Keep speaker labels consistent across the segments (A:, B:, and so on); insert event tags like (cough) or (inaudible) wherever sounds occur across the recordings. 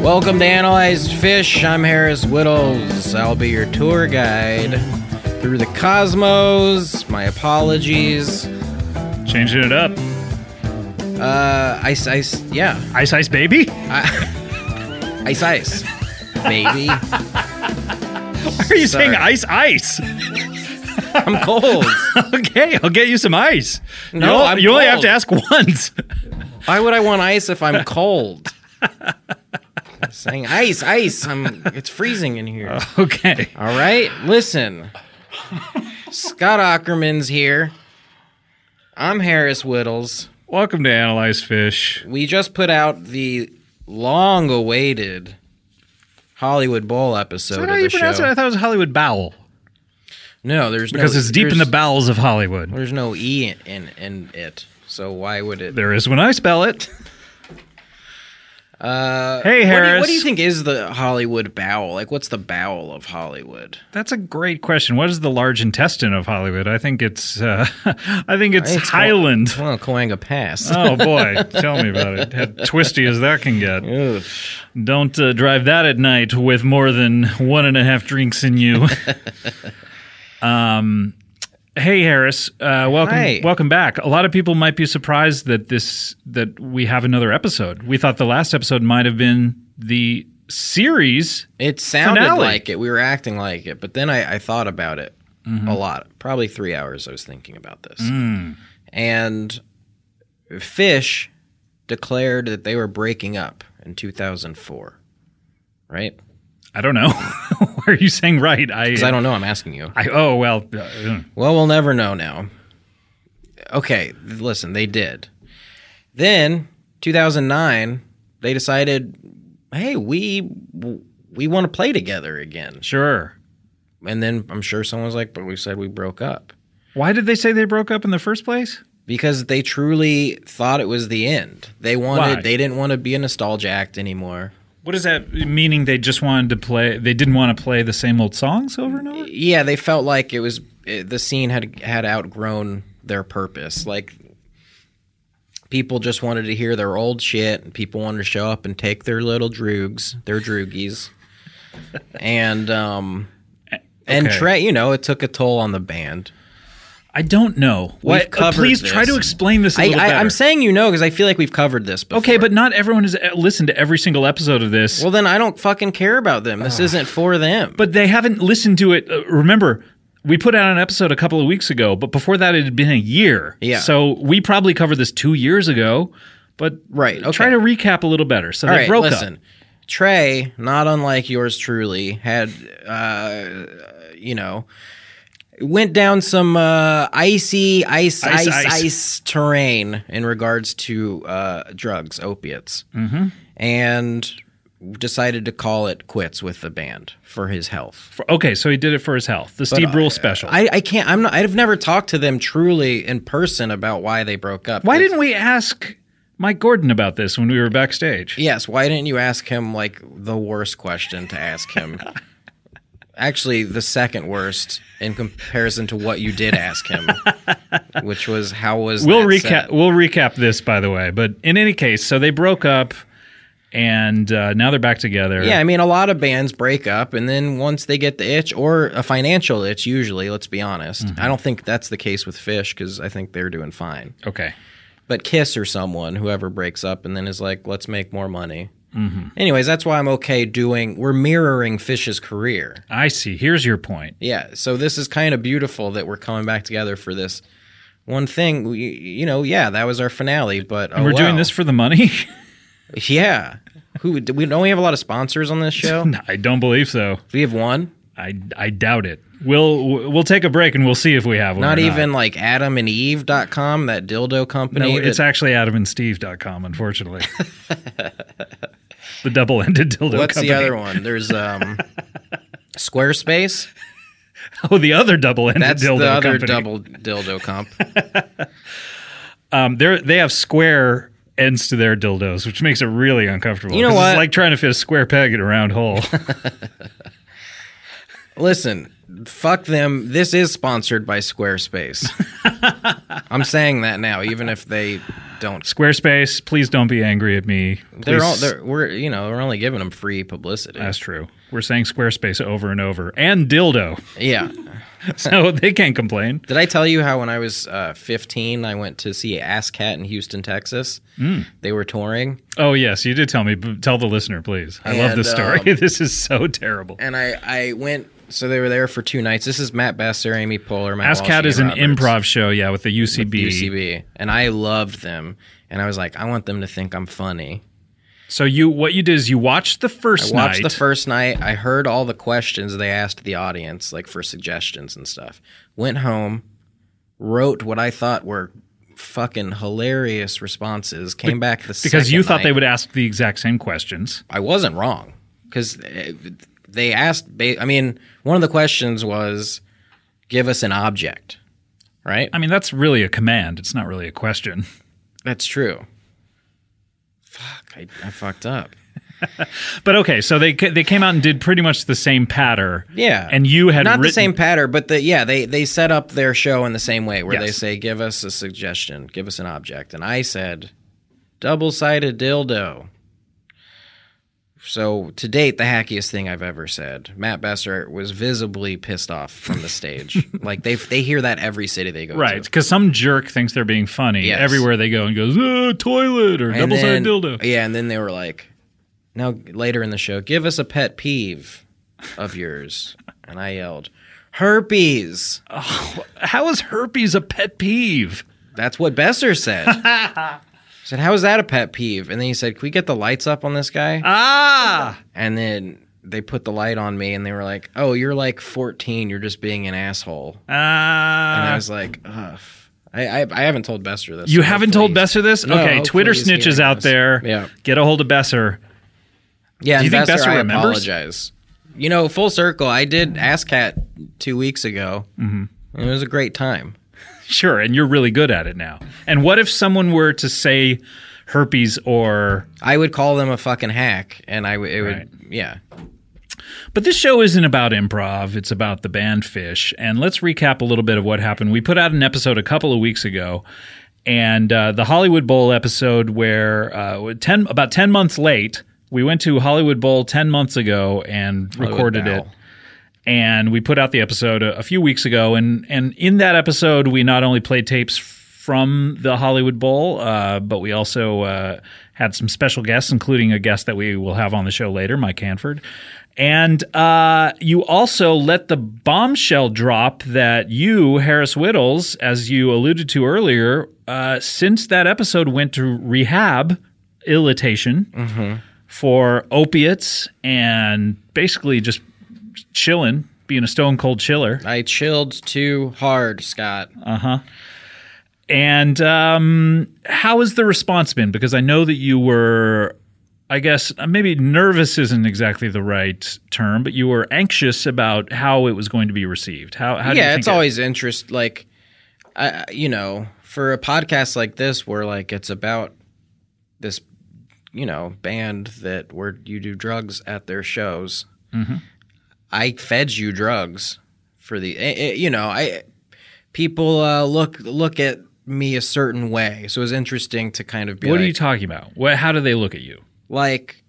A: Welcome to Analyze Fish. I'm Harris Whittles. I'll be your tour guide through the cosmos. My apologies.
B: Changing it up.
A: Uh, ice, ice, yeah,
B: Ice Ice Baby?
A: ice, ice, baby.
B: Why (laughs) are
A: Sorry.
B: you saying Ice Ice? (laughs)
A: I'm cold.
B: okay, I'll get you some ice.
A: No,
B: you, all-
A: I'm
B: you only have
A: cold.
B: to ask (laughs) once.
A: Why would I want ice if I'm cold? I'm saying ice, ice. I'm. It's freezing in here.
B: okay.
A: All right, listen. Scott Ackerman's here. I'm Harris Whittles.
B: Welcome to Analyze Fish.
A: We just put out the long awaited Hollywood Bowl episode
B: How
A: of
B: do you
A: the
B: pronounce it?
A: show.
B: I thought it was Hollywood Bowel.
A: No, there's
B: Because
A: no,
B: it's deep in the
A: there's-
B: bowels of Hollywood.
A: There's no e in, in in it, so why would it?
B: There is when I spell it. Uh,
A: What
B: hey,
A: do,
B: Harris.
A: you, what do you think is the Hollywood bowel? Like, what's the bowel of Hollywood?
B: That's a great question. What is the large intestine of Hollywood? I think it's, uh, (laughs) I think it's,
A: It's
B: Highland.
A: Well, Coanga Pass.
B: oh boy, tell me about it. How twisty as that can get.
A: Ooh.
B: Don't uh, drive that at night with more than one and a half drinks in you.
A: (laughs)
B: um, hey Harris, uh, welcome
A: Hi.
B: welcome back. A lot of people might be surprised that this that we have another episode. We thought the last episode might have been the series.
A: It sounded
B: Finale.
A: like it. We were acting like it, but then I, I thought about it a lot. Probably three hours. I was thinking about this, and Fish declared that they were breaking up in 2004. Right?
B: I don't know. (laughs) Are you saying right? I,
A: Because I don't know. I'm asking you.
B: I oh well. uh,
A: Well, we'll never know now. Okay, listen, they did. Then 2009, they decided, "Hey, we we want to play together again."
B: sure.
A: And then I'm sure someone was like, "But we said we broke up."
B: Why did they say they broke up in the first place?
A: Because they truly thought it was the end. They wanted
B: Why?
A: they didn't want to be a nostalgia act anymore.
B: What is that meaning? They just wanted to play. They didn't want to play the same old songs over and over.
A: Yeah, they felt like it was it, the scene had had outgrown their purpose. Like people just wanted to hear their old shit, and people wanted to show up and take their little droogs, their
B: (laughs)
A: droogies, and um, and
B: Okay.
A: Trey. You know, it took a toll on the band.
B: I don't know. What? uh,
A: covered
B: please try
A: this.
B: to explain this a
A: I,
B: little
A: I,
B: better.
A: I'm saying you know because I feel like we've covered this. before.
B: okay, but not everyone has uh, listened to every single episode of this.
A: well, then I don't fucking care about them. This isn't for them.
B: but they haven't listened to it. Uh, remember, we put out an episode a couple of weeks ago, but before that, it had been a year.
A: Yeah.
B: So we probably covered this two years ago. But
A: Right, okay.
B: Try to recap a little better. So
A: All
B: they
A: right,
B: broke
A: listen.
B: up.
A: Trey, not unlike yours truly, had uh, you know went down some uh, icy ice, ice
B: Ice,
A: ice
B: ice.
A: terrain in regards to uh, drugs, opiates, mm-hmm. and decided to call it quits with the band for his health.
B: For- okay, so he did it for his health. The Steve Brule special.
A: uh, I, I can't. I'm not. I've never talked to them truly in person about why they broke up.
B: Why
A: It's-
B: didn't we ask Mike Gordon about this when we were backstage?
A: Yes. Why didn't you ask him like the worst question to ask
B: (laughs)
A: him? Actually, the second worst in comparison to what you did ask
B: (laughs)
A: him, which was how was
B: We'll
A: that
B: recap.
A: set?
B: We'll recap this, by the way. But in any case, so they broke up, and uh, now they're back together.
A: Yeah, I mean, a lot of bands break up, and then once they get the itch or a financial itch, usually, let's be honest,
B: Mm-hmm.
A: I don't think that's the case with Fish because I think they're doing fine.
B: Okay.
A: But Kiss or someone, whoever breaks up, and then is like, let's make more money.
B: Mm-hmm.
A: Anyways, that's why I'm okay doing. We're mirroring Fish's career.
B: I see. Here's your point.
A: Yeah, so this is kind of beautiful that we're coming back together for this one thing. We, you know, yeah, that was our finale, but oh,
B: And we're doing this for the money. (laughs)
A: Yeah, who do we don't we have a lot of sponsors on this
B: (laughs)
A: show?
B: No, I don't believe so.
A: we have one.
B: I, I doubt it. We'll we'll take a break and we'll see if we have one.
A: Not
B: or
A: even like AdamandEve.com, that dildo company.
B: No, it's
A: that-
B: actually adamandsteve.com, unfortunately. (laughs) the double-ended dildo
A: what's
B: company.
A: the other one? There's
B: (laughs)
A: um, Squarespace.
B: Oh, the other double-ended
A: That's
B: dildo
A: the other
B: company.
A: double dildo comp.
B: Um, they they have square ends to their dildos, which makes it really uncomfortable.
A: You know
B: 'Cause
A: what?
B: It's like trying to fit a square peg in a
A: (laughs)
B: round hole.
A: Listen, fuck them.
B: (laughs)
A: This is sponsored by Squarespace. I'm saying that now, even if they don't.
B: Squarespace, please don't be angry at me.
A: They're all.
B: Please- Uh,
A: They're, we're you know we're only giving them free publicity.
B: That's true. We're saying Squarespace over and over
A: (laughs)
B: and dildo. (laughs)
A: yeah.
B: So they can't complain.
A: Did I tell you how when I was uh, 15, I went to see Ass Cat in Houston, Texas?
B: Hmm.
A: They were touring,
B: Oh, yes, you did tell me. but Tell the listener, please. I love
A: And,
B: this story.
A: um,
B: (laughs) this is so terrible.
A: and I I went. So they were there for two nights. This is Matt Besser, Amy Poehler, Matt Walsh,
B: ASCAT
A: Ian
B: is an
A: Roberts.
B: improv show, yeah, with the UCB.
A: UCB, and I loved them. And I was like, I want them to think I'm funny.
B: So you, what you did is you watched the first
A: I watched
B: night.
A: the first night. I heard all the questions they asked the audience, like for suggestions and stuff. Went home, wrote what I thought were fucking hilarious responses. Came back the
B: because
A: second
B: you thought they
A: night.
B: would ask the exact same questions.
A: I wasn't wrong because they asked. Ba- I mean, one of the questions was, "Give us an object," right?
B: I mean, that's really a command. It's not really a question.
A: That's true. Fuck, I, I fucked up.
B: But okay, so they ca- they came out and did pretty much the same patter.
A: Yeah,
B: and you had
A: not
B: written,
A: the same pattern, but the yeah they they set up their show in the same way where they
B: Yes.
A: say, "Give us a suggestion, give us an object," and I said, "Double sided dildo." So to date, the hackiest thing I've ever said. Matt Besser was visibly pissed off from the
B: (laughs)
A: stage. like they they hear that every city they go to.
B: right? Because some jerk thinks they're being funny
A: Yes.
B: everywhere they go and goes "Uh, toilet or
A: And
B: double sided
A: then-
B: dildo.
A: Yeah, and then they were like, now later in the show, give us a pet peeve of yours, and I yelled, herpes.
B: How is herpes a pet peeve?
A: That's what Besser
B: (laughs)
A: said. I said, How is that a pet peeve? And then he said, Can we get the lights up on this guy?
B: Ah,
A: and then they put the light on me and they were like, Oh, you're like 14. You're just being an asshole.
B: ah.
A: And I was like, Ugh. I, I, I haven't told Besser this.
B: You haven't
A: Hopefully
B: told
A: he's-
B: Besser this?
A: No,
B: okay,
A: hopefully
B: Twitter
A: he's hearing
B: snitches out
A: this.
B: there.
A: Yeah.
B: Get a hold of Besser.
A: Yeah,
B: Do you
A: and
B: think
A: Besser,
B: Besser
A: I
B: remembers?
A: apologize. You know, full circle, I did Ask Cat two weeks ago. Mm-hmm. It was a great time.
B: Sure, and you're really good at it now. And what if someone were to say herpes or
A: I would call them a fucking hack, and I w- it would,
B: Right.
A: yeah.
B: But this show isn't about improv, it's about the band Fish. And let's recap a little bit of what happened. We put out an episode a couple of weeks ago. And uh, the Hollywood Bowl episode, where uh, ten about ten months late, we went to Hollywood Bowl ten months ago and recorded it.
A: Bowl.
B: and we put out the episode a, a few weeks ago. And and in that episode, we not only played tapes from the Hollywood Bowl, uh, but we also uh, had some special guests, including a guest that we will have on the show later, Mike Hanford. And uh, you also let the bombshell drop that you, Harris Whittles, as you alluded to earlier, uh, since that episode went to rehab, illitation for opiates and basically just chilling, being a stone cold chiller. Uh-huh.
A: I chilled too hard, Scott.
B: And um, how has the response been? Because I know that you were, I guess, uh, maybe nervous isn't exactly the right term, but you were anxious about how it was going to be received. How, how do you
A: yeah,
B: think
A: it's
B: it-
A: always interest. Like, I, you know, for a podcast like this, where like it's about this, you know, band that where you do drugs at their shows.
B: Mm-hmm.
A: I fed you drugs for the, eh, eh, you know, I people uh, look look at me a certain way, so it's interesting to kind of be.
B: What
A: like,
B: are you talking about? What, how do they look at you?
A: like?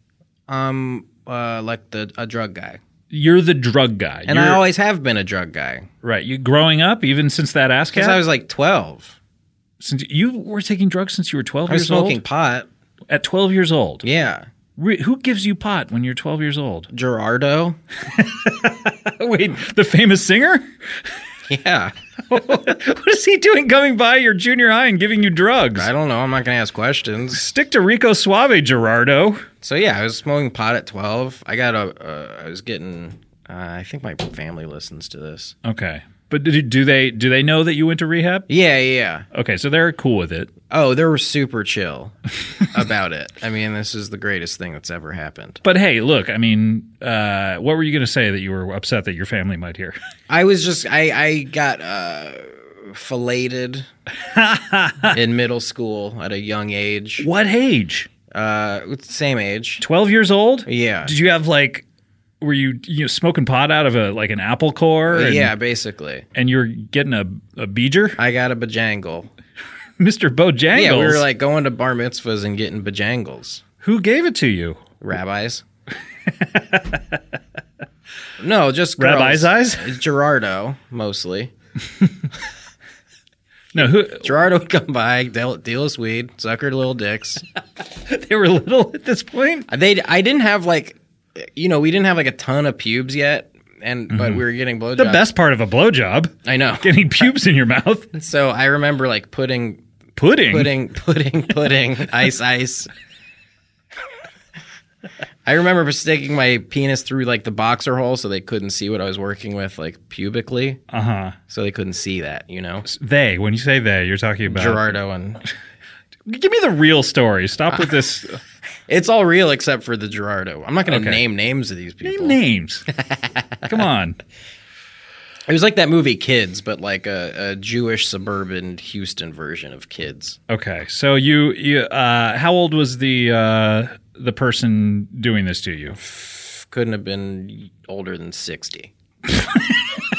A: Um, uh, like the a drug guy,
B: You're the drug guy.
A: and
B: You're-
A: I always have been a drug guy
B: right. You growing up, even since that ass
A: because
B: cat,
A: I was like twelve.
B: since you were taking drugs since you were 12
A: I was
B: years
A: smoking
B: old.
A: pot.
B: At 12 years old,
A: Yeah.
B: Re- who gives you pot when you're 12 years old?
A: (laughs) Gerardo.
B: Wait, the famous singer?
A: Yeah.
B: (laughs) What is he doing coming by your junior high and giving you drugs?
A: I don't know. I'm not going to ask questions.
B: Stick to Rico Suave, Gerardo.
A: So, yeah, I was smoking pot at 12. I got a, uh, I was getting, uh, I think my family listens to this.
B: Okay. But do, do they do they know that you went to rehab?
A: Yeah, yeah.
B: Okay, so they're cool with it.
A: Oh, they were super
B: (laughs)
A: chill about it. I mean, this is the greatest thing that's ever happened.
B: But hey, look, I mean, uh, what were you going to say that you were upset that your family might hear? (laughs)
A: I was just, I, I got uh, filleted
B: (laughs)
A: in middle school at a young age.
B: What age?
A: Uh, same age.
B: Twelve years old?
A: Yeah.
B: Did you have like, were you you know, smoking pot out of a like an apple core? And,
A: Yeah, basically.
B: And you're getting a a beeger? (laughs)
A: I got a bajangle.
B: Mr. Bojangles.
A: Yeah, we were like going to bar mitzvahs and getting bejangles.
B: Who gave it to you? (laughs)
A: Rabbis. no, just girls.
B: Rabbi's eyes?
A: Gerardo mostly.
B: No, who? (laughs)
A: Gerardo would come by, deal, deal us weed, suck her little dicks.
B: They were little at this point.
A: They, I didn't have like, you know, we didn't have like a ton of pubes yet, and but we were getting blowjobs.
B: Mm-hmm. The best part of a blowjob, (laughs)
A: I know.
B: getting pubes in
A: (laughs)
B: your mouth,
A: So I remember like putting
B: pudding.
A: pudding, pudding, pudding,
B: (laughs)
A: ice, ice. I remember sticking my penis through like the boxer hole so they couldn't see what I was working with, like pubically.
B: Uh huh.
A: So they couldn't see that, you know?
B: They. When you say they, you're talking about.
A: Gerardo and
B: Give me the real story. Stop
A: (laughs)
B: with this.
A: it's all real except for the Gerardo. I'm not going to
B: Okay.
A: name names of these people.
B: Name names. Come on.
A: It was like that movie Kids, but like a, a Jewish suburban Houston version of Kids.
B: Okay. So you, you uh, how old was the uh, the person doing this to you? (laughs)
A: Couldn't have been older than 60. (laughs)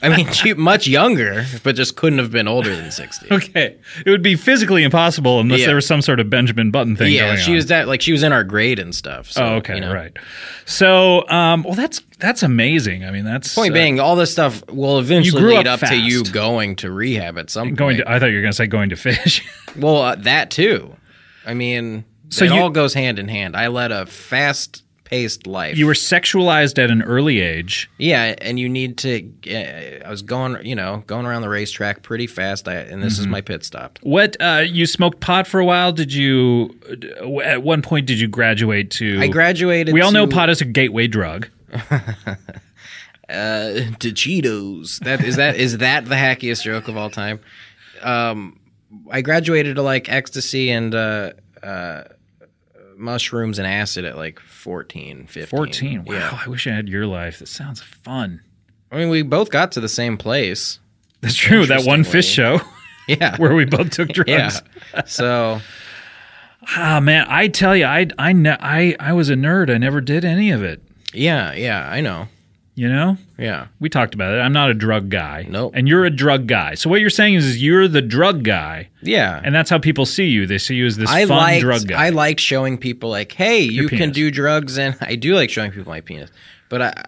A: I mean, she- much younger, but just couldn't have been older than 60.
B: Okay. It would be physically impossible unless
A: Yeah.
B: there was some sort of Benjamin Button thing
A: Yeah,
B: going
A: she
B: on.
A: was that like she was in our grade and stuff. So,
B: Oh, okay,
A: you know.
B: right. So, um, well, that's that's amazing. I mean, that's
A: Point
B: uh,
A: being, all this stuff will eventually
B: grew
A: lead
B: up
A: up, to you
B: fast.
A: going to rehab at some
B: going
A: point.
B: to. I thought you were going to say going to (laughs) fish.
A: Well, uh, that too. I mean,
B: So
A: it
B: you-
A: all goes hand in hand. I led a fast-paced life.
B: you were sexualized at an early age.
A: yeah, and you need to. Uh, I was going, you know, going around the racetrack pretty fast, I, and this is
B: Mm-hmm.
A: my pit stop.
B: What uh, you smoked pot for a while? Did you? uh, At one point, did you graduate to?
A: I graduated.
B: We all know
A: to-
B: pot is a gateway drug.
A: uh, to Cheetos. That is that is that the hackiest joke of all time? Um, I graduated to like ecstasy and uh, uh, mushrooms and acid at like 14, 15.
B: Fourteen. Wow, I wish I had your life. That sounds fun.
A: I mean, we both got to the same place.
B: That's true. That one fish show (laughs)
A: Yeah.
B: where we both took drugs.
A: yeah. So
B: Ah, man, I tell you, I I ne- I I was a nerd. I never did any of it.
A: yeah, yeah, I know.
B: You know.
A: Yeah.
B: We talked about it. I'm not a drug guy.
A: Nope.
B: And you're a drug guy. So what you're saying is, is you're the drug guy,
A: Yeah.
B: and that's how people see you. They see you as this
A: I
B: fun
A: liked,
B: drug guy.
A: I liked showing people like, hey, you can
B: penis.
A: do drugs, and (laughs) I do like showing people my penis, but I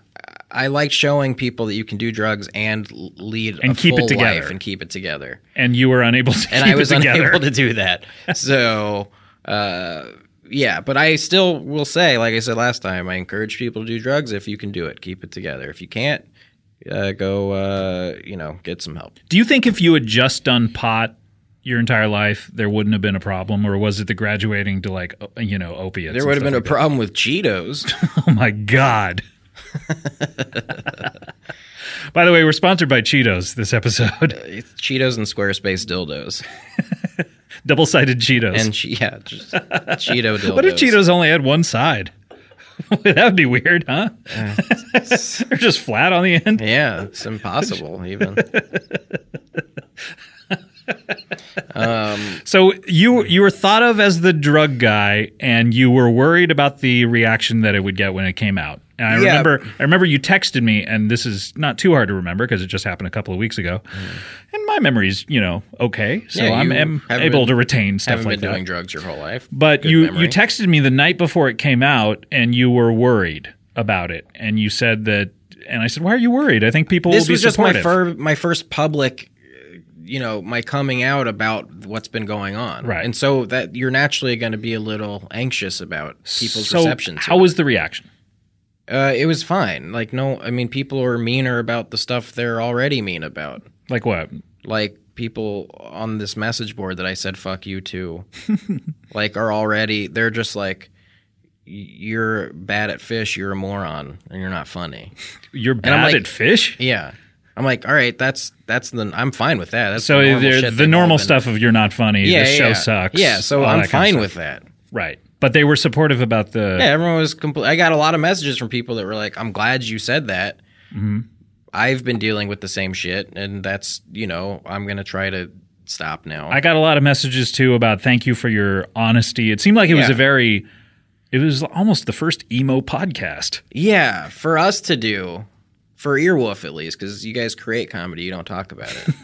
A: I like showing people that you can do drugs and l- lead
B: And
A: a
B: keep it
A: full
B: together.
A: life and keep it
B: (laughs)
A: together.
B: and you were unable to
A: And
B: keep
A: I was
B: it together.
A: unable to do that. So, uh, yeah, but I still will say, like I said last time, I encourage people to do drugs if you can do it. Keep it together. If you can't, uh, go, uh, you know, get some help.
B: do you think if you had just done pot your entire life, there wouldn't have been a problem, or was it the graduating to like o- you know opiates?
A: There
B: and
A: would have
B: stuff
A: been a problem with Cheetos. (laughs)
B: like- oh my god.
A: (laughs)
B: By the way, we're sponsored by Cheetos this episode.
A: Uh,
B: (laughs)
A: Cheetos and Squarespace dildos.
B: Double sided Cheetos.
A: And she, yeah, just Cheeto dildos.
B: (laughs) What if Cheetos only had one side? (laughs) that would be weird, huh? They're just flat on the
A: (laughs)
B: end.
A: Yeah, it's impossible
B: (laughs)
A: even.
B: So you you were thought of as the drug guy, and you were worried about the reaction that it would get when it came out. And I
A: Yeah.
B: remember I remember you texted me, and this is not too hard to remember because it just happened a couple of weeks ago. And my memory's you know okay, so
A: Mm. Yeah,
B: I'm,
A: you
B: am
A: haven't
B: able
A: been-
B: to retain stuff
A: Haven't
B: like
A: been
B: that.
A: doing drugs your whole life.
B: But you
A: memory.
B: you texted me the night before it came out, and you were worried about it, and you said that. And I said, "Why are you worried? I think people will
A: this
B: be
A: was just my
B: supportive."
A: fir- my first public, uh, you know, my coming out about what's been going on.
B: Right.
A: And so that you're naturally going to be a little anxious about people's
B: so
A: receptions.
B: how was the reaction?
A: uh, it was fine. Like no, I mean, people are meaner about the stuff they're already mean about.
B: Like what?
A: like people on this message board that I said fuck you
B: (laughs)
A: to like are already they're just like you're bad at fish, you're a moron, and you're not
B: (laughs)
A: funny.
B: You're bad
A: I'm like-
B: at fish.
A: Yeah. I'm like, all right, that's that's the I'm fine with that. That's
B: So
A: the
B: the
A: normal,
B: normal,
A: shit
B: the
A: they've all
B: normal
A: been-
B: stuff of you're not funny.
A: Yeah,
B: this
A: yeah,
B: show
A: yeah.
B: sucks.
A: Yeah, so
B: all
A: I'm
B: that kind of
A: fine
B: stuff.
A: with that.
B: right. But they were supportive about the.
A: Yeah, everyone was complete. I got a lot of messages from people that were like, "I'm glad you said that."
B: Mm-hmm.
A: I've been dealing with the same shit, and that's you know I'm gonna try to stop now.
B: I got a lot of messages too about thank you for your honesty. It seemed like it was
A: Yeah.
B: a very. It was almost the first emo podcast.
A: Yeah, for
B: (laughs)
A: us to do, for Earwolf at least, because you guys create comedy, you don't talk about it.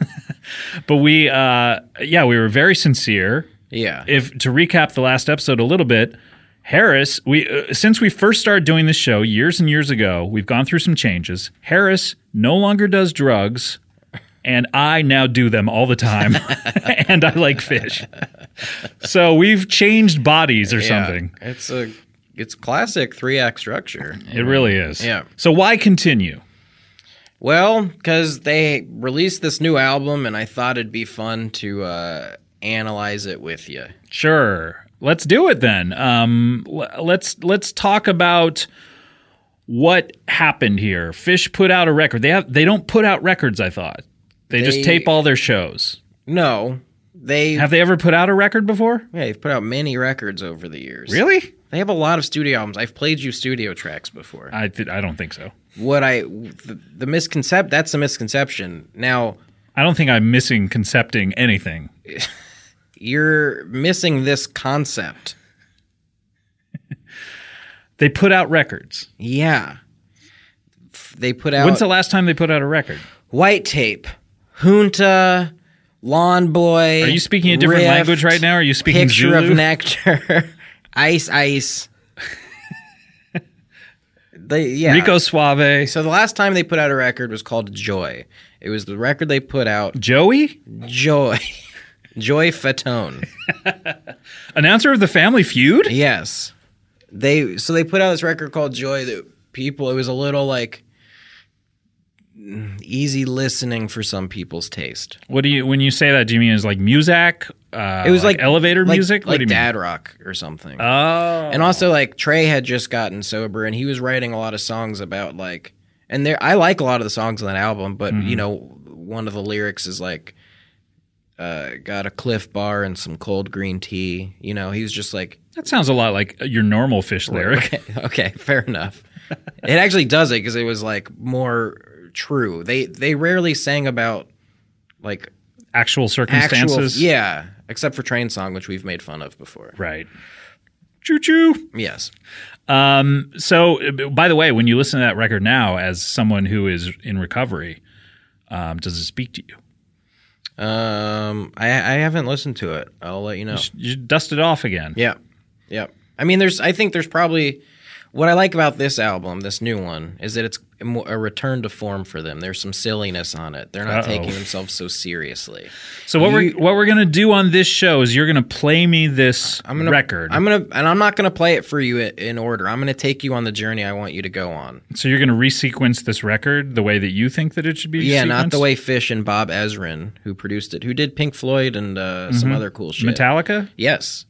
B: but we, uh, yeah, we were very sincere.
A: Yeah.
B: If to recap the last episode a little bit, Harris, we uh, since we first started doing this show years and years ago, we've gone through some changes. Harris no longer does drugs, and I now do them all the time, (laughs) and I like fish. So we've changed bodies or
A: Yeah.
B: something.
A: It's a it's classic three act structure.
B: It really is.
A: Yeah.
B: So why continue?
A: Well, because they released this new album, and I thought it'd be fun to uh, analyze it with you.
B: Sure. Let's do it then. Um, l- let's let's talk about what happened here. Fish put out a record. They have they don't put out records. I thought they,
A: They-
B: just tape all their shows.
A: No, they
B: Have they ever put out a record before?
A: yeah, they've put out many records over the years.
B: Really?
A: They have a lot of studio albums. I've played you studio tracks before.
B: I th- I don't think so.
A: what I the, the misconcept that's a misconception. Now
B: I don't think I'm missing concepting anything.
A: you're missing this concept.
B: They put out records.
A: Yeah. F- They put out
B: When's the last time they put out a record?
A: White Tape, Junta, Lawn Boy.
B: Are you speaking a different
A: Rift,
B: language right now? Are you speaking
A: Picture
B: Zulu?
A: of Nectar, (laughs) Ice
B: (laughs)
A: Ice. they yeah.
B: Rico Suave,
A: So the last time they put out a record was called Joy. It was the record they put out
B: Joey,
A: Joy. (laughs) Joy Fatone.
B: announcer of the Family Feud.
A: Yes. They so they put out this record called Joy that people it was a little like mm, easy listening for some people's taste.
B: What do you when you say that? Do you mean it's like Muzak? Uh,
A: It was like,
B: elevator
A: like-
B: music.
A: like
B: what do you
A: dad rock or something.
B: mean? Oh,
A: and also like Trey had just gotten sober and he was writing a lot of songs about like and there I like a lot of the songs on that album, but
B: Mm-hmm.
A: you know one of the lyrics is like uh, got a cliff bar and some cold green tea. You know, he was just like
B: that sounds a lot like your normal fish lyric.
A: Okay, (laughs) okay, fair enough. It actually does it because it was like more true. They they rarely sang about like
B: Actual
A: actual,
B: circumstances.
A: yeah, except for Train Song, which we've made fun of before.
B: Right. Choo choo.
A: Yes,
B: Um, so, uh, by the way, when you listen to that record now, as someone who is in recovery, um, does it speak to you?
A: um, I I haven't listened to it. I'll let you know.
B: You should dust it off again.
A: Yeah, yeah. I mean, there's I think there's probably what I like about this album, this new one, is that it's mo- a return to form for them. There's some silliness on it. They're not
B: Uh-oh.
A: taking themselves so seriously.
B: So what we're what we're gonna do on this show is you're gonna play me this
A: I'm gonna,
B: record.
A: I'm gonna, and I'm not gonna play it for you i- in order. I'm gonna take you on the journey I want you to go on.
B: so you're gonna resequence this record the way that you think that it should be.
A: Yeah, not the
B: sequenced?
A: way Fish and Bob Ezrin, who produced it, who did Pink Floyd and uh, some other cool shit.
B: Mm-hmm. Metallica. Mm-hmm.
A: Yes,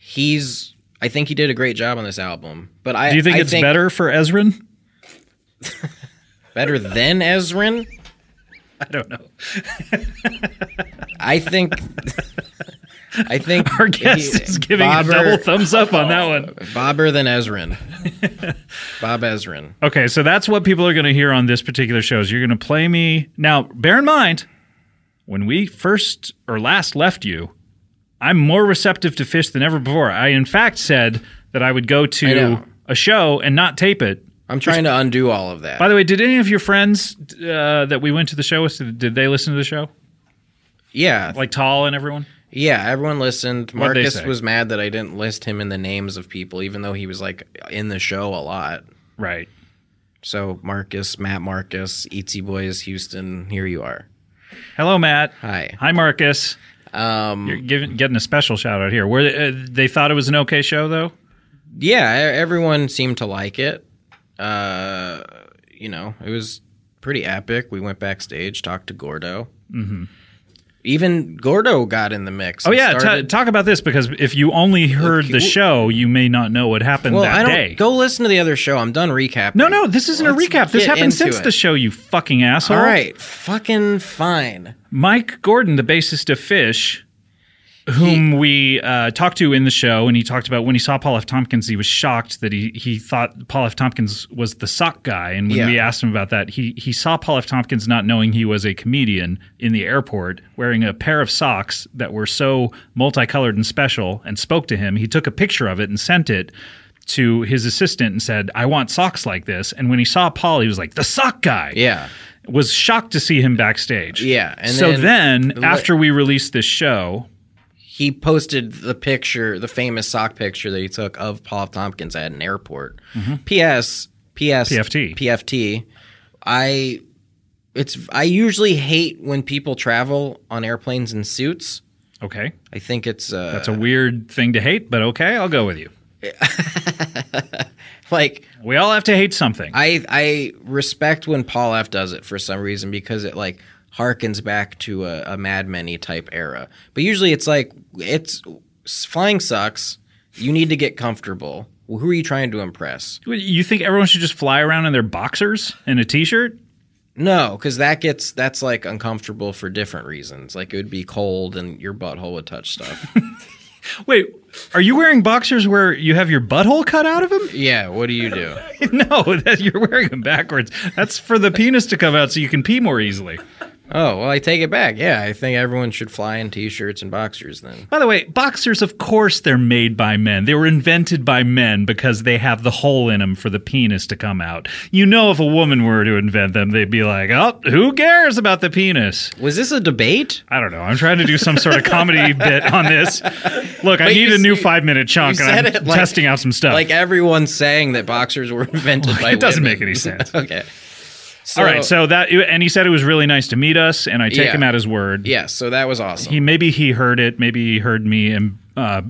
A: he's. I think he did a great job on this album. But I
B: Do you think
A: I
B: it's better for (laughs) Ezrin?
A: better than Ezrin?
B: (laughs) I don't know.
A: I think. I think
B: (laughs) Our guest
A: he-
B: is giving a
A: Bobber-
B: double thumbs up on that one.
A: Bobber than
B: (laughs)
A: Ezrin. Bob Ezrin.
B: Okay, so that's what people are going to hear on this particular show. Is you're going to play me now. Bear in mind, when we first or last left you, I'm more receptive to fish than ever before. I in fact said that I would go
A: I
B: to
A: know.
B: a show and not tape it.
A: I'm trying to undo all of that.
B: By the way, did any of your friends uh, that we went to the show with did they listen to the show?
A: yeah,
B: Like Tall and everyone.
A: Yeah, everyone listened.
B: What'd they
A: Marcus
B: say?
A: was mad that I didn't list him in the names of people, even though he was like in the show a lot.
B: Right.
A: So Marcus, Matt Marcus, Etsy Boys, Houston, here you are.
B: Hello, Matt.
A: Hi.
B: Hi, Marcus.
A: Um,
B: You're giving, getting a special shout out here. Were they, uh, they thought it was an okay show though?
A: yeah, e- everyone seemed to like it. Uh, you know, it was pretty epic. We went backstage, talked to Gordo. Mm-hmm. Even Gordo got in the mix.
B: Oh
A: and
B: yeah, ta-
A: started-
B: talk about this because if you only heard the
A: well-
B: show, you may not know what happened
A: well,
B: that
A: I don't
B: day.
A: go listen to the other show. I'm done recapping.
B: no, no, this isn't a
A: Let's
B: recap. This
A: get
B: happened
A: into
B: since
A: it.
B: the show. You fucking asshole!
A: All right, fucking fine.
B: Mike Gordon, the bassist of Fish, whom we uh, talked to in the show, and he talked about when he saw Paul F. Tompkins, he was shocked that he he thought Paul F. Tompkins was the sock guy. And when
A: Yeah.
B: we asked him about that, he he saw Paul F. Tompkins not knowing he was a comedian in the airport wearing a pair of socks that were so multicolored and special, and spoke to him. He took a picture of it and sent it. to his assistant and said, "I want socks like this." And when he saw Paul, he was like, "The sock guy."
A: Yeah.
B: was shocked to see him backstage.
A: Yeah, and
B: so
A: then-
B: then, after we released this show,
A: He posted the picture, the famous sock picture that he took of Paul Tompkins at an airport.
B: Mm-hmm.
A: P.S. P.S.
B: PFT.
A: PFT. I it's I usually hate when people travel on airplanes in suits.
B: okay,
A: I think it's uh,
B: that's a weird thing to hate, but okay, I'll go with you.
A: like
B: We all have to hate something.
A: I I respect when Paul F does it for some reason because it like harkens back to a, a Mad Men type era. But usually it's like it's flying sucks. You need to get comfortable. Well, who are you trying to impress?
B: you think everyone should just fly around in their boxers and a t-shirt?
A: No, because that gets that's like uncomfortable for different reasons. Like it would be cold and your butthole would touch
B: (laughs)
A: stuff.
B: Wait, are you wearing boxers where you have your butthole cut out of them?
A: yeah, what do you do?
B: (laughs) no, that, you're wearing them backwards. That's for the penis to come out so you can pee more easily.
A: Oh well, I take it back. Yeah, I think everyone should fly in t-shirts and boxers then.
B: By the way, boxers, of course, they're made by men. They were invented by men because they have the hole in them for the penis to come out. You know, if a woman were to invent them, they'd be like, oh, who cares about the penis?
A: Was this a debate?
B: I don't know. I'm trying to do some sort
A: (laughs)
B: of comedy bit on this. Look, I
A: But
B: need
A: you
B: a new
A: see-
B: five minute chunk,
A: you
B: and
A: said
B: I'm
A: it like-
B: testing out some stuff.
A: Like everyone's saying that boxers were invented by
B: Oh. it doesn't
A: women.
B: make any
A: (laughs)
B: sense.
A: okay. So,
B: All right, so that, and he said it was really nice to meet us, and I take
A: Yeah.
B: him at his word.
A: yeah, so that was awesome.
B: He maybe he heard it. Maybe he heard me and uh,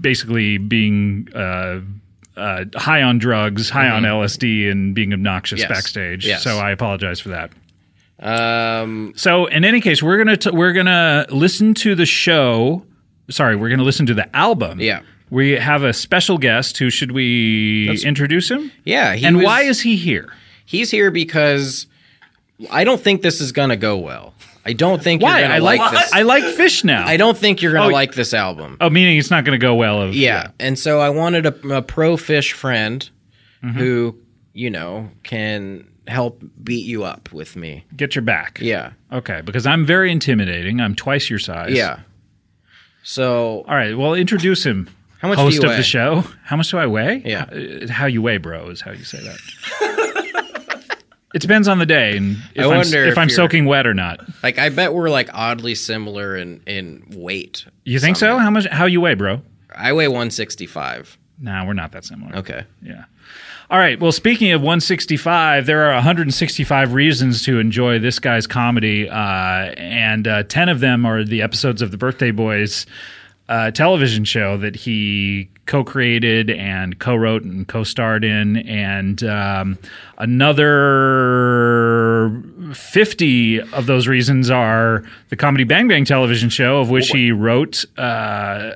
B: basically being uh, uh, high on drugs, high on LSD, and being obnoxious
A: Mm-hmm. Yes.
B: backstage.
A: Yes.
B: So I apologize for that.
A: um,
B: So in any case, we're gonna t- we're gonna listen to the show. Sorry, we're gonna listen to the album.
A: Yeah.
B: We have a special guest. Who should we introduce him?
A: yeah, he
B: and
A: was-
B: why is he here?
A: he's here? Because I don't think this is gonna go well. I don't think
B: Why
A: you're gonna
B: I like
A: this.
B: I like fish now.
A: I don't think you're gonna
B: Oh,
A: like this album.
B: oh, meaning it's not gonna go well. Of,
A: yeah. and so I wanted a, a pro fish friend
C: Mm-hmm.
A: who you know can help beat you up with me.
B: Get your back.
A: Yeah,
B: Okay, because I'm very intimidating. I'm twice your size.
A: yeah. So
B: All right. Well, introduce him.
A: How much do
B: host
A: you
B: of
A: weigh?
B: the show? How much do I weigh?
A: Yeah.
B: Uh, How you weigh, bro, is how you say that. it depends on the day and if
A: I
B: am
A: wonder
B: if,
A: if
B: I'm
A: you're-
B: soaking wet or not.
A: like I bet we're like oddly similar in in weight.
B: You think so? How much? How you weigh, bro?
A: I weigh 165.
B: Nah, we're not that similar.
A: Okay.
B: Yeah. All right. Well, speaking of 165, there are 165 reasons to enjoy this guy's comedy, uh, and uh, 10 of them are the episodes of the Birthday Boys uh, television show that he co created and co wrote and co starred in, and um, another 50 of those reasons are the Comedy Bang Bang television show, of which he wrote, uh,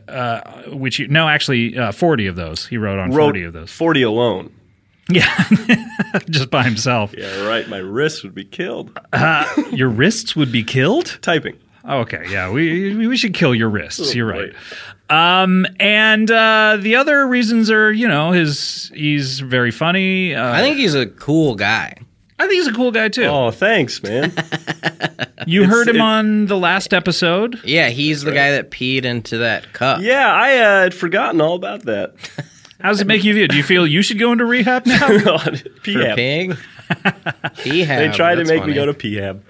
B: uh, which he, no, actually, uh, 40 of those. He wrote on
C: Wrote
B: 40 of those. (laughs)
C: 40 alone.
B: just by himself.
C: Yeah, right. My wrist would be killed.
B: Your wrists would be killed.
C: Typing.
B: Oh, okay, yeah, we we should kill your wrists. You're right.
C: Wait.
B: Um, and uh, the other reasons are, you know, his he's very funny. Uh,
A: I think he's a cool guy.
B: I think he's a cool guy too.
C: Oh,
A: (laughs)
C: thanks, man.
B: you heard him
C: it-
B: on the last episode.
A: Yeah, he's the guy that peed into that cup.
C: yeah, I uh, had forgotten all about that. (laughs)
B: How does it make you feel? Do you feel you should go into rehab now?
C: (laughs) Oh, PHAB.
A: Pig.
C: (laughs)
A: he had.
C: They tried to make me go to PHAB.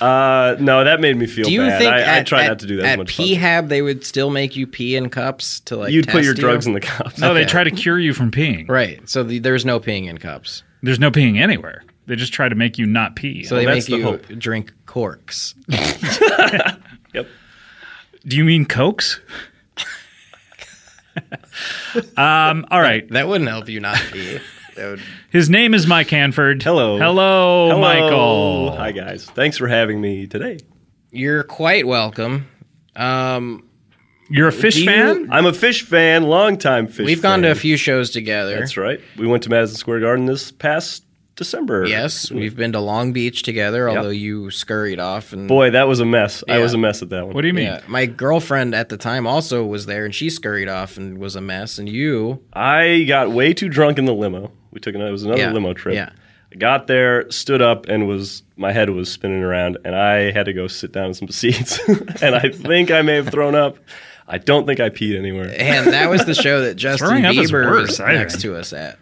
C: Uh, no, that made me feel
A: Do you
C: bad.
A: think
C: I, I
A: at,
C: try
A: at-
C: not to do that as
A: at
C: much. fun.
A: PHAB they would still make you pee in cups to like
C: You'd put your
A: test
C: drugs
A: you? Oh,
C: in the cups.
B: No, they try to cure you from peeing.
A: right. So the, there's no peeing in cups.
B: There's no peeing anywhere. They just try to make you not pee.
A: So they
C: that's
A: make
C: the
A: you
C: hope.
A: drink corks.
C: Yep.
A: oh,
B: Do you mean cokes? um, all right.
A: That wouldn't help you not
B: (laughs)
A: pee. That would,
B: His name is Mike Hanford.
C: Hello.
B: Hello,
C: Hello.
B: Michael.
C: Hi, guys. Thanks for having me today.
A: you're quite welcome. Um,
B: You're a fish
A: Do you-
B: fan?
C: I'm a fish fan, longtime fish
A: we've gone to
C: fan.
A: a few shows together.
C: That's right. We went to Madison Square Garden this past December.
A: Yes, we've been to Long Beach together. Although you scurried off and
C: Boy, that was a mess. I
A: Yeah.
C: was a mess at that one.
B: What do you mean?
A: Yeah, my girlfriend at the time also was there, and she scurried off and was a mess. And you,
C: I got way too drunk in the limo. We took another, it was another
A: Yeah,
C: limo trip.
A: yeah.
C: I got there, stood up, and was my head was (laughs) spinning around, and I had to go sit down in some seats. and I think I may have thrown up. I don't think I peed anywhere.
A: And that was the show
B: (laughs)
A: that Justin
B: Throwing up is
A: Bieber
B: worse,
A: was
B: I
A: next
B: think.
A: to us at.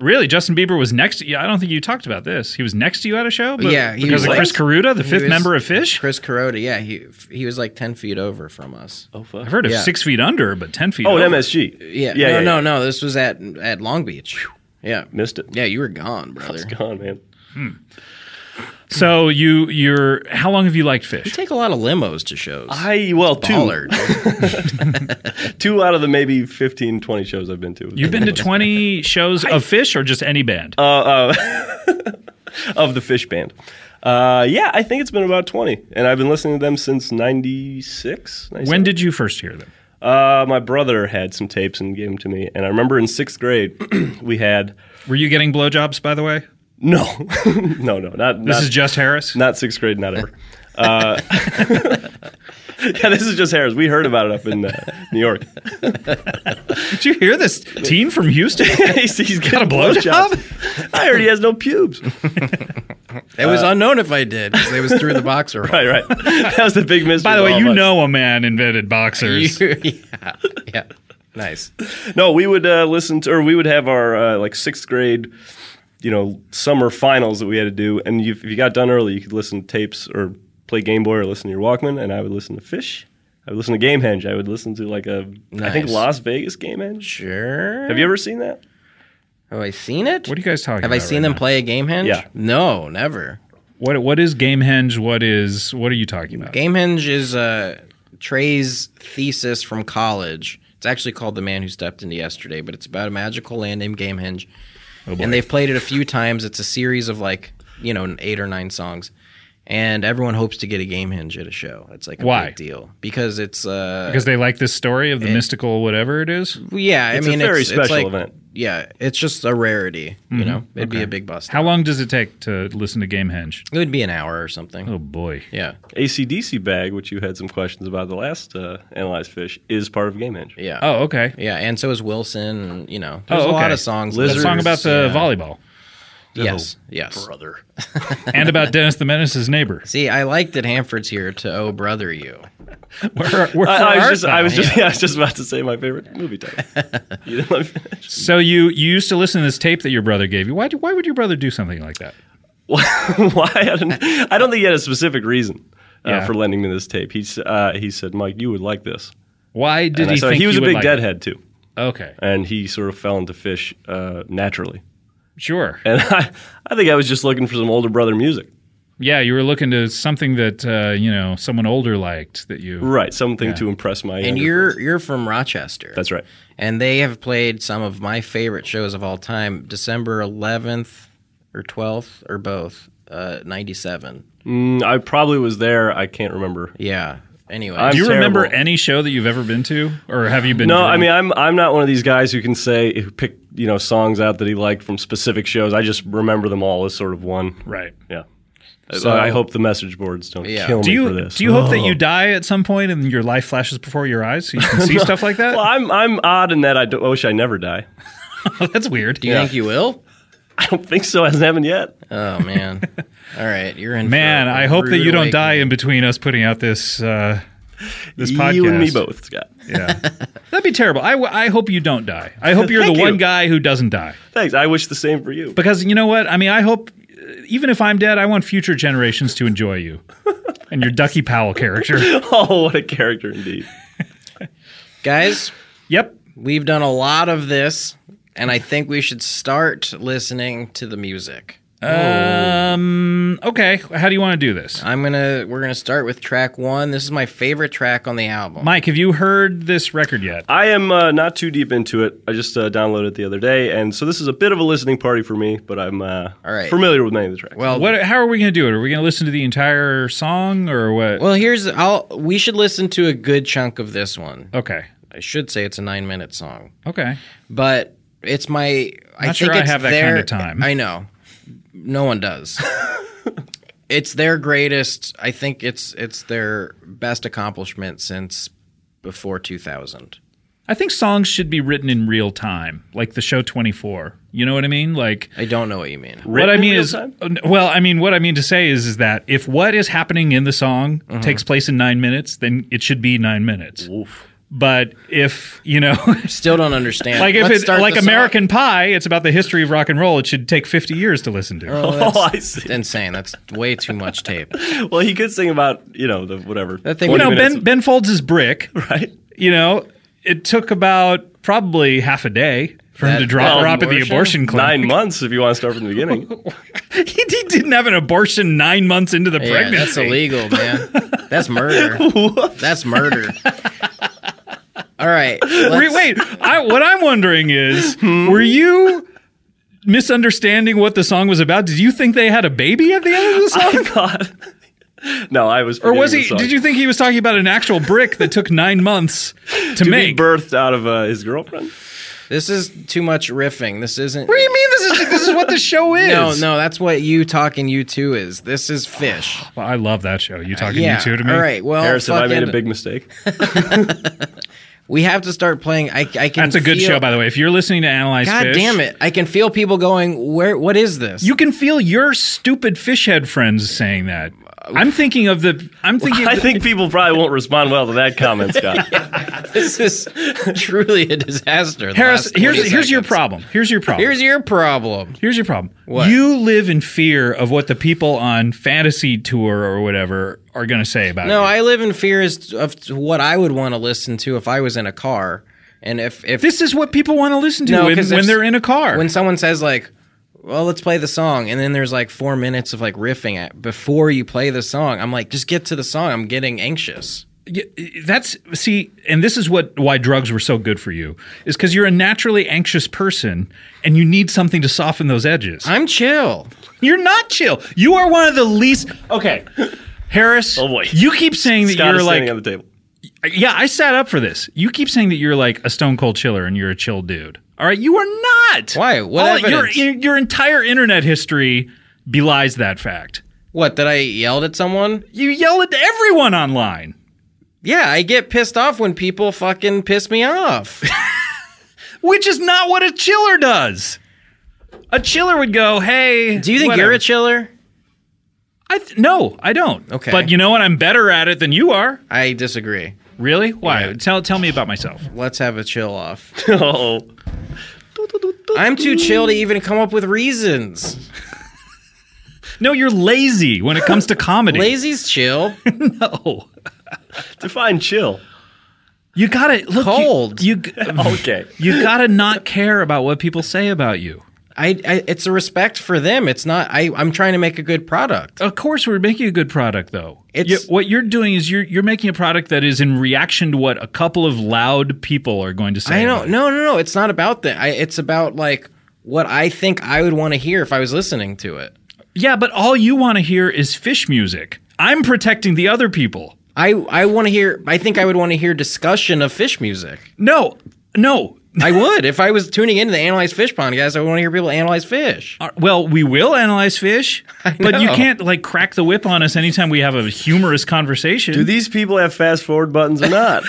B: Really, Justin Bieber was next. To, yeah, I don't think you talked about this. He was next to you at a show. But
A: Yeah, he
B: because
A: was
B: of
A: like-
B: Chris Caruda, the
A: He
B: fifth
A: was-
B: member of Fish.
A: Chris Carota, yeah, he he was like ten feet over from us.
C: Oh fuck.
B: I've heard of
A: Yeah.
B: six feet under, but ten feet.
C: Oh,
B: over.
C: at MSG.
A: Yeah, no,
C: Yeah. yeah,
A: no,
C: yeah.
A: no. This was at at Long Beach. Yeah,
C: Missed it.
A: yeah, you were gone, brother.
C: It's gone, man.
B: So you, you're. How long have you liked
A: You
B: Fish?
A: take a lot of limos to shows.
C: I well two
A: Baller, (laughs) dude.
C: two out of the maybe 15, 20 shows I've been to.
A: (laughs)
B: You've been to twenty shows of Fish, or just any band?
C: (laughs) Uh, of the Fish Band. Uh, yeah, I think it's been about twenty, and I've been listening to them since '96.
B: when did you first hear them?
C: Uh, my brother had some tapes and gave them to me, and I remember in sixth grade (clears throat) we had
B: Were you getting blowjobs? By the way,
C: no, (laughs) no, no, not
B: this
C: not,
B: is just Harris.
C: not sixth grade, not ever. Uh, (laughs) yeah, this is just Harris. We heard about it up in uh, New York. (laughs)
B: Did you hear this teen from
C: (laughs)
B: Houston?
C: he's, he's got
B: a blowjob?
C: I heard he has no pubes.
A: it was unknown if I did because it was through the (laughs) boxer. roll.
C: right, (laughs) right. That was the big
B: (laughs)
C: mystery.
B: By the
C: of
B: way,
C: all
B: you
C: of us.
B: know a man invented
C: (laughs)
B: boxers.
A: You- (laughs) yeah, yeah, nice.
C: No, we would uh, listen to, or we would have our uh, like sixth grade, you know, summer finals that we had to do. And you, if you got done early, you could listen to tapes or play Game Boy or listen to your Walkman. And I would listen to Fish. I would listen to Game Henge. I would listen to like a, I think
A: Nice.
C: Las Vegas Game Henge.
A: Sure.
C: Have you ever seen that?
A: Have I seen it?
B: What are you guys talking
A: Have
B: about?
A: I seen
B: right
A: them
B: now?
A: play a game hinge?
C: Yeah.
A: No, never.
B: What what is Gamehenge? What is what are you talking about?
A: Game hinge is uh, Trey's thesis from college. It's actually called The Man Who Stepped Into Yesterday, but it's about a magical land named Game Hinge. and they've played it a few times. It's a series of like, you know, eight or nine songs. And everyone hopes to get a game hinge at a show. It's like a
B: Why?
A: big deal. Because it's uh
B: because they like this story of the mystical whatever it is.
A: yeah,
C: It's
A: I
C: a
A: mean
C: very
A: it's, it's
C: special
A: like-
C: event.
A: Yeah, it's just a rarity, you know. It'd be a big bust.
B: How long does it take to listen to Gamehenge?
A: it would be an hour or something.
B: Oh boy.
A: Yeah.
C: ACDC Bag, which you had some questions about the last uh, Analyze Fish, is part of Game Henge.
A: Yeah.
B: Oh okay.
A: Yeah, and so is Wilson. and, You know, there's a
B: Oh,
A: lot
B: okay.
A: of songs.
B: That
A: Lizards,
B: song about the
A: yeah.
B: volleyball
C: (laughs)
A: Yes, yes.
C: Brother.
B: and about Dennis the Menace's neighbor.
A: (laughs) See, I like that Hanford's here to oh brother you.
B: We're, we're for
C: I, I
B: ours
C: was just, I
B: now.
C: was just, (laughs) yeah, I was just about to say my favorite movie title.
A: (laughs)
C: you didn't let me finish.
B: So you you used to listen to this tape that your brother gave you. Why do, why would your brother do something like that?
C: (laughs) why I don't, I don't think he had a specific reason uh,
B: Yeah.
C: for lending me this tape. He's uh, he said, Mike, you would like this.
B: Why did
C: And I
B: he?
C: saw-
B: think
C: he was
B: you
C: a
B: would
C: big
B: like it?
C: deadhead too,
B: Okay,
C: and he sort of fell into fish uh, naturally. (laughs)
B: sure.
C: And I, I think I was just looking for some older brother music,
B: Yeah, you were looking to something that uh, you know someone older liked that you.
C: right? Something to impress my.
A: And
C: younger
A: you're
C: friends.
A: you're from Rochester.
C: (laughs) that's right.
A: And they have played some of my favorite shows of all time, December 11th or 12th or both, uh, 97.
C: Mm, I probably was there. I can't remember.
A: Yeah. Anyway,
C: I'm
B: Do you remember
C: terrible.
B: any show that you've ever been to, or have you been?
C: No,
B: drawn-
C: I mean I'm I'm not one of these guys who can say who pick you know songs out that he liked from specific shows. I just remember them all as sort of one.
B: right.
C: Yeah.
A: So-
C: I hope the message boards don't
A: Yeah.
C: kill me
B: Do
C: for
B: you
C: this. Oh.
B: do you hope that you die at some point and your life flashes before your eyes so you can
C: (laughs)
B: see stuff like that?
C: Well, I'm I'm odd in that I, do, I wish I never die. (laughs)
B: That's weird.
A: do you think you will?
C: I don't think so. Hasn't happened yet.
A: Oh man. all right, you're in. for
B: Man,
A: a
B: I hope that
A: rude
B: you don't
A: awakening.
B: die in between us putting out this uh, this
C: you
B: podcast.
C: and me both, Scott.
B: Yeah, that'd be terrible. I, w- I hope you don't die. I hope you're the
C: Thank you.
B: one guy who doesn't die
C: Thanks. I wish the same for you. (laughs)
B: because you know what? I mean, I hope uh, even if I'm dead, I want future generations to enjoy you and your Ducky Powell
C: (laughs)
B: character.
C: oh, what a character indeed.
A: Guys,
B: Yep.
A: we've done a lot of this and I think we should start listening to the music.
B: Um. Okay. How do you want to do this?
A: I'm gonna we're gonna start with track one. This is my favorite track on the album.
B: Mike, have you heard this record yet?
C: I am uh, not too deep into it. I just uh, downloaded it the other day, and so this is a bit of a listening party for me. But I'm uh,
A: All right.
C: familiar with many of the tracks.
A: well,
B: What? How are we going to do it? Are we going to listen to the entire song or what?
A: well, here's I'll we should listen to a good chunk of this one.
B: Okay.
A: I should say it's a nine minute song,
B: Okay.
A: but it's my. I
B: Not
A: think
B: sure I
A: it's
B: have that
A: their-
B: kind of time.
A: I know, no one
B: (laughs)
A: does. it's their greatest. I think it's it's their best accomplishment since before 2000.
B: I think songs should be written in real time, like the show 24. You know what I mean? Like
A: I don't know what you mean.
B: what
C: Written
B: I
C: in
B: mean
C: real
B: is
C: time?
B: uh, n- well, I mean what I mean to say is is that if what is happening in the song
C: Uh-huh.
B: takes place in 9 minutes, then it should be 9 minutes. But if, you know, (laughs)
A: Still don't understand.
B: like if
A: Let's
B: it's
A: start
B: like
A: the song.
B: American Pie, it's about the history of rock and roll, it should take 50 years to listen to.
A: Oh,
C: (laughs) Oh,
A: that's
C: I see.
A: insane. That's way too much tape.
C: Well, he could sing about you know the whatever.
A: That thing-
B: you
C: 20
B: know,
C: minutes,
B: Ben Ben Folds is brick.
C: right?
B: You know, it took about probably half a day for him
A: That-
B: to drop her
A: that
B: up at the
A: abortion?
B: abortion clinic.
C: Nine months if you want to start from the beginning.
B: (laughs) he, he didn't have an abortion nine months into the
A: Yeah,
B: pregnancy.
A: that's illegal, man. That's murder.
B: (laughs)
A: That's murder. All
B: (laughs)
A: right.
B: Wait,
A: let's-
B: wait. I, what I'm wondering is,
A: Hmm?
B: were you misunderstanding what the song was about? Did you think they had a baby at the end
A: (laughs)
B: of the song?
C: Oh, God. No, I was.
B: Or was
C: forgetting
B: he?
C: the song.
B: Did you think he was talking about an actual brick that took nine months to,
C: To
B: make?
C: be birthed out of uh, his girlfriend?
A: This is too much riffing. This isn't.
B: what do you mean? This is this is what the show
A: (laughs)
B: is.
A: No, no, that's what you talking you two is. This is fish.
B: Well, I love that show. You (sighs) talking
A: yeah.
B: you two to me?
A: All right. Well,
C: Harris, have I made a
A: fucking- (laughs)
C: big mistake?
A: we have to start playing. I, I can.
B: That's a good
A: feel-
B: show, by the way. If you're listening to Analyze
A: God
B: Fish,
A: damn it! I can feel people going. Where? What is this?
B: You can feel your stupid fish head friends saying that. I'm thinking of the. I'm thinking.
C: I
B: of the-
C: think people probably won't respond well to that
A: (laughs)
C: comment, Scott.
A: this is (laughs) truly a disaster. the
B: Harris,
A: last 20
B: here's here's your
A: seconds.
B: problem. Here's your problem.
A: Here's your problem.
B: Here's your problem.
A: What?
B: You live in fear of what the people on Fantasy Tour or whatever are going to say about
A: No,
B: you.
A: I live in fear as of what I would want to listen to if I was in a car, and if if
B: this is what people want to listen to
A: No,
B: when,
A: 'cause
B: when
A: there's-
B: they're in a car.
A: when someone says like, "Well, let's play the song," and then there's like four minutes of like riffing at before you play the song, I'm like, just get to the song. I'm getting anxious.
B: Y- That's see, and this is what why drugs were so good for you is because you're a naturally anxious person and you need something to soften those edges.
A: I'm chill.
B: You're not chill. You are one of the least. Okay, Harris.
C: Oh, boy.
B: You keep saying that
C: Scott
B: you're
C: is
B: like.
C: standing on the table. (laughs)
B: yeah, I sat up for this. You keep saying that you're like a stone cold chiller and you're a chill dude. All right, you are not.
A: Why? What
B: All- your,
A: evidence?
B: your your entire internet history belies that fact.
A: What that I yelled at someone?
B: You yell at everyone online.
A: Yeah, I get pissed off when people fucking piss me
B: (laughs)
A: off.
B: which is not what a chiller does. A chiller would go, "Hey,
A: Do you think
B: whatever."
A: you're a chiller?
B: I th- no, I don't.
A: Okay.
B: but you know what? I'm better at it than you are.
A: I disagree.
B: Really? Why?
A: Yeah.
B: Tell tell me about myself.
A: Let's have a chill off.
C: Oh,
A: I'm too chill to even come up with reasons.
B: No, you're lazy when it
A: (laughs)
B: comes to comedy.
A: Lazy's chill.
B: No,
C: define chill.
B: you gotta look you-
A: Cold. (laughs)
B: You g-
C: Okay.
B: you gotta not care about what people say about you.
A: I, I it's a respect for them. It's not I I'm trying to make a good product.
B: Of course, we're making a good product, though.
A: It's-
B: You- what you're doing is you're you're making a product that is in reaction to what a couple of loud people are going to say.
A: I
B: about
A: don't no no no, it's not about that. I, it's about like what I think I would want to hear if I was listening to it.
B: Yeah, but all you want to hear is fish music. I'm protecting the other people.
A: I I want to hear I think I would want to hear discussion of fish music.
B: No, no.
A: I would. if I was tuning into the Analyze Fish podcast, I would want to hear people analyze fish.
B: (laughs) Uh, Well, we will analyze fish, but you
A: know.
B: can't like crack the whip on us anytime we have a humorous conversation.
C: Do these people have fast forward buttons or not?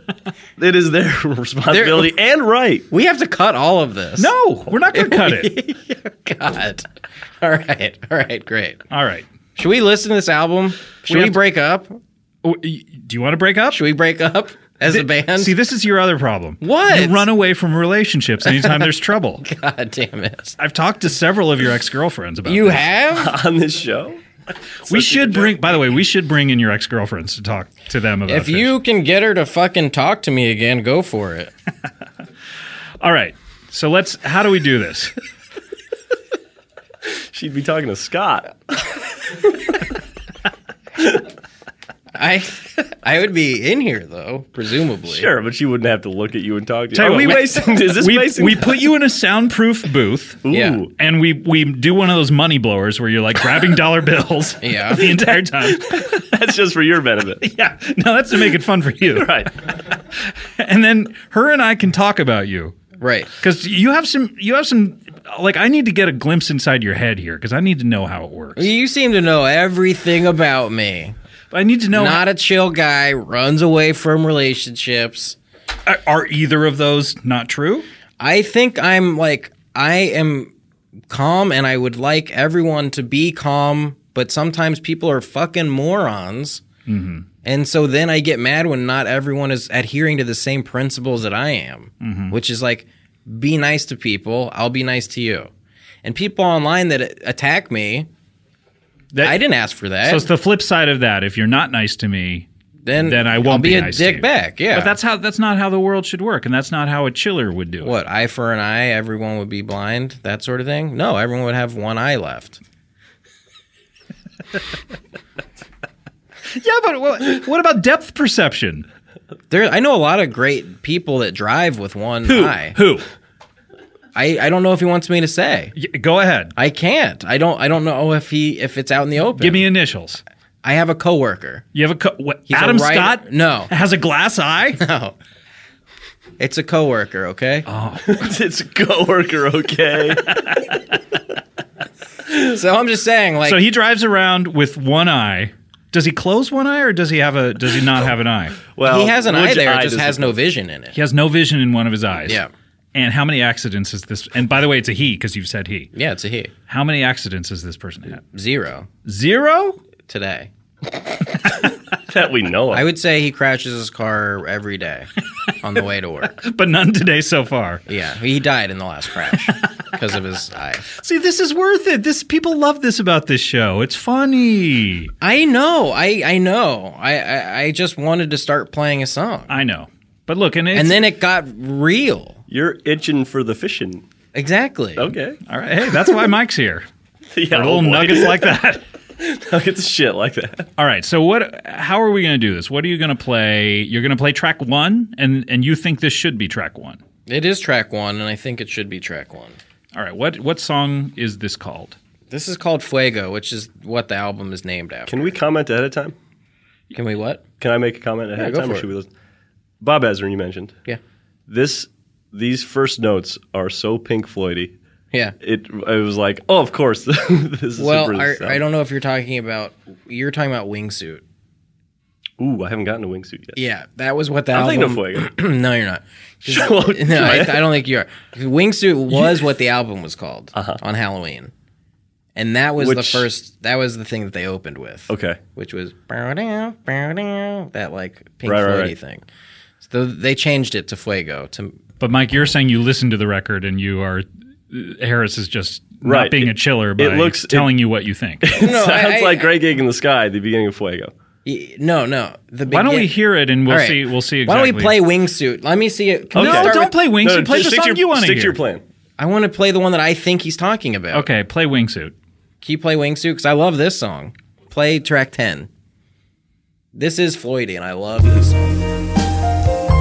A: (laughs)
C: it is their responsibility and right.
A: We have to cut all of this.
B: no, we're not going to cut it.
A: (laughs) God. All right. All right. Great.
B: All right.
A: Should we listen to this album? Should
B: We
A: we,
B: have to-
A: break up?
B: Oh, y- Do you want to break up?
A: Should we break up as a band?
B: See, this is your other problem.
A: What?
B: You run away from relationships anytime
C: (laughs)
B: there's trouble.
A: (laughs) God damn it.
B: I've talked to several of your ex-girlfriends about
A: You
B: this.
A: have?
C: On this show,
B: We should bring by the way, we should bring in your ex-girlfriends to talk to them about
A: if
B: fish.
A: you can get her to fucking talk to me again, go for it.
B: All right. So let's how do we do
C: (laughs)
B: this?
C: she'd be talking to Scott.
A: (laughs) I I would be in here though, presumably.
C: Sure, but she wouldn't have to look at you and talk to you.
B: Tell you
C: Are
B: what,
C: we,
B: we-
C: wasting? Is this
B: we,
C: wasting?
B: we put you in a soundproof booth
C: Ooh.
A: Yeah.
B: and we, we do one of those money blowers where you're like grabbing
C: (laughs)
B: dollar bills
A: Yeah.
B: (laughs) the entire time.
C: That's just for your
A: (laughs)
C: benefit.
B: Yeah. No, that's to make it fun for you.
C: Right.
B: And then her and I can talk about you.
A: Right.
B: Because you have some, you have some, like, I need to get a glimpse inside your head here because I need to know how it works.
A: You seem to know everything about me.
B: I need to know.
A: Not a chill guy, runs away from relationships.
B: Are- uh, Are either of those not true?
A: I think I'm like I am calm and I would like everyone to be calm, but sometimes people are fucking morons.
B: Mm-hmm.
A: And so then I get mad when not everyone is adhering to the same principles that I am,
B: Mm-hmm.
A: which is like be nice to people, I'll be nice to you. And people online that attack me,
B: That-
A: I didn't ask for that.
B: Eh, So it's the flip side of that. If you're not nice to me,
A: then
B: then I
A: I'll
B: won't
A: be,
B: be
A: a
B: nice to
A: dick
B: you.
A: back. Yeah.
B: but that's how that's not how the world should work, and that's not how a chiller would do it.
A: what eye for an eye everyone would be blind that sort of thing no everyone would have one eye left
B: Yeah, but what, what about depth perception?
A: there i know a lot of great people that drive with one eye
B: Who?
A: I, I don't know if he wants me to say
B: Y- Go ahead.
A: i can't i don't i don't know if he if it's out in the open
B: Give me initials.
A: i have a coworker (laughs)
B: You have a co- what,
A: a
B: Adam
A: writer-
B: Scott?
A: No.
B: has a
A: (laughs)
B: glass eye.
A: no it's a coworker okay
C: it's a coworker, okay?
A: so i'm just saying like
B: so he drives around with one eye. Does he close one eye, or does he have a? Does he not have an eye?
C: Well,
A: he has an
C: Oh, which
A: eye there it just
C: does
A: has
C: it-
A: no vision in it
B: He has no vision in one of his eyes.
A: Yeah.
B: And how many accidents is this? And by the way, it's a he because you've said he.
A: yeah it's a he
B: How many accidents has this person had?
A: zero
B: Zero. (laughs)
A: today
C: that we know. Of.
A: i would say he crashes his car every day on the way to
B: (laughs)
A: work
B: but none today so far.
A: Yeah, he died in the last crash because of his eye.
B: See, this is worth it. This people love this about this show. It's funny.
A: I know, I I know. I, I I just wanted to start playing a song,
B: I know. But look, and, it's,
A: and then it got real.
C: You're itching for the fishing.
A: Exactly. (laughs)
C: Okay.
B: all right. Hey, that's why Mike's here.
A: oh
C: Yeah,
B: Little
C: Oh, boy.
B: nuggets like that.
C: (laughs) nuggets of shit like that.
B: All right. So what? How are we going to do this? What are you going to play? You're going to play track one, and and you think this should be track one.
A: It is track one, and I think it should be track one.
B: All right. What what song is this called?
A: This is called Fuego, which is what the album is named after.
C: Can we comment ahead of time?
A: Can we what?
C: Can I make a comment ahead
A: Yeah,
C: of
A: go
C: time,
A: for
C: or
A: it.
C: should we listen? Bob Ezrin, you mentioned
A: Yeah,
C: this. These first notes are so Pink Floydy.
A: yeah.
C: It, I was like, oh, of course. (laughs) this is
A: Well,
C: super
A: I,
C: sound.
A: I don't know if you're talking about you're talking about wingsuit.
C: Ooh, I haven't gotten a wingsuit yet.
A: Yeah, that was what the
C: I'm
A: album.
C: thinking of Fuego.
A: (clears throat) no, you're
B: (laughs)
A: not.
C: Sure.
A: no, I, I don't think you are. Wingsuit was what the album was called
B: Uh-huh.
A: on Halloween, and that was the
C: Which-
A: first. That was the thing that they opened with.
C: Okay.
A: which was bow down, bow down, that like Pink
C: Right,
A: Floydy
C: right, right.
A: thing. So they changed it to Fuego. To
B: But Mike, you're saying you listened to the record, and you are Harris is just not
C: Right.
B: being a
C: It-
B: chiller by
C: it looks-
B: telling you what you
C: (laughs)
B: think.
A: no, I-
C: Sounds
A: I-
C: like Great Gig in the Sky, the beginning of Fuego.
A: y- no, no. The
B: Why don't we
A: begin-
B: hear it and we'll
A: All right.
B: see? We'll see
A: Why
B: exactly.
A: don't we play Wingsuit? Let me see it. Can we
C: Okay.
B: No,
A: start
B: don't
A: with-
B: play Wingsuit. play the
C: just stick
B: song
C: to your,
B: you want to
C: Stick
B: hear.
C: to your plan.
A: I want to play the one that I think he's talking about.
B: Okay, play wingsuit.
A: Can you play Wingsuit? Because I love this song. Play track 10. This is Floydy, and I love this song.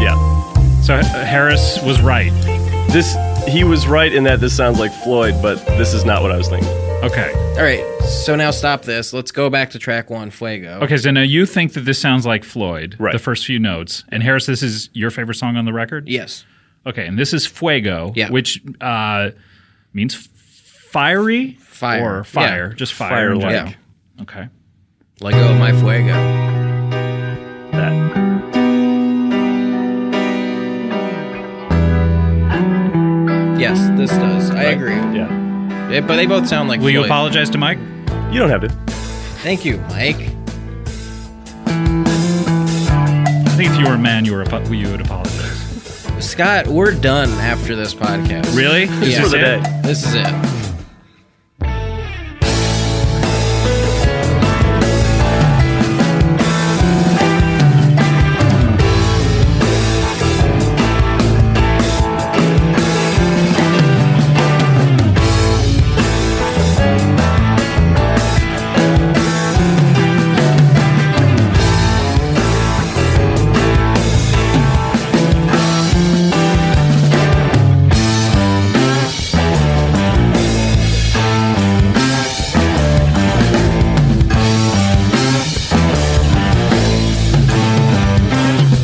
C: Yeah.
B: So uh, Harris was right.
C: This he was right in that this sounds like Floyd, but this is not what I was thinking.
B: Okay.
A: All right, so now stop this. Let's go back to track one, Fuego.
B: Okay, so now you think that this sounds like Floyd,
C: Right.
B: the first few notes. And Harris, this is your favorite song on the record?
A: Yes.
B: Okay, and this is Fuego,
A: Yeah.
B: which uh, means f- fiery?
A: Fire.
B: Or fire.
A: Yeah.
B: Just fire. in
C: Fire-like.
B: general. Okay.
A: Let go of my Fuego.
C: That.
A: Yes, this does. I agree.
C: Yeah.
A: Yeah, but they both sound like
B: Will you
A: Floyd.
B: apologize to Mike?
C: You don't have to.
A: Thank you, Mike.
B: I think if you were a man, you, were apo- you would apologize.
A: Scott, we're done after this podcast.
B: Really? Oh,
A: Yeah.
C: For the
B: it?
C: day.
A: This is it.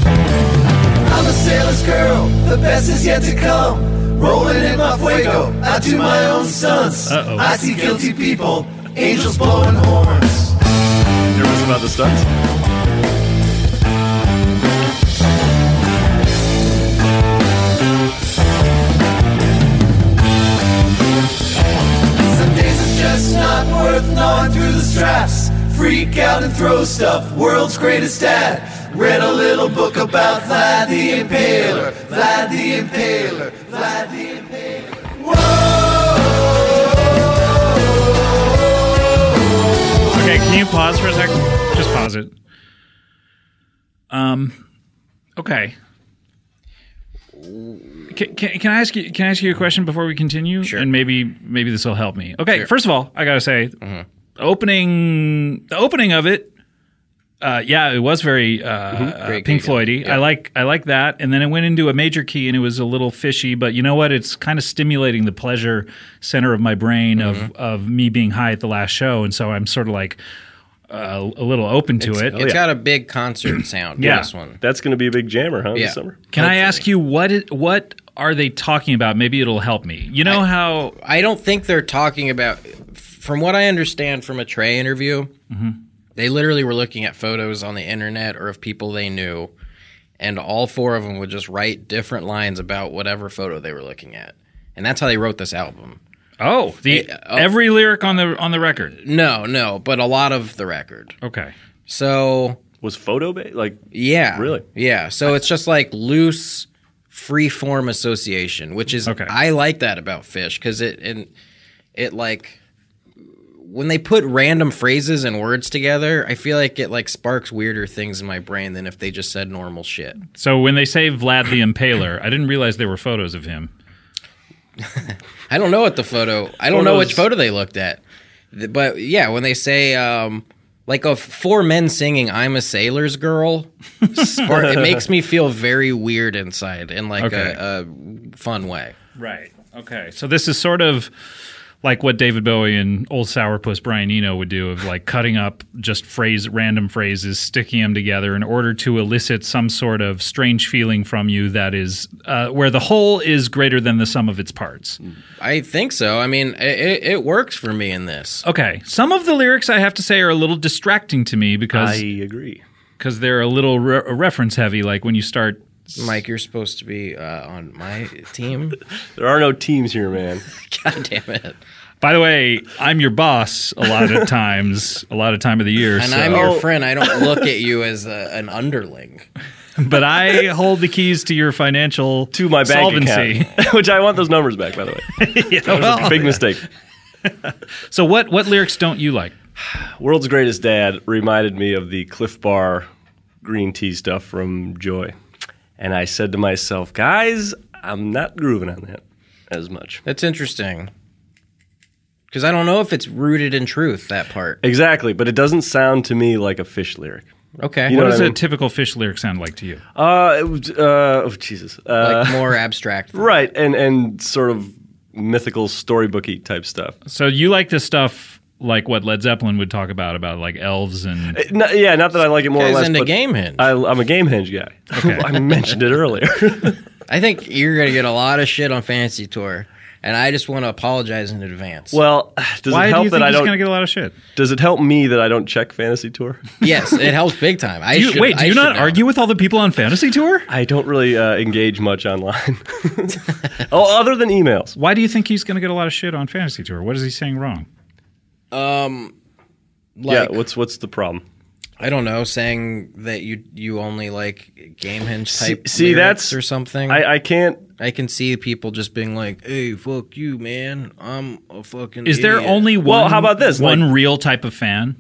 D: I'm a sailor's girl, the best is yet to come. Rolling in my fuego, I do my own stunts.
B: Uh-oh.
D: I see guilty people, angels blowing horns.
C: Nervous about the stunts?
D: throw stuff, world's greatest dad. Read a little book about Vlad the Impaler, Vlad the Impaler, Vlad the Impaler.
B: Okay, can you pause for a sec? Just pause it. Um, okay. Can, can, can I ask you? Can I ask you a question before we continue? Sure. And maybe maybe this will help me. Okay. First of all, I gotta say,
A: Mm-hmm.
B: the opening the opening of it. Uh, yeah, it was very uh, uh,
A: Mm-hmm. Great
B: Pink
A: key, yeah.
B: Floydy. I like I like that. And then it went into a major key, and it was a little fishy. But you know what? It's kind of stimulating the pleasure center of my brain
A: Mm-hmm.
B: of of me being high at the last show, and so I'm sort of like uh, a little open to it.
A: It's oh, got a big concert sound.
B: Yeah.
A: yeah. This one.
C: That's going to be a big jammer, huh?
A: Yeah.
C: This summer.
B: Can I ask you what it, what are they talking about? Maybe it'll help me. You know how
A: I don't think they're talking about. From what I understand from a Trey interview, they literally were looking at photos on the internet or of people they knew, and all four of them would just write different lines about whatever photo they were looking at, and that's how they wrote this album.
B: oh the
A: Eh, oh.
B: every lyric on the on the record.
A: No, no, but a lot of the record.
B: Okay.
A: So
C: Was photo based? Like,
A: Yeah.
C: Really?
A: Yeah. So it's just like loose free form association, which is
B: Okay.
A: I like that about fish because it and it like when they put random phrases and words together, I feel like it like sparks weirder things in my brain than if they just said normal shit.
B: So when they say Vlad the Impaler, I didn't realize there were photos of him.
A: I don't know what the photo. I don't know which
C: Photos-
A: photo they looked at, Th- but yeah, when they say um, like of four men singing "I'm a sailor's
C: (laughs)
A: girl," spark, it makes me feel very weird inside in like
B: Okay.
A: a, a fun way.
B: Right. Okay. So this is sort of like what David Bowie and old sourpuss Brian Eno would do of like cutting up just phrase random phrases, sticking them together in order to elicit some sort of strange feeling from you that is uh, where the whole is greater than the sum of its parts.
A: I think so. I mean, it, it, it works for me in
C: (laughs)
A: this.
B: Okay. Some of the lyrics I have to say are a little distracting to me
C: I
B: because
C: agree.
B: because they're a little re- reference heavy. Like when you start,
A: Mike, you're supposed to be uh, on my
C: (laughs)
A: team.
C: There are no teams here, man.
A: God damn it!
B: by the way, I'm your boss a lot
C: (laughs)
B: of times, a lot of time of the year.
A: And
B: so-
A: I'm your
C: Oh.
A: friend. I
C: (laughs)
A: don't look at you as a, an underling.
B: (laughs) but I hold the keys to your financial
C: (laughs) To my bank
B: solvency. (laughs)
C: account, (laughs) which I want those numbers back, by the way.
B: Yeah, well,
C: Big mistake.
B: so what what lyrics don't you like?
C: World's Greatest Dad reminded me of the Cliff Bar green tea stuff from Joy. And I said to myself, guys, I'm not grooving on that as much.
A: That's interesting. Because I don't know if it's rooted in truth. That part.
C: Exactly, but it doesn't sound to me like a fish lyric.
A: Okay.
C: You know
B: What
C: what
B: does
C: I
B: a
C: mean?
B: typical fish lyric sound like to you?
C: Uh, it was, uh, oh, Jesus. Uh,
A: like more abstract.
C: (laughs) right, and, and sort of mythical storybooky type stuff.
B: So you like this stuff like what Led Zeppelin would talk about about like elves and
C: Uh, no- yeah, not that I like it more or
A: Guys
C: less.
A: into
C: but
A: Game Hinge.
C: I, I'm a game hinge guy. (laughs) I mentioned
B: (laughs)
C: it earlier.
A: I think you're gonna get a lot of shit on Fantasy Tour, and I just want to apologize in advance.
C: well, does
B: why
C: it
B: do
C: help
B: you
C: that
B: think
C: I
B: he's
C: don't?
B: going to get a lot of shit?
C: Does it help me that I don't check
B: (laughs)
C: Fantasy Tour? (laughs)
A: yes, it helps big time. I
B: Do you-
A: should,
B: wait, do
A: I
B: you
A: should
B: not
A: know.
B: argue with all the people on Fantasy Tour?
C: I don't really uh, engage
B: (laughs)
C: much online. (laughs) oh, other than emails.
B: Why do you think he's going to get a lot of shit on Fantasy Tour? What is he saying wrong?
A: Like,
C: yeah, what's what's the problem?
A: I don't know, saying that you you only like game hinge
C: See-
A: type
C: see,
A: lyrics
C: that's-
A: or something.
C: I, I can't.
A: I can see people just being like, "Hey, fuck you, man! I'm a fucking."
B: Is there
A: idiot."
B: only one?
C: Well, how about this?
B: One
C: Like-
B: real type of fan,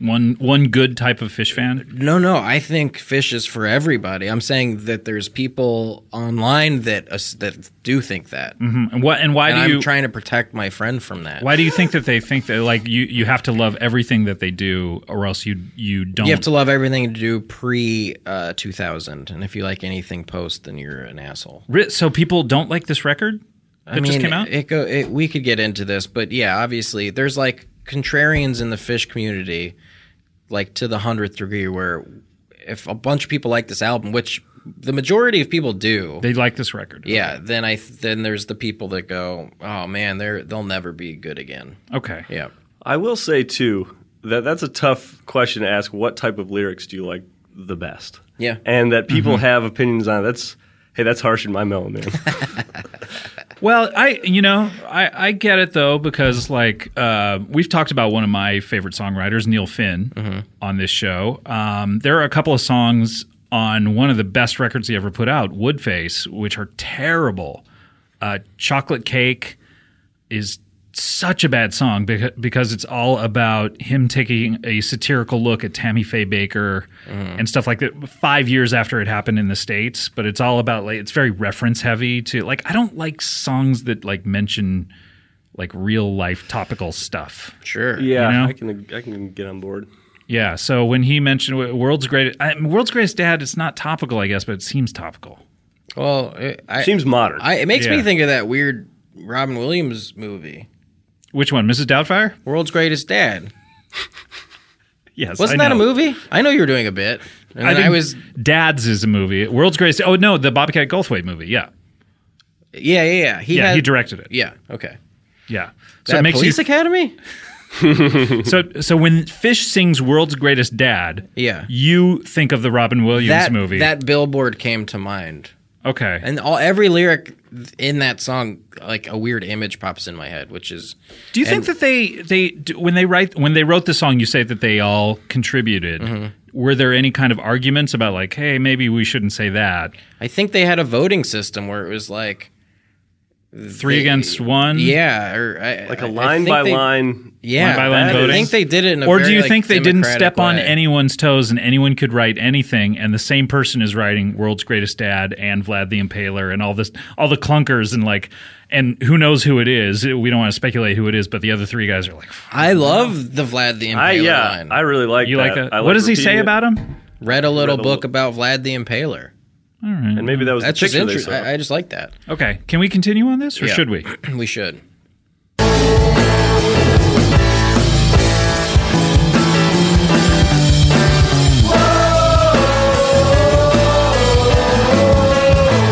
B: one one good type of fish fan.
A: No, no. I think fish is for everybody. I'm saying that there's people online that us that do think that,
B: Mhm. And what and why
A: and
B: do
A: I'm
B: you
A: trying to protect my friend from that.
B: Why do you think that they think that like you you have to love everything that they do, or else you you don't?
A: You have to love everything to do pre uh, 2000, and if you like anything post, then you're an asshole.
B: Ri- so people don't like this record that
A: I mean,
B: just came out.
A: It go, it, we could get into this, but yeah, obviously, there's like contrarians in the fish community, like to the hundredth degree, where if a bunch of people like this album, which the majority of people do,
B: they like this record.
A: yeah, then I then there's the people that go, oh man, they're they'll never be good again.
B: Okay.
A: Yeah,
C: I will say too that that's a tough question to ask. What type of lyrics do you like the best?
A: Yeah.
B: Mm-hmm.
C: (laughs) and that people have opinions on. That's hey, that's harsh in my mellow man.
B: Well, I you know I, I get it though because like uh, we've talked about one of my favorite songwriters, Neil Finn, on this show. Um, there are a couple of songs on one of the best records he ever put out, Woodface, which are terrible. Uh, Chocolate Cake is such a bad song beca- because it's all about him taking a satirical look at Tammy Faye Baker
A: Mm-hmm.
B: and stuff like that 5 years after it happened in the states but it's all about like it's very reference heavy to like I don't like songs that like mention like real life topical stuff
A: Sure.
C: Yeah,
B: You know?
C: I can I can get on board.
B: yeah so when he mentioned Wo- world's greatest I, world's greatest dad it's not topical I guess but it seems topical
A: Well, it, I,
C: Seems modern.
A: I, it makes
B: Yeah.
A: me think of that weird Robin Williams movie,
B: which one Mrs. Doubtfire
A: World's Greatest Dad.
B: yes
A: Wasn't
B: I
A: that a
B: know.
A: movie? I know you were doing a bit. And
B: I,
A: I,
B: think
A: was,
B: Dad's is a movie. World's Greatest. Oh no, the Bobcat Goldthwait movie. Yeah,
A: yeah, yeah, yeah. He
B: yeah,
A: had,
B: he directed it.
A: Yeah, okay.
B: Yeah, so
A: That
B: it makes you,
A: Police Academy. (laughs)
B: so so when Fish sings World's Greatest Dad,
A: Yeah.
B: you think of the Robin Williams
A: That
B: movie.
A: that billboard came to mind,
B: okay,
A: and all every lyric in that song, like a weird image pops in my head, which is
B: do you think that they they do- when they write when they wrote the song, you say that they all contributed.
A: Mm-hmm.
B: Were there any kind of arguments about like, hey, maybe we shouldn't say that?
A: I think they had a voting system where it was like
B: Three
A: They-
B: against one.
A: yeah, or I,
C: like
A: I-
C: a
A: I
C: line
A: think
C: by
A: they-
C: line.
A: yeah,
B: Hmm. Line by line
A: I
B: voting?
A: think they did it in a
B: or
A: very,
B: do you
A: like,
B: think they didn't
A: democratic
B: step on
A: way.
B: anyone's toes and anyone could write anything and the same person is writing world's greatest dad and vlad the impaler and all this all the clunkers and like and who knows who it is we don't want to speculate who it is but the other three guys are like "F-
A: I love the Vlad the Impaler
C: I yeah,
A: line.
C: I really like
B: you
C: that.
B: like that
C: I
B: what does he
C: repeating
B: say
C: it.
B: about him
A: read a little
C: Read a
A: book
C: little-
A: about Vlad the Impaler.
B: all right
C: And maybe that was
A: That's
C: the
A: just
C: picture they
A: interesting.
C: saw.
A: I, I just like that. (clears throat)
B: okay can we continue on this or
A: Yeah.
B: should we
A: we should.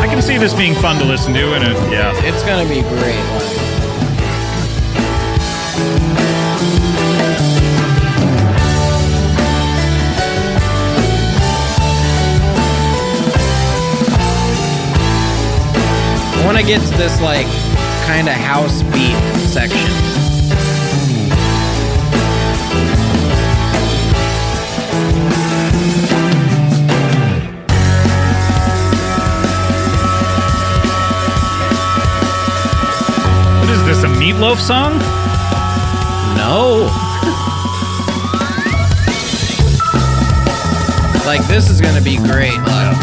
B: i can see this being fun to listen to and it, yeah
A: It's gonna be great. I want to get to this like kind of house beat section.
B: what is this a meatloaf song
A: No. like this is gonna be great. Like,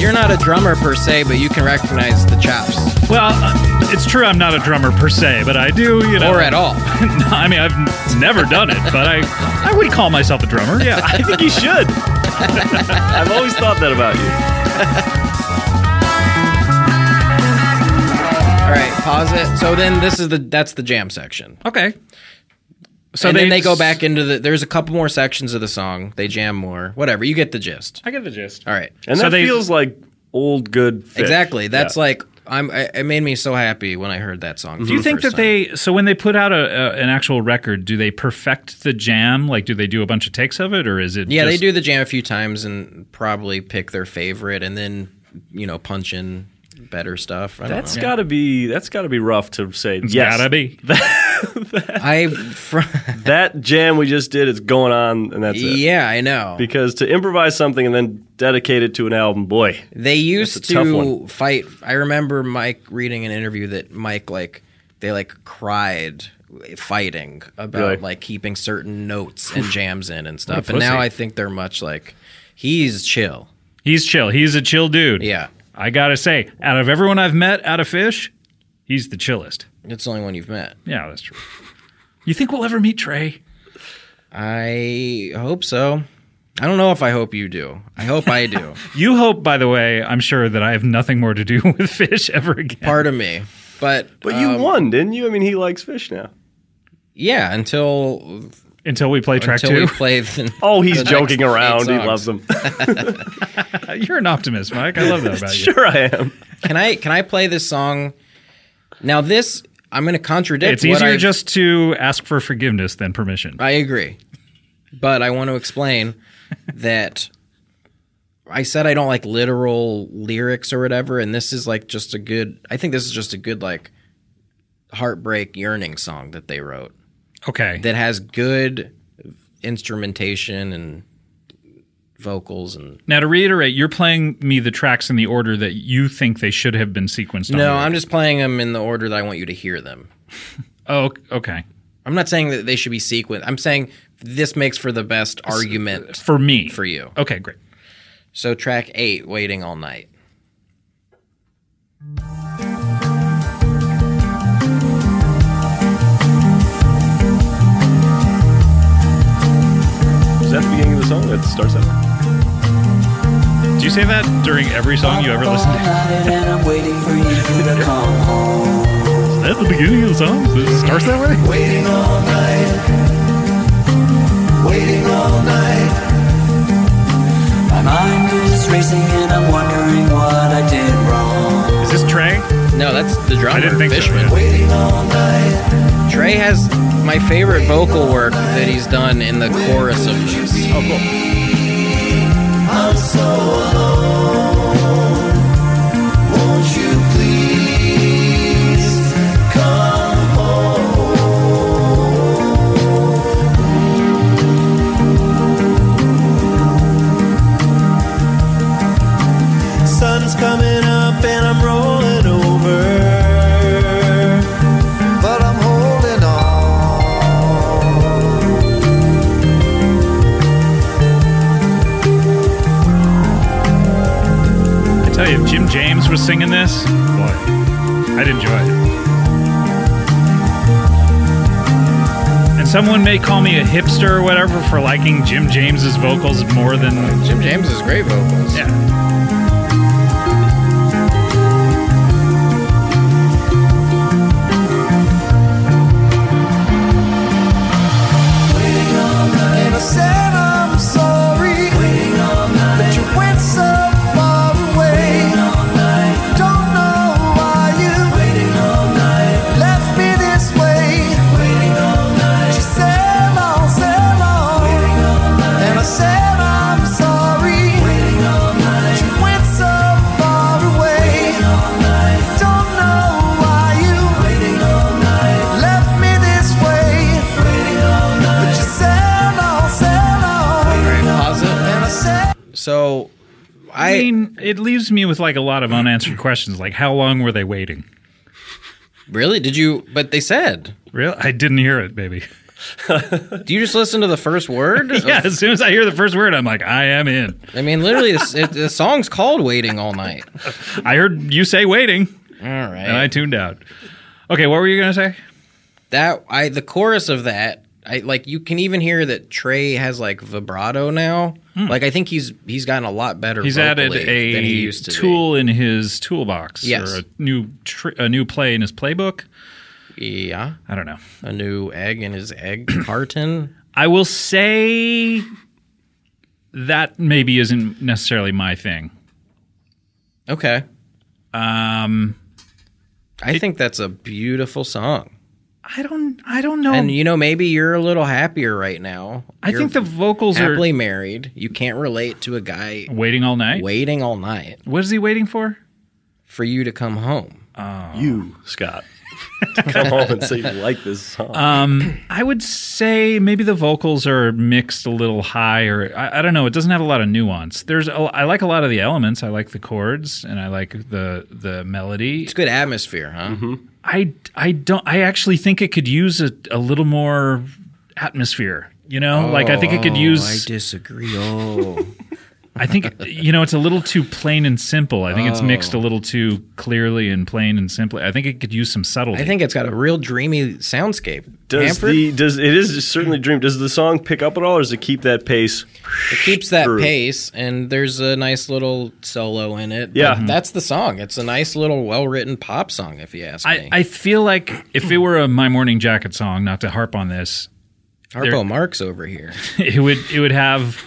A: you're not a drummer per se, but you can recognize the chops,
B: well uh, it's true i'm not a drummer per se but i do you know
A: or at all.
B: (laughs) No, I mean, I've never done it, but I, I would call myself a drummer. (laughs) Yeah,
C: I think you should. I've always thought that about you.
A: All right, pause it. So then this is the that's the jam section.
B: Okay. So
A: and then they go back into the. There's a couple more sections of the song. They jam more. Whatever. You get the gist.
B: I get the gist.
A: All right.
C: And
B: So
C: that
B: they-
C: feels like old good. Fish.
A: Exactly. That's
C: Yeah.
A: like I'm. I, it made me so happy when I heard that song.
B: Do you think that they? So when they put out a, a, an actual record, do they perfect the jam? Like, do they do a bunch of takes of it, or is it?
A: Yeah,
B: just-
A: they do the jam a few times and probably pick their favorite and then, you know, punch in better stuff. I
C: That's (laughs)
A: don't know.
C: got to be that's got to be rough to say. yes,
B: Gotta be.
A: I fr-
C: that jam we just did is going on, and that's it.
A: Yeah, I know.
C: Because to improvise something and then dedicate it to an album, boy,
A: They used
C: That's a tough
A: to
C: one.
A: fight. I remember Mike reading an interview that Mike like they like cried fighting about
C: Really?
A: like keeping certain notes and jams in and stuff.
B: a
A: And now
B: pussy.
A: I think they're much like he's chill.
B: He's chill. He's a chill dude.
A: Yeah.
B: I gotta say, out of everyone I've met, out of fish, he's the chillest.
A: It's the only one you've met.
B: Yeah, that's true. You think we'll ever meet Trey?
A: I hope so. I don't know if I hope you do. I hope I
C: (laughs)
A: do.
B: You hope, by the way, I'm sure that I have nothing more to do (laughs) with fish ever again.
A: part of me. But
C: but
B: Um,
C: you won, didn't you? I mean, he likes fish now.
A: yeah, until
B: until we play track
A: until
B: two.
A: we play. The,
C: (laughs) Oh,
A: (laughs) the
B: (laughs)
C: he's
A: next
C: joking
A: eight
C: around. He
A: songs.
C: loves them.
B: (laughs) You're an optimist, Mike. I love that about you.
C: sure, I am.
A: Can I can I play this song? Now this I'm going to contradict.
B: It's
A: what
B: easier
A: I've-
B: just to ask for forgiveness than permission.
C: (laughs)
A: I agree, but I want to explain that I said I don't like literal lyrics or whatever, and this is like just a good. I think this is just a good like heartbreak yearning song that they wrote
B: Okay.
A: that has good instrumentation and vocals and
B: now to reiterate, you're playing me the tracks in the order that you think they should have been sequenced. on
A: no
B: the-
A: i'm just playing them in the order that i want you to hear them
B: Oh, okay.
A: i'm not saying that they should be sequenced i'm saying this makes for the best argument
B: For me.
A: for you
B: Okay, great.
A: so track 8 waiting all night
C: Is that the beginning of the song that starts out?
B: Do you say that during every song you ever listen to?
E: and I'm waiting for you to come home.
B: Is that the beginning of the song? It starts that way?
D: Waiting all night. Waiting all night.
E: My mind is racing and I'm wondering what I did wrong.
B: Is this Trey?
A: no that's the drummer
B: I didn't think so,
A: fishman
B: yeah.
D: Waiting all night.
A: trey has my favorite vocal work that he's done in the chorus of this
B: Oh, cool.
D: I'm so alone. Won't you please come home? Sun's coming up and I'm rolling over. But I'm holding on.
B: I tell you, if Jim James was singing this, boy, I'd enjoy it. And someone may call me a hipster or whatever for liking Jim James's vocals more than.
A: jim james is great vocals
B: Yeah.
D: And I said I'm sorry that you went so far away. Don't know why you left me this way. She said long, said long, and I said I'm sorry that you went so far away. Don't know why you left me this way. But you said all, said
A: All
D: all,
A: right, pause it.
D: and I said.
A: so
B: I
A: i
B: mean, it leaves me with like a lot of unanswered questions, like how long were they waiting?
A: really did you but they said
B: Really? I didn't hear it, baby. (laughs)
A: do you just listen to the first word
B: Yeah, as soon as I hear the first word, I'm like, I am in.
A: I mean, literally, this, it, the song's called "Waiting All Night."
B: I heard you say waiting,
A: All right,
B: and I tuned out. Okay, what were you gonna say?
A: that I the chorus of that, I like. You can even hear that Trey has like vibrato now. Like, I think he's he's gotten a lot better.
B: Hmm. He's added
A: vocally
B: a
A: than he used to be.
B: tool in his toolbox,
A: Yes.
B: or a new tr- a new play in his playbook.
A: Yeah,
B: I don't know.
A: a new egg in his egg (coughs) carton.
B: I will say that maybe isn't necessarily my thing.
A: Okay,
B: Um,
A: I think that's a beautiful song.
B: I don't, I don't know.
A: And you know, maybe you're a little happier right now.
B: Oh. I
A: You're
B: think the vocals are
A: happily married. You can't relate to a guy
B: waiting all night.
A: waiting all night
B: What is he waiting for?
A: for you to come home.
C: You, Scott. (laughs) Come home and say you like this song.
B: Uh, I would say maybe the vocals are mixed a little high, or I, I don't know. It doesn't have a lot of nuance. There's, a, I like a lot of the elements. I like the chords, and I like the the melody.
A: It's good atmosphere, huh?
B: I, I don't. I actually think it could use a, a little more atmosphere. You know, like I think it could
A: Oh,
B: use.
A: I disagree. Oh,
B: (laughs) I think you know it's a little too plain and simple. I think
A: Oh.
B: it's mixed a little too clearly and plain and simply. I think it could use some subtlety.
A: I think it's got a real dreamy soundscape.
C: does
A: Hampered?
C: the does it is certainly dream? Does the song pick up at all, or does it keep that pace?
A: it keeps that
C: True.
A: pace, and there's a nice little solo in it. but
C: Yeah.
B: Mm-hmm.
C: Mhm.
A: that's the song. It's a nice little, well-written pop song, if you ask
B: I,
A: me.
B: I feel like if it were a My Morning Jacket song, not to harp on this,
A: Harpo Marx over here.
B: (laughs) it would it would have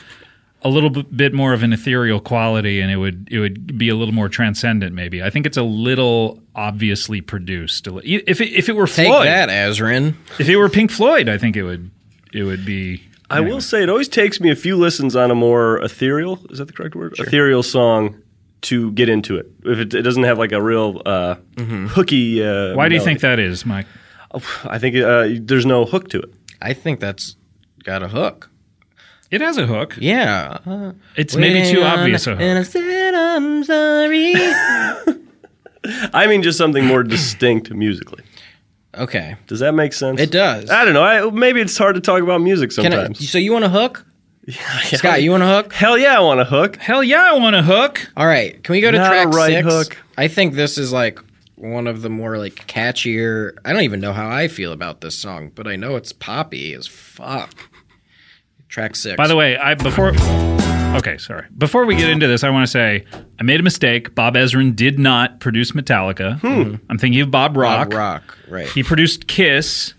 B: a little b- bit more of an ethereal quality and it would it would be a little more transcendent maybe i think it's a little obviously produced A li- if it, if it were
A: Take
B: floyd
A: that, Azrin.
B: if it were pink floyd i think it would it would be
C: I will say it always takes me a few listens on a more ethereal, is that the correct word? Ethereal song to get into it. If it, it doesn't have like a real uh, hooky. Uh,
B: Mm-hmm. Why do you
C: melody.
B: think that is, Mike?
C: I think uh, there's no hook to it.
A: I think that's got a hook.
B: It has a hook.
A: Yeah. Uh,
B: It's maybe too
A: waiting on-
B: obvious a hook.
A: And I said I'm
B: (laughs)
A: sorry.
C: I mean, just something more distinct (laughs) musically.
A: okay.
C: Does that make sense?
A: It does.
C: I don't know. I, maybe it's hard to talk about music
A: Can I,
C: sometimes.
A: so you want a
C: (laughs)
A: hook? Scott, you want a hook?
C: Hell yeah, I want a hook.
B: Hell yeah, I want a hook.
A: All right. Can we go to
C: Not a
A: track
C: right
A: six?
C: hook.
A: I think this is like one of the more like catchier. I don't even know how I feel about this song, but I know it's poppy as fuck. Track six.
B: By the way, I before Okay, sorry. Before we get into this, I want to say I made a mistake. Bob Ezrin did not produce Metallica. I'm thinking of Bob Rock.
A: Hmm. Bob Rock. Right.
B: He produced Kiss,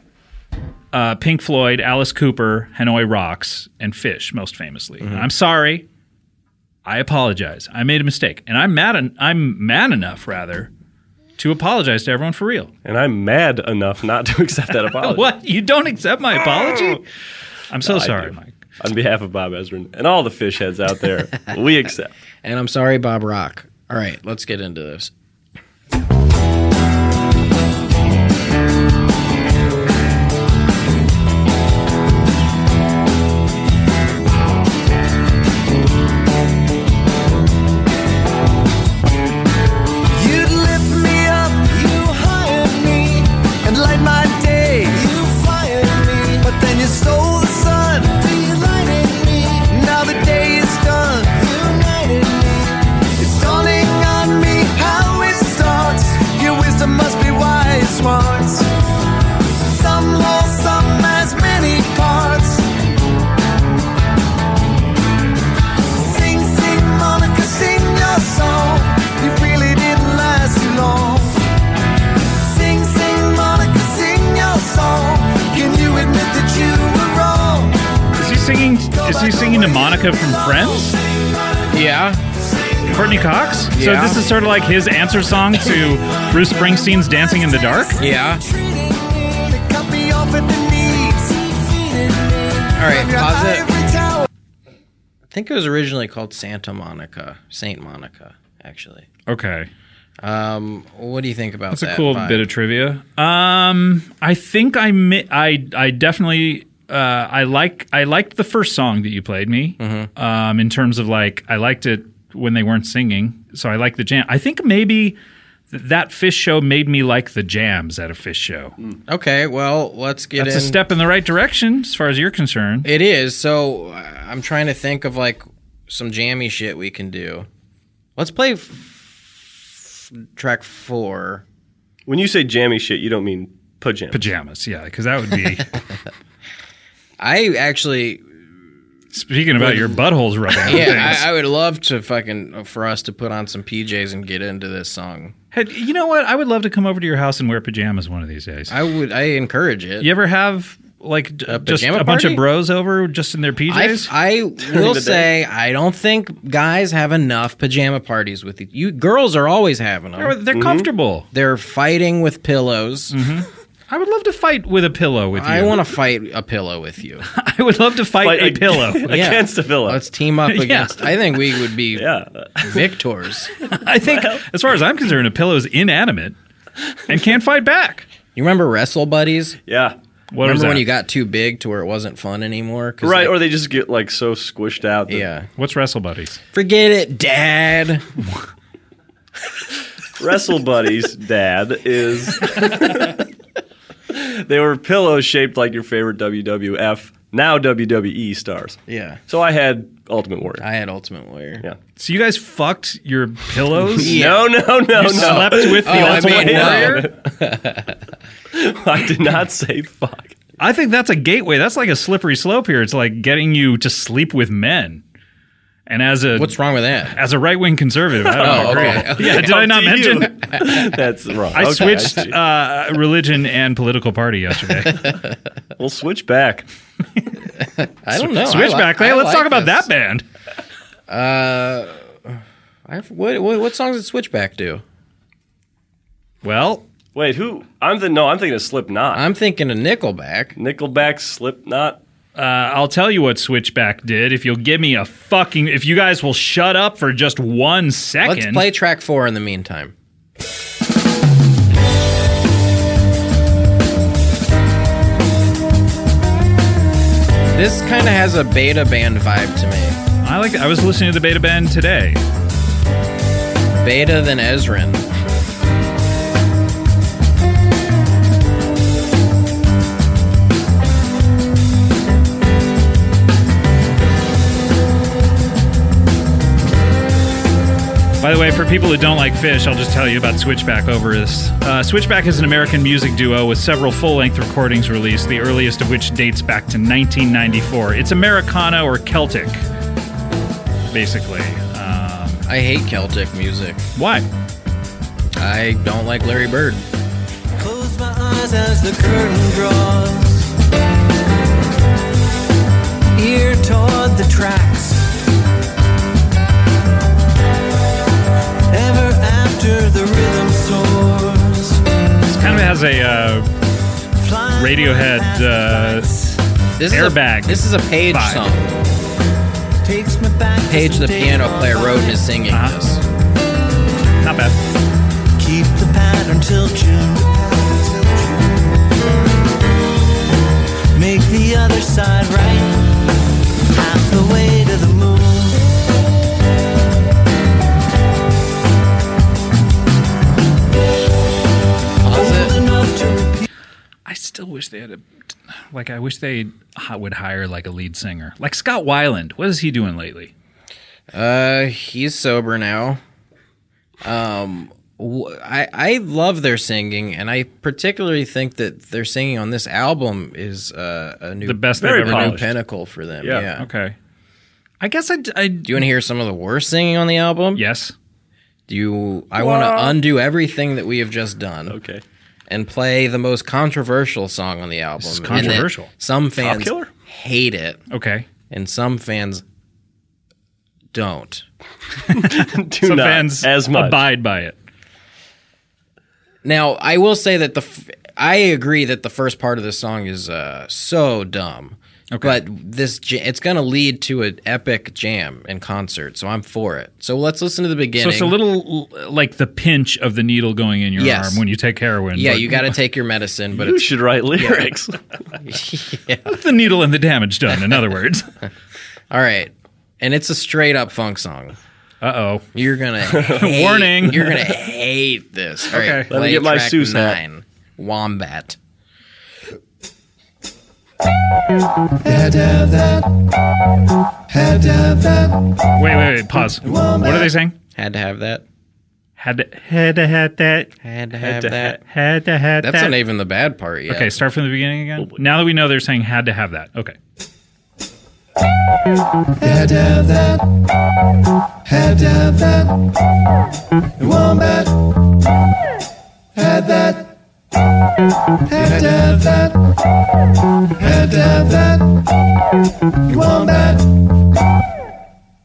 B: uh, Pink Floyd, Alice Cooper, Hanoi Rocks, and Fish, most famously. I'm sorry. I apologize. I made a mistake, and I'm mad. En- I'm mad enough, rather, to apologize to everyone for real.
C: And I'm mad enough not to (laughs)
A: (laughs)
C: accept that apology
B: What? You don't accept my apology? I'm so
C: I
B: sorry,
C: do.
B: Mike.
C: on behalf of Bob Ezrin and all the fish heads
A: (laughs)
C: out there. we accept.
A: and I'm sorry, Bob Rock. All right. Let's get into this.
D: You'd lift me up, you hired me, and light my day. You fired me, but then you stole the sun, delighted me. Now the day is done, united me. It's dawning on me how it starts. Your wisdom must be wise, smart. Some whole, some as many parts. Sing, sing, Monica, sing your song. You really didn't last too long. Sing, sing, Monica, sing your song. Can you admit that you were wrong?
B: Is he singing? Is he singing to Monica from Friends?
A: Yeah.
B: Courtney Cox?
A: Yeah.
B: So this is sort of like his answer song to Bruce Springsteen's Dancing in the Dark?
A: Yeah.
D: They cut me off at the knees.
A: All right.
D: Your
A: Pause it.
D: ivory tower.
A: I think it was originally called Santa Monica, Saint Monica, actually.
B: Okay.
A: Um, what do you think about
B: That's
A: that?
B: a cool
A: vibe?
B: bit of trivia. Um, I think I mi- I I definitely uh, I like I liked the first song that you played me.
A: Mm-hmm.
B: Um, in terms of like I liked it when they weren't singing, so I like the jam. I think maybe th- that fish show made me like the jams at a fish show.
A: Mm-hmm. Okay, well, let's get
B: That's
A: in.
B: a step in the right direction as far as you're concerned.
A: It is. So uh, I'm trying to think of like some jammy shit we can do. Let's play f- track four.
C: When you say jammy shit, you don't mean pajamas.
B: Pajamas, yeah, because that
A: (laughs)
B: would be.
A: I actually,
B: speaking about your buttholes rubbing. out
A: yeah,
B: things.
A: I, I would love to fucking uh, for us to put on some PJs and get into this song.
B: Had- you know what? I would love to come over to your house and wear pajamas one of these days.
A: I would. I encourage it.
B: you ever have like d-
A: A
B: just a
A: pajama
B: bunch of
A: party?
B: bros over just in their
A: I,
B: PJs?
C: (laughs)
A: I will
C: the day.
A: say I don't think guys have enough pajama parties with you. you girls are always having
B: They're,
A: them.
B: they're comfortable.
A: They're fighting with pillows.
C: Mm-hmm.
B: I would love to fight with a pillow with you.
A: I want to fight a pillow with you.
B: (laughs) I would love to fight,
C: Fight
B: a
A: (laughs)
C: ag-
B: pillow.
A: Yeah.
C: Against the villa.
A: Let's team up
B: (laughs) Yeah.
A: against. I think we would
B: (laughs)
A: be
C: yeah.
A: victors.
B: I think, as far as I'm concerned, a pillow is inanimate and can't fight back.
A: You remember Wrestle Buddies?
B: What
C: Yeah.
B: was
A: remember when
B: that?
A: you got too big to where it wasn't fun anymore? 'Cause,
C: Right,
A: like,
C: or they just get like so squished out. That,
A: yeah. (laughs)
B: What's Wrestle Buddies?
A: Forget it,
B: (laughs)
A: Dad.
C: Wrestle Buddies' dad
A: (laughs)
C: is. they were pillows shaped like your favorite WWF, now WWE stars.
A: Yeah.
C: So I had Ultimate Warrior.
A: I had Ultimate Warrior.
C: yeah.
B: So you guys fucked your
A: (laughs)
B: pillows?
A: Yeah.
C: No, no, no,
B: You
C: no.
B: slept with the
A: Oh, I
B: Ultimate
A: mean, no.
B: Warrior?
C: (laughs) I did not say fuck.
B: I think that's a gateway. That's like a slippery slope here. It's like getting you to sleep with men. And as a
A: (laughs) What's wrong with that?
B: as a right wing conservative, I don't
A: Oh,
B: agree.
A: okay.
B: Yeah, did I not
C: Up to you.
B: mention?
C: (laughs) That's wrong.
B: I
C: Okay,
B: switched
C: see.
B: uh, religion and political
A: (laughs)
B: party yesterday.
C: (laughs)
B: uh,
C: we'll switch back.
A: I don't know.
B: Switchback.
A: I
B: Hey,
A: li- I
B: let's
A: like
B: talk about
A: this.
B: that band.
A: I, what, what what songs did Switchback do?
B: Well,
C: Wait, who? I'm the no. I'm thinking of Slipknot.
A: I'm thinking of Nickelback.
C: Nickelback, Slipknot.
B: Uh, I'll tell you what Switchback did if you'll give me a fucking. If you guys will shut up for just one second.
A: Let's play track four in the meantime. This kind of has a beta band vibe to me.
B: I like. I was listening to the Beta Band today.
A: Beta than Ezrin.
B: By the way, for people who don't like fish, I'll just tell you about Switchback over this. Uh, Switchback is an American music duo with several full length recordings released, the earliest of which dates back to 1994. It's Americana or Celtic, basically. Um,
A: I hate Celtic music.
B: why?
A: I don't like Larry Bird.
E: Close my eyes as the curtain draws. Ear toward the tracks. Ever after the rhythm soars.
B: This kind of has a. Uh,
E: Flying
B: Radiohead, uh,
E: past the lights.
A: This is
B: Airbag
A: A, this is a Page
B: vibe.
A: song.
E: Takes me back to
A: Page,
E: some
A: the
E: days
A: piano
E: gone
A: player,
E: by.
A: wrote and is singing
B: Uh-huh.
A: this.
B: not bad.
E: Keep the pattern till June. Make the other side right. Half the way to the moon.
A: Pause
E: Old
A: it.
E: enough to repeat.
B: I still wish they had a. Like, I wish they h- would hire like a lead singer, like Scott Weiland. What is he doing lately?
A: Uh, he's sober now. Um, wh- I I love their singing, and I particularly think that their singing on this album is uh, a new
B: The best
C: Very
B: they've ever
A: a new
C: polished.
A: pinnacle for them. Yeah.
C: Yeah,
B: done. Okay. I guess I'd, i
A: Do you want to hear some of the worst singing on the album?
B: Yes.
A: Do you? I want to undo everything that we have just done
B: (laughs)
C: Okay.
A: and play the most controversial song on the album.
B: is
A: and that
B: controversial.
A: Some fans
C: Killer?
A: hate it,
B: Okay.
A: and some fans don't.
C: Do
B: Some
C: not
B: fans
C: as much.
B: abide by it.
A: Now, I will say that the f- I agree that the first part of this song is uh, so dumb. Okay. But this ja- it's going to lead to an epic jam in concert, so I'm for it. So let's listen to the
B: So
A: beginning.
B: it's a little l- like the pinch of the needle going in your
A: Yes.
B: arm when you take heroin.
A: yeah,
B: but-
A: you got
B: (laughs)
A: to take your medicine, but
C: You
A: it's
C: should
A: (laughs)
C: write lyrics.
B: the needle and the damage done. In
A: (laughs)
B: other words,
A: all right. And it's a straight up funk song.
B: uh oh,
A: You're
B: (laughs)
A: gonna hate, (laughs)
B: Warning.
A: You're gonna hate this. All right,
B: Okay. Let me
A: play
C: get my
A: track
C: Seuss hat.
A: nine, Wombat.
D: Had to have that. Had to have that.
B: wait, wait, wait, pause. What are they saying?
A: Had to have that.
B: Had to, had to had that.
A: Had to have
C: to
A: that.
B: Had to had
A: That's
B: that.
A: not even the bad part yet.
B: okay, start from the beginning
A: Oh,
B: again. Now that we know they're saying had to have that. Okay,
D: Had to have that. Had to have that. Wombat. Had that. Had to have that. Had to have that. Wombat.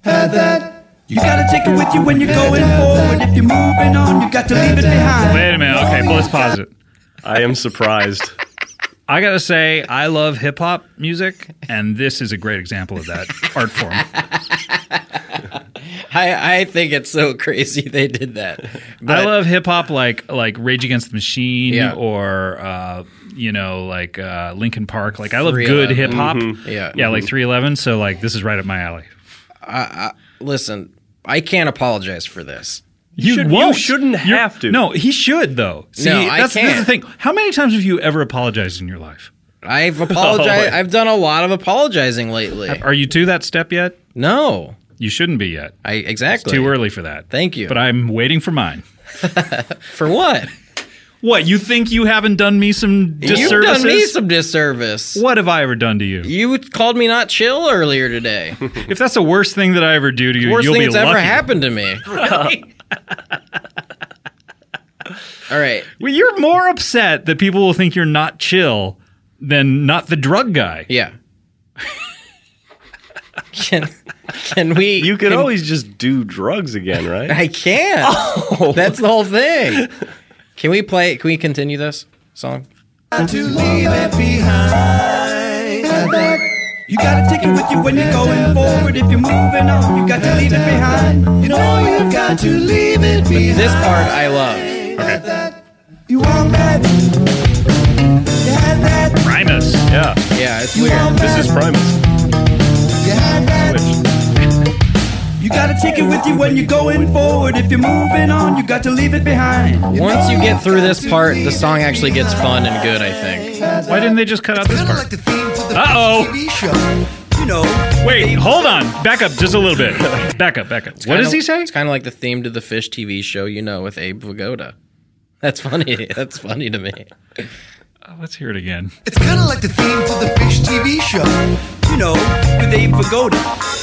D: Had that.
F: You gotta take it with you when you're going forward. If you're moving on, you got to leave it behind.
B: wait a minute. Okay, but let's pause it.
C: I am surprised.
B: I gotta say, I love hip hop music, and this is a great example
A: (laughs)
B: of that art form.
A: I, I think it's so (laughs) crazy they did that. But
B: I love hip hop like like Rage Against the Machine
A: Yeah.
B: or uh, you know like uh, Linkin Park. Like I love
A: 311.
B: good hip hop.
A: Mm-hmm. Yeah.
B: yeah, like Three Eleven. So like this is right up my alley.
A: listen, I can't apologize for this.
B: You,
C: should- you shouldn't have to.
B: No, he should though. See,
A: No, I
B: that's, that's the
A: can't.
B: thing. How many times have you ever apologized in your life? (laughs)
A: I've
B: Oh
A: apologized. I've done a lot of apologizing lately.
B: Are you to that step yet?
A: No,
B: You shouldn't be yet.
A: I exactly.
B: Too early for that.
A: Thank you.
B: But I'm waiting for mine.
A: for
B: (laughs)
A: what?
B: What you think you haven't done me some disservices?
A: You've done me some disservice.
B: what have I ever done to you?
A: You called me not chill earlier
B: (laughs)
A: today.
B: If that's the worst thing that I ever do to you,
A: Worst
B: you'll
A: thing
B: be
A: that's
B: lucky.
A: ever happened to
B: (laughs)
A: me. (laughs) All right.
B: Well, you're more upset that people will think you're not chill than not the drug guy.
A: Yeah. (laughs) can can we?
C: You could always just do drugs again,
A: (laughs)
C: right?
A: I
B: (laughs)
A: can't.
B: Oh.
A: That's the whole thing. Can we play? Can we continue this song?
D: Had to leave it behind. Had that.
F: You gotta take it with you when you're going forward. If you're moving on, you got to leave it behind. You know you've got to leave it behind.
A: This part I love.
F: You want that? You had that.
B: Primus.
C: Yeah,
A: Yeah, it's
F: You
A: weird.
F: want that?
C: this is Primus.
F: You had that.
C: Which
F: You gotta take it with you when you're going forward. If you're moving on, you got to leave it behind.
A: Once you get through this part, the song actually gets fun and good, I think.
B: Why didn't they just cut out this
D: Kinda
B: part?
D: like the theme to the
B: Uh-oh.
D: TV show. You know,
B: Wait, hold on. Back up just a little bit. Back up, back up. What does he say?
A: It's kind of like the theme to the Fish TV show, you know, with Abe Vigoda. That's funny. (laughs) That's funny to me.
B: Oh, Let's hear it again.
D: it's kind of like the theme to the Fish TV show. You know,
F: With Abe Vigoda.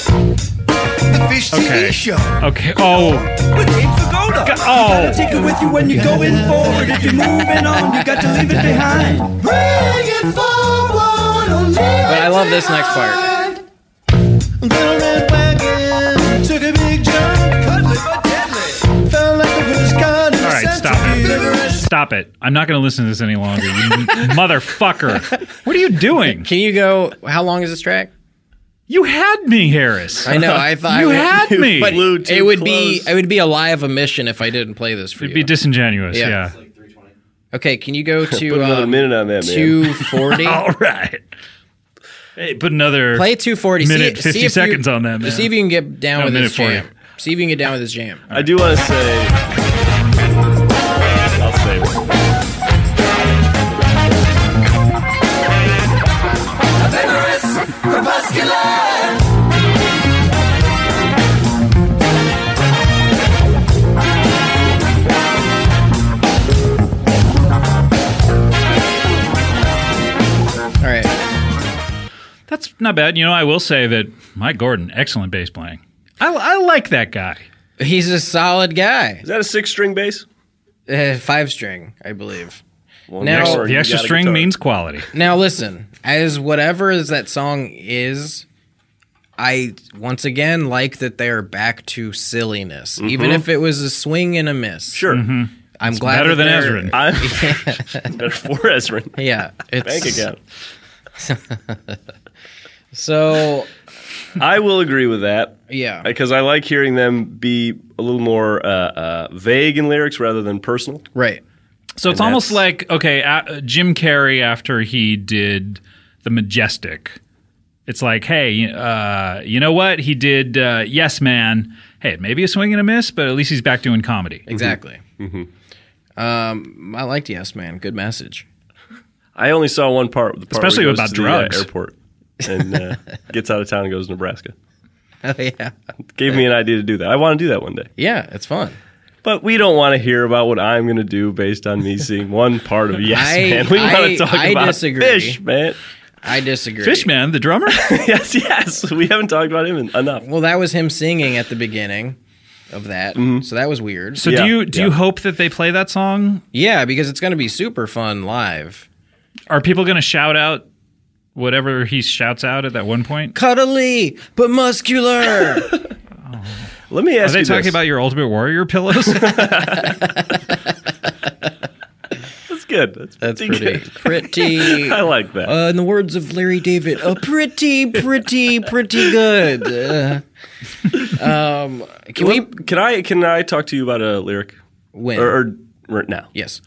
D: the Fish
B: Okay.
D: TV show.
B: Okay. Oh,
F: With Abe Vigoda.
B: Go-
F: You gotta
B: oh.
F: take it with you when you're going forward. If you're moving on, you got to leave it behind.
D: Bring it forward or leave
A: But I
D: it
A: love this next part.
D: behind. Little red wagon took a big jump. Cuddly but deadly. Felt like it was gone.
B: all right. Stop it. Stop it. I'm not going to listen to this any longer. You (laughs) motherfucker. What are you doing?
A: Can you go? How long is this track?
B: You had me, Harris.
A: I know. I thought I
B: You
A: would- (laughs)
B: had
C: You
B: me.
A: But
C: flew too
A: it would be
C: close.
A: it would be a lie of omission if I didn't play this for
B: It'd be
A: you.
B: disingenuous.
A: Yeah.
B: Yeah.
A: okay, can you go to
C: Put another
A: um,
C: minute on that,
B: (laughs)
C: man.
A: 240?
B: All right. Hey, put another.
A: Play 240. See-
B: Minute,
A: see,
B: 50
A: if you-
B: seconds on that, man.
A: See if you can get down
B: No,
A: with
B: minute
A: this jam.
B: 40.
A: See if you can get down with this jam.
C: I do want to say. I'll save it.
A: All right.
B: That's not bad. You know, I will say that Mike Gordon, excellent bass playing. I, I like that guy.
A: He's a solid guy.
C: Is that a six-string bass?
A: Uh, five string, I believe.
C: Well,
A: Now-
C: next
A: The
C: word,
B: The
C: you
B: extra
C: got a
B: string
C: guitar.
B: means quality.
A: Now listen, as whatever as that song is, I once again like that they are back to silliness, even if it was a swing and a miss.
C: Mm-hmm. Sure,
B: Mm-hmm.
A: I'm glad
B: better
A: that
B: than
A: they're-
B: Ezrin.
C: I'm better for Ezrin. (laughs)
A: Yeah, it's
C: Bank account.
A: So
C: I will agree with that
A: yeah,
C: because I like hearing them be a little more uh, uh, vague in lyrics rather than personal.
A: right.
C: Mm-hmm.
B: So it's
C: And
B: almost
C: that's-
B: like okay, uh, Jim Carrey after he did the Majestic. It's like, hey, uh, you know what he did? Uh, yes, man. Hey, maybe a swing and a miss, but at least he's back doing comedy.
A: Exactly.
C: Mm-hmm.
A: Um, I liked Yes Man. Good message. (laughs)
C: I only saw one part, the part where
B: Especially
C: he goes
B: about
C: to the, uh,
B: drugs.
C: airport and uh, gets out of town and goes to Nebraska.
A: Oh yeah,
C: Gave me an idea to do that. I want to do that one day,
A: yeah. It's fun.
C: but we don't want to hear about what I'm going to do based on me seeing one part of Yes
A: I-
C: Man. We want
A: I-
C: to talk
A: I
C: about
A: disagree.
C: Fish Man. (laughs)
A: I disagree.
B: Fishman, the drummer.
C: yes, yes. We haven't talked about him en- enough.
A: Well, that was him singing at the beginning of that,
C: Mm-hmm.
A: so that was weird.
B: So
C: Yeah,
B: do you do you
C: yeah.
B: hope that they play that song?
A: yeah, because it's going to be super fun live.
B: Are people going to shout out whatever he shouts out at that one point?
A: Cuddly but
C: (laughs)
A: muscular.
C: Let me
B: Are
C: ask
B: they
C: you
B: talking
C: this.
B: about your Ultimate Warrior
C: (laughs)
B: pillows?
C: That's good. That's,
A: That's pretty pretty.
C: (laughs) I like that.
A: Uh, in the words of Larry David, uh, pretty, pretty, pretty
C: (laughs)
A: good. Uh, um, can we
C: Let- can I can I talk to you about a lyric
A: win?
C: or, or, or now? Uh,
A: yes.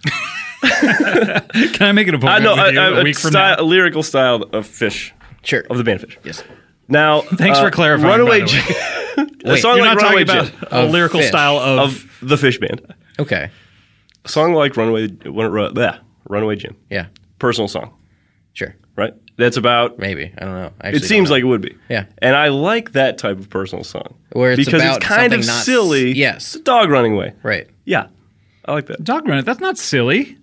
B: Can I make an
C: I
B: appointment
C: know
B: with you
C: a,
B: a week from
C: style,
B: now?
C: a lyrical style of fish
A: Sure.
C: of the band Fish.
A: yes.
C: Now, uh,
B: Thanks for clarifying, by
C: Runaway
B: the
C: J- a
A: Wait,
C: song
B: You're
C: like
B: not
C: Runaway
B: talking
C: J-
B: about a
A: Of
B: lyrical
A: fish.
B: style of,
C: of the Fish Band.
A: Okay.
C: A song like Runaway Run- Run- bleh, Runaway Jim.
A: Yeah.
C: Personal song,
A: Sure.
C: right? That's about.
A: Maybe. I don't know. I actually
C: It
A: don't
C: seems
A: know.
C: like it would be.
A: Yeah.
C: And I like that type of personal song
A: Where it's
C: because
A: about
C: it's kind of
A: something not-
C: silly.
A: Yes.
C: It's a dog running away.
A: right.
C: Yeah. I like that.
B: dog run. That's not silly.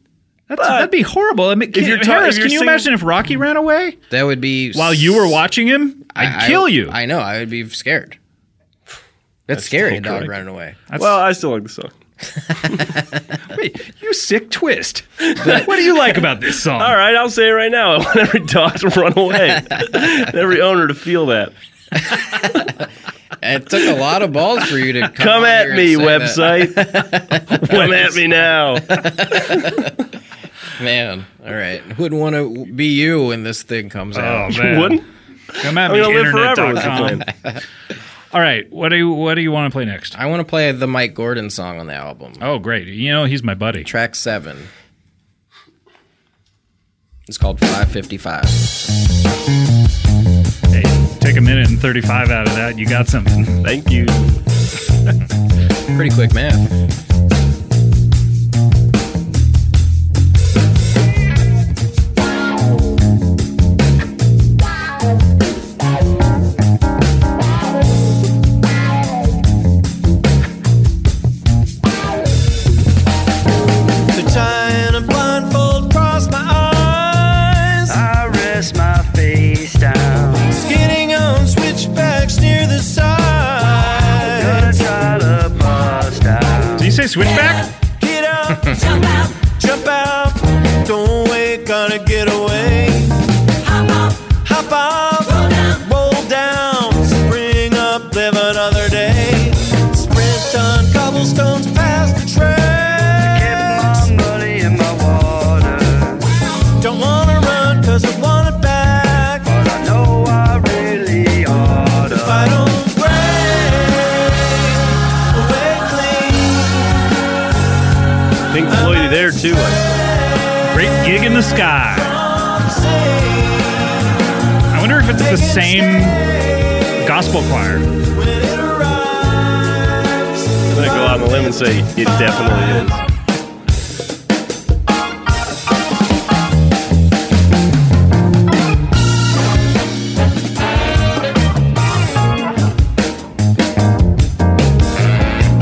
B: That's,
C: But-
B: that'd be horrible. I mean, can,
C: you're ta-
B: Harris,
C: if you're
B: can you
C: singing-
B: imagine if Rocky ran away
A: That would be
B: while you were watching him? I'd
A: I-
B: kill you.
A: I know. I would be scared. That's, scary. A dog
C: incorrect.
A: running away.
B: That's-
C: Well, I still like the song.
B: wait, you sick
C: (laughs)
B: twist. what do you like about this song?
C: All right, I'll say it right now. (laughs) I want every dog to run
A: (laughs)
C: away, and every owner to feel that.
A: It took a lot of balls for you to come,
C: Come
A: on
C: at
A: here and
C: me,
A: say that. (laughs)
C: website. Come at me now.
A: Man, all right. Wouldn't want to be you when this thing comes out.
C: (laughs)
B: Oh man.
C: Wouldn't?
B: Come at
C: I'm
B: me,
C: gonna live forever with the
B: internet.com. (laughs) All right, what do you what do you want to play next?
A: I want to play the Mike Gordon song on the album.
B: Oh, great! You know he's my buddy.
A: Track seven. It's called 555.
B: Hey, take a minute and thirty five out of that. You got something.
C: Thank you.
A: Pretty quick math.
D: They're tying a blindfold across my eyes.
E: I rest my face down.
D: Skating on switchbacks near the side.
E: Gonna try to bust out.
B: Did you say switchback?
D: Get up,
E: (laughs)
D: jump out, jump out. Don't wait, gonna get away. Hop up, hop up, roll down, spring up, live another day. Sprint on cobblestones past the tracks.
E: Get my money in my water.
D: Don't wanna run, cause I want it back.
E: But I know I really ought to.
D: If I don't break away clean,
C: Pink Floyd there too.
B: Great gig in the sky.
D: I'm safe.
B: I wonder if it's the same gospel choir.
D: When it arrives,
C: I'm gonna go out on a limb and say it definitely is.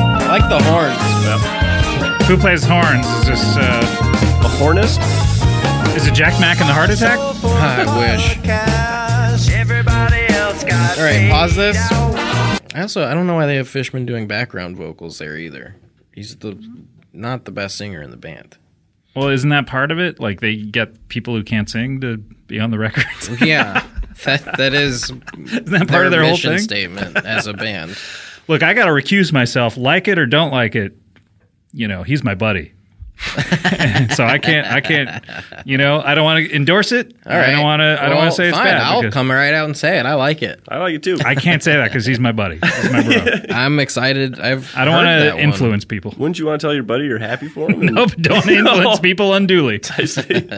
A: I like the horns. (laughs)
B: Who plays horns? Is this uh,
C: A hornist?
B: is it Jack Mack and the Heart Attack?
A: I wish.
D: cast.
E: Everybody else got
A: All right, pause
E: saved
A: this.
E: out.
A: I also I don't know why they have Fishman doing background vocals there either. He's the not the best singer in the band.
B: Well, isn't that part of it? Like they get people who can't sing to be on the record. (laughs)
A: Yeah. (laughs) That that is
B: isn't that (laughs) part of their whole
A: mission
B: thing?
A: statement as a band.
B: Look, I got to recuse myself, like it or don't like it. You know, he's my buddy. (laughs) so I can't, I can't, you know, I don't want to endorse it.
A: All right.
B: (laughs) I don't want to, I don't want
A: Well,
B: to say it's
A: fine,
B: bad.
A: I'll
B: because
A: come right out and say it. I like it.
C: I like it too.
B: I can't say that because he's my buddy. He's
A: (laughs)
B: my bro.
A: I'm excited. I've
B: I don't
A: heard
B: want
A: that
B: to
A: one. (laughs)
B: influence people.
C: Wouldn't you want to tell your buddy you're happy for him?
B: Nope, don't influence people unduly.
C: I see.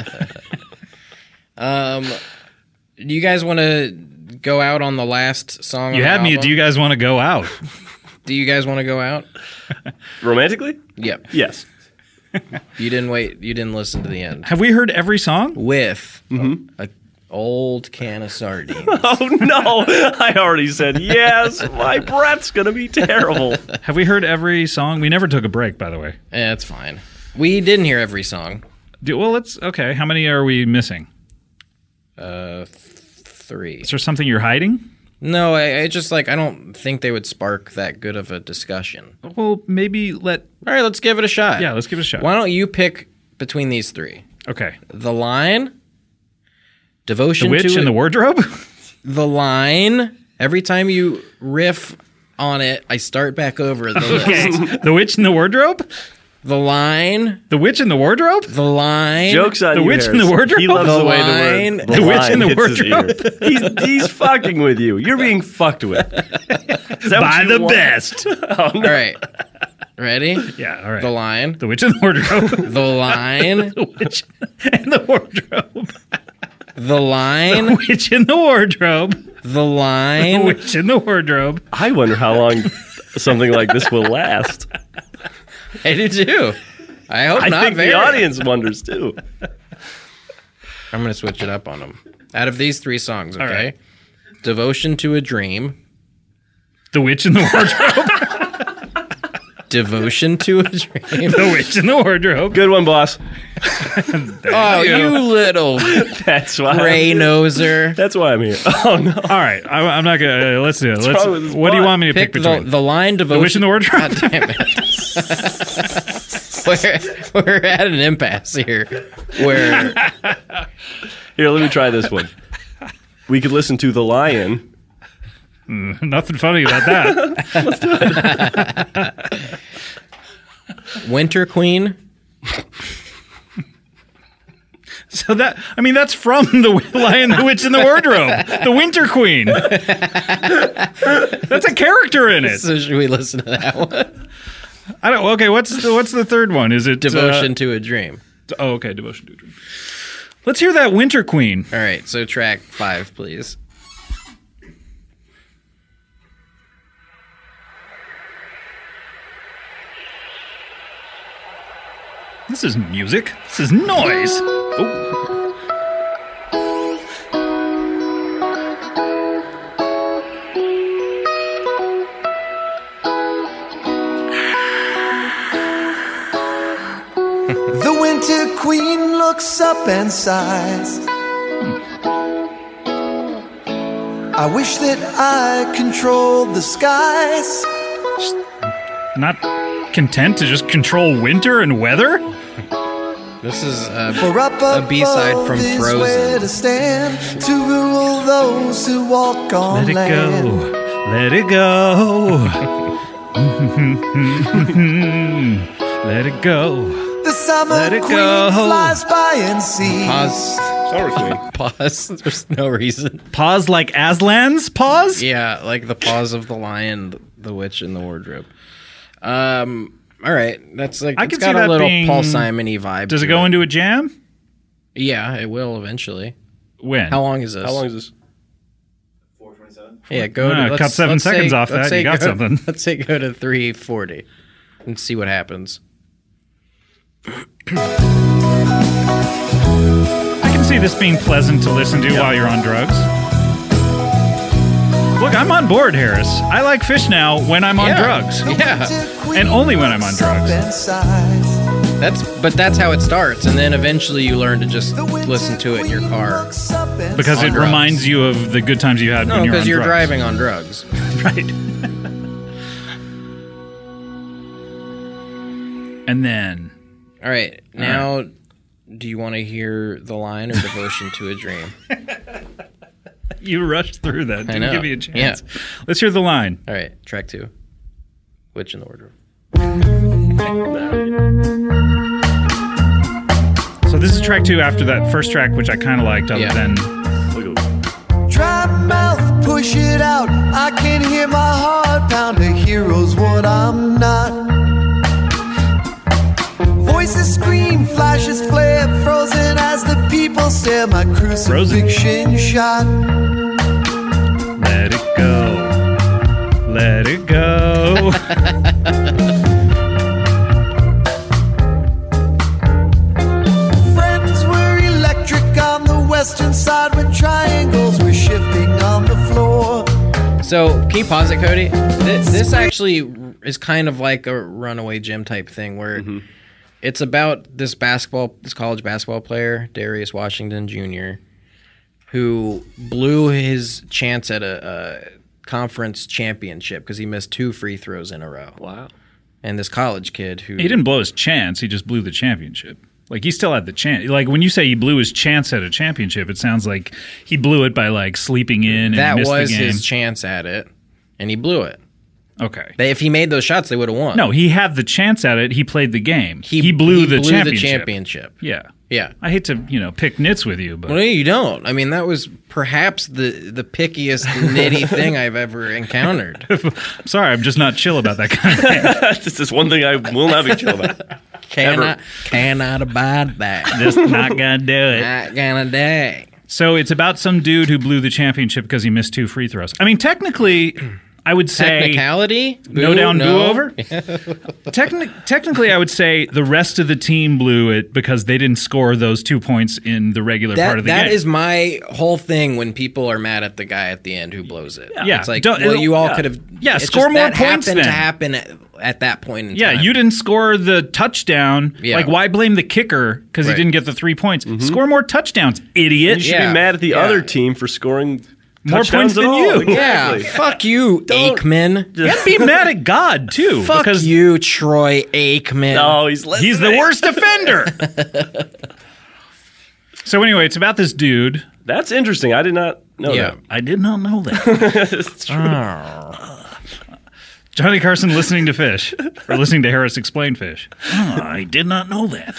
A: Do you guys want to go out on the last song?
B: You
A: on
B: had
A: the
B: me.
A: album?
B: Do you guys want to go out?
A: Do you guys want to go out?
C: Romantically?
A: Yep.
C: Yes. (laughs)
A: You didn't wait. You didn't listen to the end.
B: Have we heard every song?
A: With a, a old can of sardines.
C: Oh no! I already said yes. My breath's gonna be terrible.
B: Have we heard every song? We never took a break, by the way.
A: yeah, it's fine. We didn't hear every song.
B: Do, well, let's, okay. How many are we missing?
A: Uh, th- three.
B: Is there something you're hiding?
A: No, I, I just like I don't think they would spark that good of a discussion. All
B: Well, maybe let,
A: right, let's give it a shot.
B: yeah, let's give it a shot.
A: Why don't you pick between these three?
B: Okay.
A: The line, devotion
B: The Witch
A: to
B: in
A: it-
B: the Wardrobe?
A: the line. Every time you riff on it, I start back over the list.
B: (laughs) Okay. the Witch in the Wardrobe?
A: The line,
B: The Witch in the Wardrobe?
A: the line.
C: Jokes on
B: The
C: you,
B: witch in
C: Harris.
B: the wardrobe?
C: He loves
A: The
C: the, way the
A: line.
C: word.
B: The witch in the
C: hits his
B: wardrobe.
C: ear. He's, he's fucking with you. You're being
B: (laughs)
C: fucked with. Is that what
B: By
C: you
B: the
C: want?
B: best.
A: All right,
B: (laughs)
A: ready?
B: Yeah, all right.
A: The line,
B: The Witch in the
A: (laughs)
B: Wardrobe.
A: the
B: (laughs)
A: line,
B: the Witch in the Wardrobe.
A: the line,
B: Witch in the Wardrobe.
A: the
B: The
A: line.
B: Witch in the Wardrobe.
C: I wonder how long something like this will last.
A: (laughs) I do too. I hope
C: I
A: not.
C: think
A: very.
C: the audience wonders too.
A: I'm gonna switch it up on them. Out of these three songs, okay?
B: right.
A: Devotion to a Dream,
B: The Witch in the Wardrobe.
A: Devotion to a Dream.
B: the Witch in the
C: (laughs)
B: Wardrobe.
C: Good one, boss.
A: oh, you little
C: That's why.
A: gray
C: I'm,
A: noser.
C: that's why I'm here. (laughs) Oh no!
B: All right. I, am not going to. let's do it. Let's,
C: wrong with this
B: what do you
C: plot?
B: want me to pick,
A: Pick the,
B: between?
A: the line
B: the
A: devotion.
B: Witch in the
A: (laughs)
B: Wardrobe? (laughs)
A: Damn it. we're, we're at an impasse here. Where
C: Here, let me try this one. We could listen to the lion.
B: Nothing funny about that.
A: Winter Queen,
B: So that I mean that's from the (laughs) Lion, the Witch, and the Wardrobe, the Winter
A: (laughs)
B: Queen. That's a character in it.
A: So should we listen to that one?
B: I don't. Okay, what's the, what's the third one? Is it uh,
A: Devotion to a Dream.
B: oh, okay, devotion to a dream. Let's hear that Winter Queen.
A: All right, so track five, please.
B: This is music. This is noise. Oh,
D: The winter queen looks up and sighs. I wish that I controlled the skies.
B: not content to just control winter and weather.
A: This is uh,
D: For up
A: a
D: above
A: B-side from
D: is
A: Frozen.
D: where to stand to rule those who walk on
B: Let it
D: land.
B: go. Let it go. (laughs) Let it go.
D: The summer
B: Let it
D: queen
B: go.
D: flies by and sees.
A: pause.
C: Summer Queen.
A: Pause. (laughs) There's no reason.
B: Pause like Aslan's pause.
A: Yeah, like the paws of the lion, the witch, and the wardrobe. Um. All right, that's like
B: I
A: it's
B: can see
A: got a
B: that
A: little
B: being-
A: Paul Simony vibe.
B: Does it
A: to
B: go into a jam?
A: Yeah, it will eventually.
B: When?
A: How long is this?
C: How long is this? (laughs)
A: Yeah, go
B: Ah,
A: to
B: cut
A: let's-
B: seven
A: let's
B: seconds
A: say-
B: off
A: let's
B: that, you
A: say
B: got
A: go-
B: something.
A: (laughs) Let's say go to three forty, and see what happens.
B: I can see this being pleasant to listen to while you're on drugs. Look, I'm on board, Harris. I like fish now when I'm on
A: Yeah.
B: drugs.
D: The
A: (laughs) Yeah.
D: winter queen
B: And only when I'm on
D: looks up
B: drugs.
D: and sighs.
A: That's but that's how it starts, and then eventually you learn to just
D: The winter
A: listen to it in your
D: queen
A: car.
D: looks up and
B: Because
A: On
B: it
A: drugs.
B: reminds you of the good times you had
A: No,
B: when you're on
A: because you're,
B: drugs.
A: driving on drugs.
B: driving. Right. (laughs) and then
A: All right, now do you want to hear the line or devotion to a dream?
B: you rushed through that. Didn't
A: know.
B: give me a
A: Yeah.
B: chance. Let's hear the line.
A: All right, track two, witch in the wardrobe.
B: So this is track two after that first track, which I kind of liked. Other
A: Yeah.
B: than
C: Look at
D: Dry mouth, push it out. I can hear my heart pound. A hero's what I'm not. Voices scream, flashes flare, frozen as the people stare. My crucifixion shot.
B: let it go, let it go. (laughs)
D: Friends were electric on the western side when triangles were shifting on the floor.
A: So can you pause it, Cody? This, this actually is kind of like a runaway gym type thing where it's about this basketball, this college basketball player, Darius Washington Jr., who blew his chance at a, a conference championship because he missed two free throws in a row. Wow. And this college kid who
B: He didn't blow his chance. He just blew the championship. Like he still had the chance. Like when you say he blew his chance at a championship, it sounds like he blew it by like sleeping in and
A: that
B: missed
A: was
B: the game.
A: his chance at it, and he blew it.
B: okay.
A: They, if he made those shots, they would have won.
B: No, he had the chance at it. He played the game. He, blew, the, championship.
A: championship.
B: Yeah.
A: Yeah.
B: I hate to you know pick nits with you, but
A: Well, no, you don't. I mean, that was perhaps the the pickiest
B: (laughs)
A: nitty thing I've ever encountered.
B: I'm sorry, I'm just not chill about that kind
A: (laughs)
B: of thing.
C: that. This is one thing I will not be chill about.
A: Cannot cannot abide
B: (laughs)
A: that.
B: just not gonna do it.
A: Not gonna day.
B: So it's about some dude who blew the championship because he missed two free throws. I mean, technically, I would say
A: Technicality?
B: No
A: Boo,
B: down,
A: no.
B: boo
A: (laughs)
B: over. Techni- technically, I would say the rest of the team blew it because they didn't score those two points in the regular part
A: That
B: of the
A: that
B: game.
A: is my whole thing when people are mad at the guy at the end who blows it.
B: Yeah.
A: it's like
B: Don't-
A: well, you all
B: yeah.
A: could have.
B: Yeah,
A: it's
B: score
A: just
B: more
A: that
B: points
A: Happened
B: then.
A: to happen at, at that point in
B: yeah,
A: time.
B: you didn't score the touchdown.
A: Yeah.
B: Like, why blame the kicker because
A: Right. Mm-hmm.
B: he didn't get the three points? Score
A: (laughs)
B: more touchdowns, idiot.
C: You should
A: Yeah.
C: be mad at the
A: Yeah.
C: other team for scoring
B: More points
C: touchdowns
B: than
C: at all.
B: you.
A: Yeah,
C: Exactly.
A: fuck you, Aikman.
B: And be mad at God too.
A: fuck
B: because
A: you, Troy Aikman.
C: (laughs) Oh, he's listening.
B: He's the
A: (laughs)
B: worst defender. so anyway, it's about this dude.
C: That's interesting. I did not know
A: Yeah.
C: that.
A: (laughs)
B: I did not know that.
C: That's true.
B: Just Ah. Johnny Carson listening to Fish or listening to Harris explain Fish. Ah, I did not know that.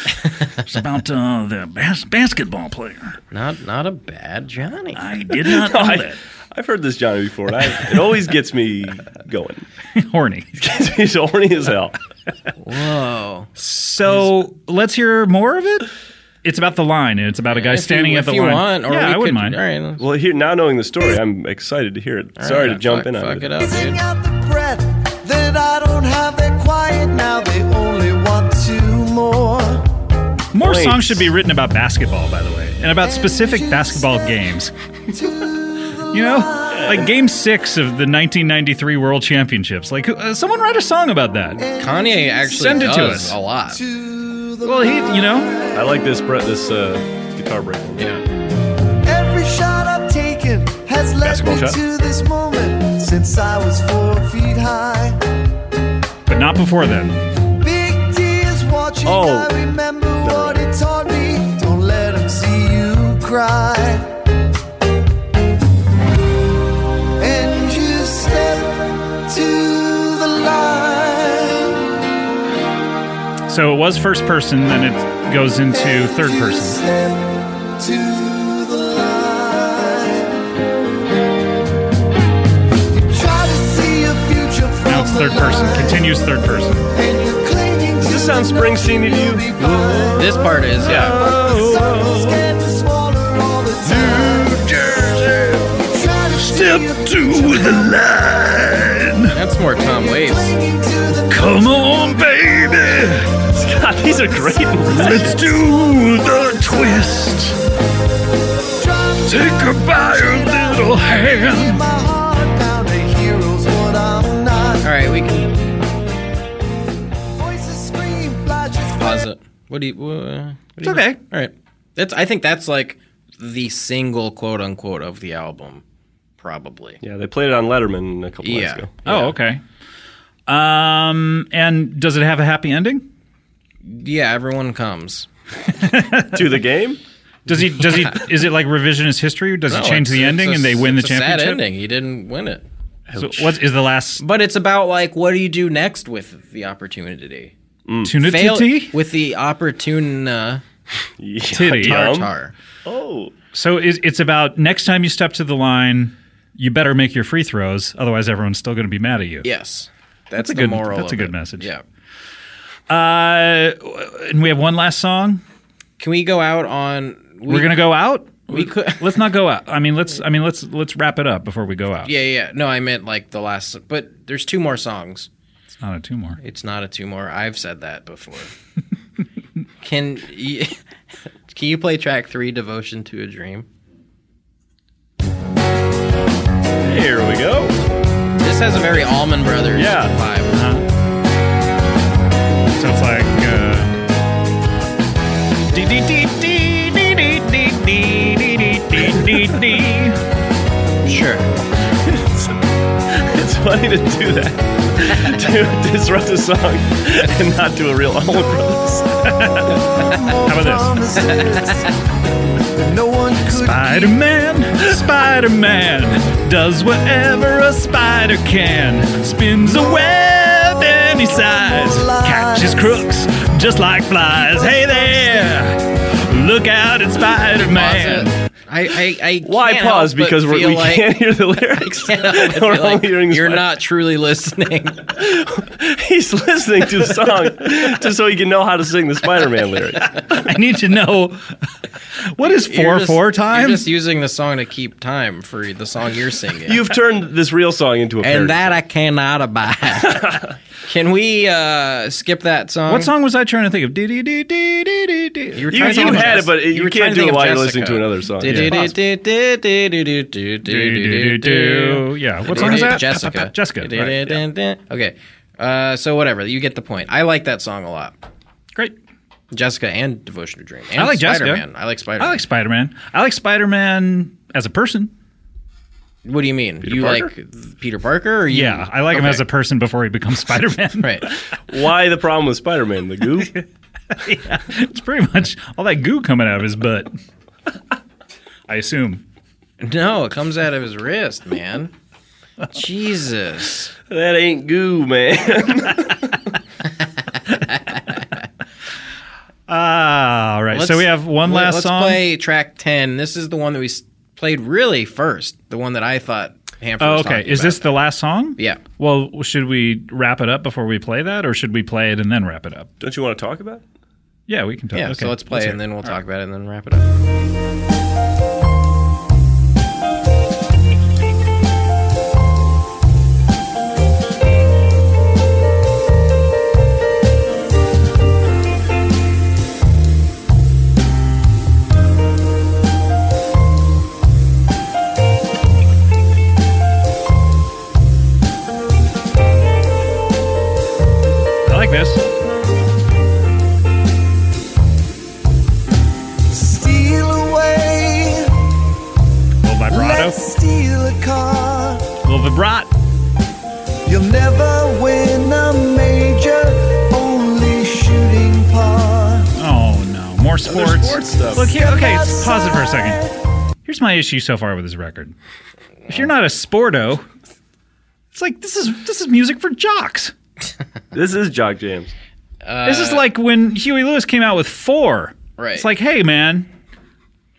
B: It's about uh, the bas- basketball player.
A: Not not a bad Johnny.
B: I did
A: (laughs)
B: not know
C: (laughs) I, I've heard this Johnny before. And I, it always gets me going. (laughs)
B: Horny.
C: He's horny as hell.
B: Oh.
A: Whoa.
B: So let's hear more of it. It's about the line, and it's about a guy
A: If you-
B: standing at
A: if
B: the
A: you
B: line.
A: want, or
B: yeah,
A: we
B: I wouldn't
A: could-
B: mind.
A: All right, let's-
C: Well, here now knowing the story, I'm excited to hear it.
A: all
C: Sorry
A: right,
C: to jump
A: fuck-
C: in on
A: Fuck it
C: it.
A: up, dude.
D: Sing out the breath that I don't have. They're quiet now. They only want two more.
B: More
C: Wait.
B: songs should be written about basketball, by the way, and about specific basketball games. You know, like Game Six of the 1993 World Championships. Like, who- uh, someone write a song about that.
A: Kanye actually
B: Send it to
A: does
B: us.
A: a lot.
B: Well, he, you know,
C: I like this bre- this uh, guitar break.
A: Yeah.
D: Every shot I've taken has led
C: Basketball
D: me
C: shot.
D: to this moment since I was four feet high.
B: but not before then.
D: Big T is watching.
C: Oh.
D: I remember what he taught me. Don't let him see you cry. And you step to the line.
B: So it was first person, then it goes into third
D: And you
B: person.
D: Step to the line. You try to see your future from
B: Now it's third
D: the
B: person.
D: line.
B: Continues third person.
D: And you're clinging to
C: Does this sound
D: the notion
C: Springsteen to
D: you'll
C: you?
D: be fine.
A: This part is uh, yeah.
D: Step to the
A: That's more Tom Waits.
B: Come on, baby, (laughs)
C: God, these are great.
B: let's do the twist. Take her by her little hand.
A: All right, we can pause it. What do you? Uh, what do you-
B: okay.
A: All right. That's. I think that's like the single quote unquote of the album, probably.
C: Yeah, they played it on Letterman a couple
A: Yeah.
C: nights ago.
B: Oh, okay. Um, and does it have a happy ending?
A: Yeah. Everyone comes.
C: to the
A: (laughs)
C: game.
B: Does he? Does he? Is it like revisionist history? Does
A: No,
B: he change
A: Oh, it's-
B: the
A: it's
B: ending
A: a-
B: and they win the
A: it's a
B: championship?
A: Sad ending. He didn't win it.
B: So what is the last
A: But it's about like what do you do next with the opportunity? Hmm. Fail (laughs)
B: opportunity?
A: with the opportuna
C: Yeah,
B: Titty.
C: Tom.
A: tar.
C: Oh,
B: So is, it's about next time you step to the line, you better make your free throws, otherwise everyone's still going to be mad at you.
A: Yes. That's,
B: That's a
A: the
B: good-
A: moral.
B: that's a
A: of
B: good
A: it.
B: message.
A: Yeah.
B: Uh, and we have one last song.
A: Can we go out on? We,
B: We, are going to go out.
A: We could. (laughs)
B: Let's not go out. I mean, let's. I mean, let's let's wrap it up before we go out.
A: Yeah, yeah. No, I meant like the last. But there's two more songs.
B: It's not a two more.
A: It's not a two more. I've said that before. can you, (laughs) can you play track three, "Devotion to a Dream"?
C: here we go.
A: This has a very Allman Brothers
C: Yeah.
A: vibe.
B: So it's like. Uh, dee dee dee dee dee dee dee dee dee dee dee dee.
A: Sure.
C: It's, (laughs) it's funny to do that. (laughs) to disrupt a song and not do a real Allman Brothers.
B: How about this?
D: No one could
B: Spider Man, Spider Man does whatever a spider can. Spins a web any size, catches crooks just like flies. Hey there, look out at Spider Man.
A: Pause it. I, I, I
C: Why
A: can't
C: pause?
A: help but
C: Because we're,
A: feel
C: we
A: like-
C: can't
A: (laughs)
C: hear the lyrics.
A: can't help but
C: (laughs) We're
A: feel like
C: only hearing the
A: you're
C: slide.
A: not truly listening.
C: (laughs) He's listening to the
A: (laughs)
C: song just so he can know how to sing the Spider-Man lyrics.
B: (laughs) I need to know what is
A: You're
B: four
A: just-
B: four time.
A: You're just using the song to keep time for the song you're
C: (laughs)
A: singing.
C: You've turned this real song into a parody.
A: and that I cannot abide.
C: (laughs)
A: Can we uh, skip that song?
B: what song was I trying to think of? Dee dee dee dee dee dee dee.
A: were
C: You,
A: trying to
C: you
A: think of
C: had
A: Jess-
C: it, but it, you,
A: were trying
C: can't
A: to think
C: do it
A: of
C: while you're
A: Jessica.
C: listening to another song.
A: Do- do- do- do- do- do- do- do- do- do- do- (laughs)
B: Yeah, what song is that?
A: Jessica.
B: Jessica.
A: Do-
B: right,
A: do-
B: yeah.
A: do- do- Okay. Uh, so whatever, you get the point. I like that song a lot.
B: Great.
A: Jessica and Devotion to Dream. And
B: I like Jessica.
A: Spider-Man. I like Spider-Man.
B: I like Spider Man. I like Spider Man as a person.
A: What do you mean? you
C: Parker?
A: like th- Peter Parker? Or you?
B: Yeah, I like him
A: Okay.
B: as a person before he becomes Spider Man.
A: (laughs) right.
C: Why the problem with Spider-Man? The goo?
B: (laughs) it's pretty much all that goo coming out of his butt. I assume.
A: No, it comes out of his wrist, man. Jesus.
C: That ain't goo, man. (laughs)
B: Ah, all right.
A: Let's-
B: so we have one
A: let-
B: last
A: let's
B: song.
A: play track 10. This is the one that we s- played really first, the one that I thought Hanford
B: oh,
A: was
B: okay.
A: talking
B: Is this
A: about.
B: the last song?
A: Yeah.
B: Well, should we wrap it up before we play that, or should we play it and then wrap it up?
C: Don't you want to talk about? it?
B: Yeah, we can talk.
A: Yeah,
B: okay.
A: so let's play
B: hear
A: and
B: it.
A: then we'll talk about it and then wrap it up.
B: I like this.
D: Steal away.
B: little vibrato,
D: Let's steal a car.
B: little vibrato.
D: You'll never win a major, only shooting par.
B: Oh no, more sports.
C: sports stuff.
B: Look here. Okay, let's pause it for a second. Here's my issue so far with this record. If you're not a sporto, it's like this is this is music for jocks.
C: This is Jock Jams. (laughs)
B: This is like when Huey Lewis came out with four.
A: Uh, Right.
B: It's like, hey man,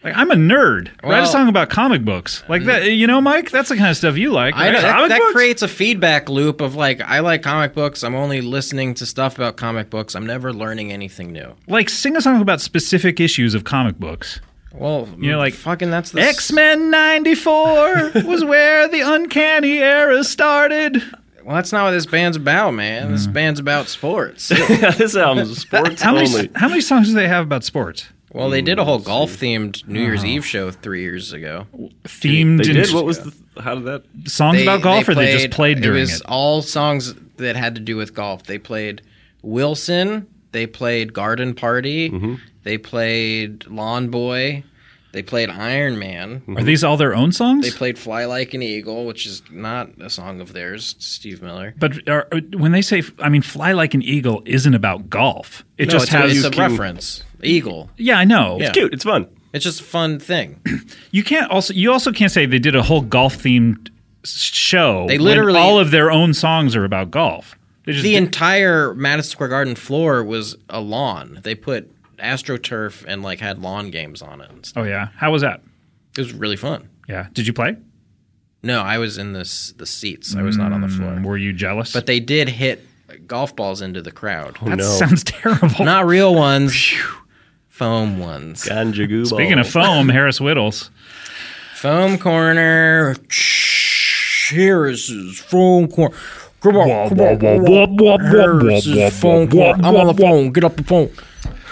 B: like I'm a nerd. Write a
A: Well- mm.
B: song about comic books. Like that, you know, Mike. That's the kind of stuff you like.
A: I
B: right?
A: know, that,
B: Comic
A: that
B: books?
A: creates a feedback loop of like, I like comic books. I'm only listening to stuff about comic books. I'm never learning anything new.
B: like sing a song about specific issues of comic books.
A: Well,
B: know, like,
A: fucking that's the s-
B: X Men '94 was where the uncanny era started.
A: Well, that's not what this band's about, man. This
B: Mm.
A: band's about sports.
B: (laughs)
C: this album's sports
B: How many
C: only.
B: how many songs do they have about sports?
A: well, they did a whole golf themed New
B: Uh-huh.
A: Year's Eve show three years ago.
B: Themed
C: They
B: and
C: did. What was the? How did that?
B: songs
A: They-
B: about golf, or they just played
A: It
B: during it?
A: was all songs that had to do with golf. They played Wilson. They played Garden Party.
B: Mm-hmm.
A: They played Lawn Boy. They played Iron Man.
B: Are these all their own songs?
A: They played Fly Like an Eagle, which is not a song of theirs. It's Steve Miller.
B: but are, uh, when they say, I mean, "Fly Like an Eagle" isn't about golf. It
A: No,
B: just
A: it's,
B: has.
A: it's a
C: cute-
A: reference. Eagle.
B: yeah, I know.
A: Yeah.
C: Cute. It's fun.
A: It's just a fun thing.
B: You can't also. You also can't say they did a whole golf themed show.
A: They
B: when
A: literally-
B: all of their own songs are about golf. They just
A: the
B: did-
A: entire Madison Square Garden floor was a lawn. They put astroturf and like had lawn games on it. and stuff.
B: oh yeah, how was that?
A: It was really fun.
B: Yeah, did you play?
A: No, I was in this the seats. I was not on the floor.
B: Were you jealous?
A: But they did hit golf balls into the crowd.
B: that sounds (laughs) terrible.
A: Not real ones. Foam ones.
C: Ganjagoo
B: Speaking of foam, Harris Whittles.
A: Foam corner. Harris is foam corner. Come on, come on, come on. Harris is foam corner. I'm on the phone. Get up the phone.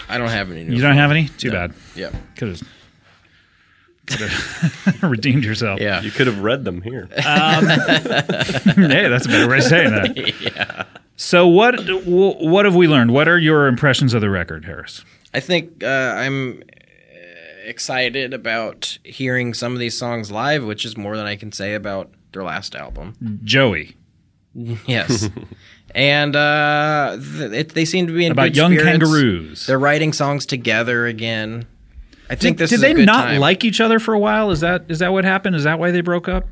A: I don't have any. New
B: You don't have any? Too bad.
A: Yeah.
B: Could have. Could have (laughs) redeemed yourself.
A: Yeah.
C: you could have read them
B: (laughs)
C: here.
B: hey, that's a better way of saying that. yeah.
A: (laughs)
B: So what wh- what have we learned? What are your impressions of the record, Harris?
A: I think uh, I'm uh, excited about hearing some of these songs live, which is more than I can say about their last
B: Mm.
A: album.
B: Joey
A: Yes.
B: (laughs)
A: and uh, th- it, they seem to be in
B: about
A: good
B: young
A: spirits.
B: kangaroos.
A: They're writing songs together again. I think
B: did
A: this
B: did
A: is a
B: they
A: good
B: not
A: time.
B: like each other for a while? Is that is that what happened? Is that why they broke up?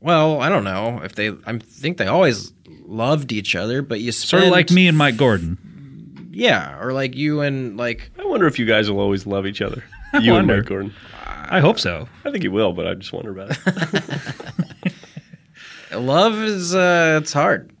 A: Well, I don't know if they. I think they always loved each other, but you spend,
B: Sort of like me and Mike Gordon.
A: yeah, or like you and like
C: I wonder if you guys will always love
B: (laughs)
C: each other. You and
B: wonder.
C: Mike Gordon.
B: I hope so.
C: I think you will, but I just wonder about it.
B: (laughs)
A: love is uh it's hard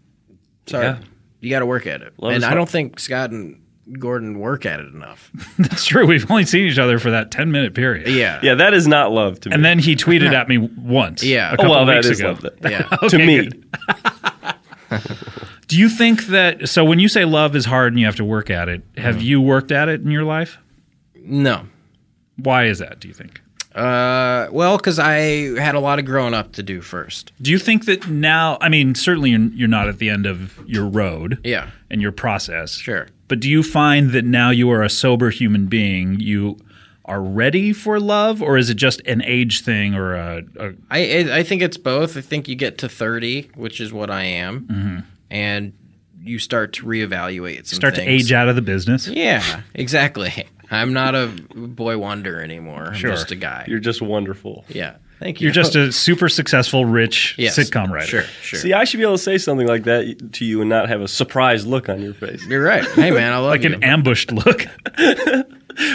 A: it's hard
C: Yeah.
A: you got to work at it
C: Love
A: and
C: is
A: i
C: hard.
A: don't think scott and gordon work at it
B: (laughs)
A: enough
B: That's true. We've only seen each other for that ten minute period.
A: yeah
C: Yeah, that is not love to me.
B: And then he tweeted at me once.
A: Yeah.
B: A
A: Oh,
B: couple
C: well, that
B: weeks
C: is
B: ago.
C: love.
B: (laughs)
C: That,
A: yeah
C: (laughs) to
B: Okay,
C: me,
B: good. Do you think that so when you say love is hard and you have to work at it, have
A: Mm-hmm.
B: you worked at it in your life?
A: no
B: Why is that, do you think?
A: uh well because i had a lot of growing up to do first
B: Do you think that now I mean certainly you're, you're not at the end of your road
A: yeah
B: and your process.
A: Sure.
B: But do you find that now you are a sober human being, you are ready for love or is it just an age thing or a, a
A: i i, I think it's both i think you get to 30 which is what i am and you start to reevaluate some
B: Mm-hmm. start to
A: things.
B: age out of the business?
A: yeah (laughs) exactly i'm not a boy wonder anymore i'm just a guy
C: you're just wonderful.
A: yeah Thank you.
B: You're just a super successful, rich
A: Yes.
B: sitcom writer.
A: Sure, sure.
C: See, I should be able to say something like that to you and not have a surprised look on your face.
A: You're right. Hey man, I love
B: Like
A: you.
B: an ambushed look.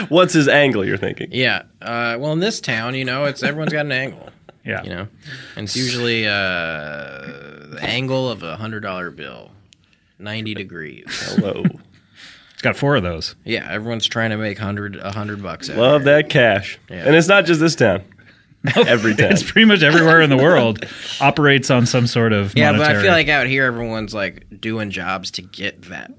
C: What's his angle?
A: (laughs)
C: You're thinking.
A: yeah. Uh, well, in this town, you know, it's everyone's got an angle.
B: Yeah.
A: You know, and it's usually uh, the angle of a hundred dollar bill, ninety degrees.
C: Hello.
B: It's got four of those. (laughs)
A: Yeah, everyone's trying to make hundred a hundred bucks. out
C: Love
A: here.
C: that cash.
A: Yeah.
C: And it's not just
A: (laughs)
C: this town. Every town.
B: It's pretty much everywhere in the world operates on some sort of
A: Yeah,
B: monetary.
A: but I feel like out here, everyone's like doing jobs to get that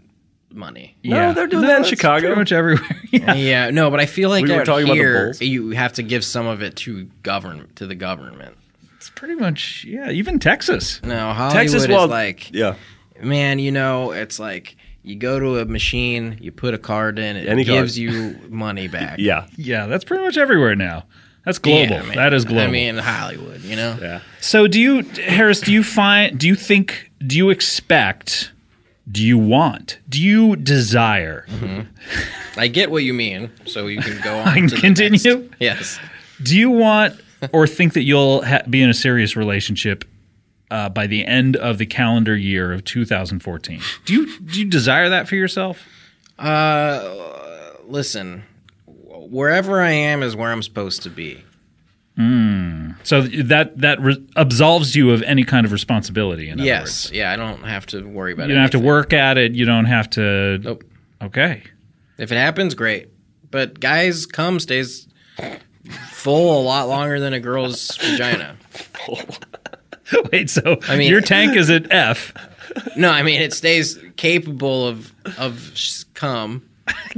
A: money.
C: No, they're doing that in
B: it's
C: Chicago.
B: Pretty much everywhere. (laughs) Yeah.
A: Yeah, no, but I feel like
C: We were
A: out
C: talking about the
A: here
C: Bulls.
A: you have to give some of it to govern to the government.
B: It's pretty much yeah. Even Texas.
A: No, Hollywood
C: Texas
A: is
C: well,
A: like,
C: yeah.
A: man, you know, it's like you go to a machine, you put a card in, it
C: Any card.
A: gives you
B: (laughs)
A: money back.
C: Yeah.
B: Yeah, that's pretty much everywhere now. That's
A: Yeah,
B: global.
A: man.
B: that is global.
A: I mean, Hollywood, you know.
C: Yeah.
B: So do you, Harris? Do you find? Do you think? Do you expect? Do you want? Do you desire?
A: I get what you mean, so you can
B: (laughs)
A: go on.
B: can
A: to the
B: continue?
A: next. Yes.
B: Do you want or think that you'll ha- be in a serious relationship uh, by the end of the calendar year of 2014? Do you do you desire that for yourself?
A: Listen, wherever I am is where I'm supposed to be.
B: So th- that that re- absolves you of any kind of responsibility. In other
A: yes.
B: words.
A: Yeah, I don't have to worry about it.
B: you don't have to work at it. You don't have to.
A: Nope.
B: Okay. (laughs)
A: If it happens, great. But guys, cum stays full a lot longer than a girl's (laughs) vagina.
B: Wait. So
A: I mean-
B: your tank is
A: (laughs)
B: at F.
A: No, I mean it stays capable of of s- cum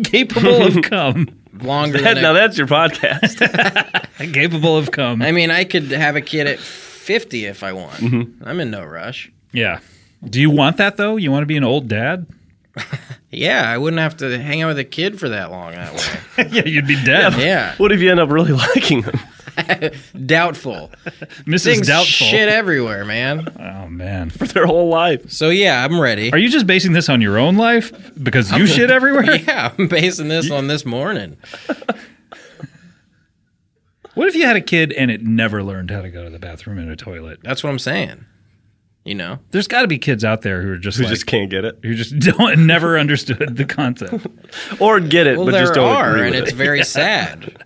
B: capable of cum.
A: longer
C: That-
A: than. A,
C: now that's
A: (laughs)
C: your podcast.
B: capable of cum.
A: I mean, I could have a kid at fifty if I want.
C: Mm-hmm.
A: I'm in no rush.
B: yeah. Do you want that though? You want to be an old dad? (laughs)
A: Yeah, I wouldn't have to hang out with a kid for that long that way. (laughs)
B: yeah, you'd be dead.
A: Yeah,
C: what if you end up really (laughs) liking him?
A: doubtful.
B: Mrs.
A: Things
B: Doubtful.
A: shit everywhere, man.
B: Oh man.
C: Their whole life.
A: So yeah, I'm ready. (laughs)
B: Are you just basing this on your own life because you shit
C: (laughs)
B: everywhere?
A: yeah, I'm basing this on this morning.
B: What if you had a kid and it never learned how to go to the bathroom in a toilet?
A: That's what I'm saying. You know.
B: There's got to be kids out there who are just
C: Who
B: like,
C: just can't get it.
B: who just (laughs) don't never understood the
C: (laughs)
B: concept.
C: Or get it,
A: Well,
C: but
A: there
C: just don't
A: are,
C: agree
A: and
C: with
A: it's
C: it. (laughs)
A: very sad.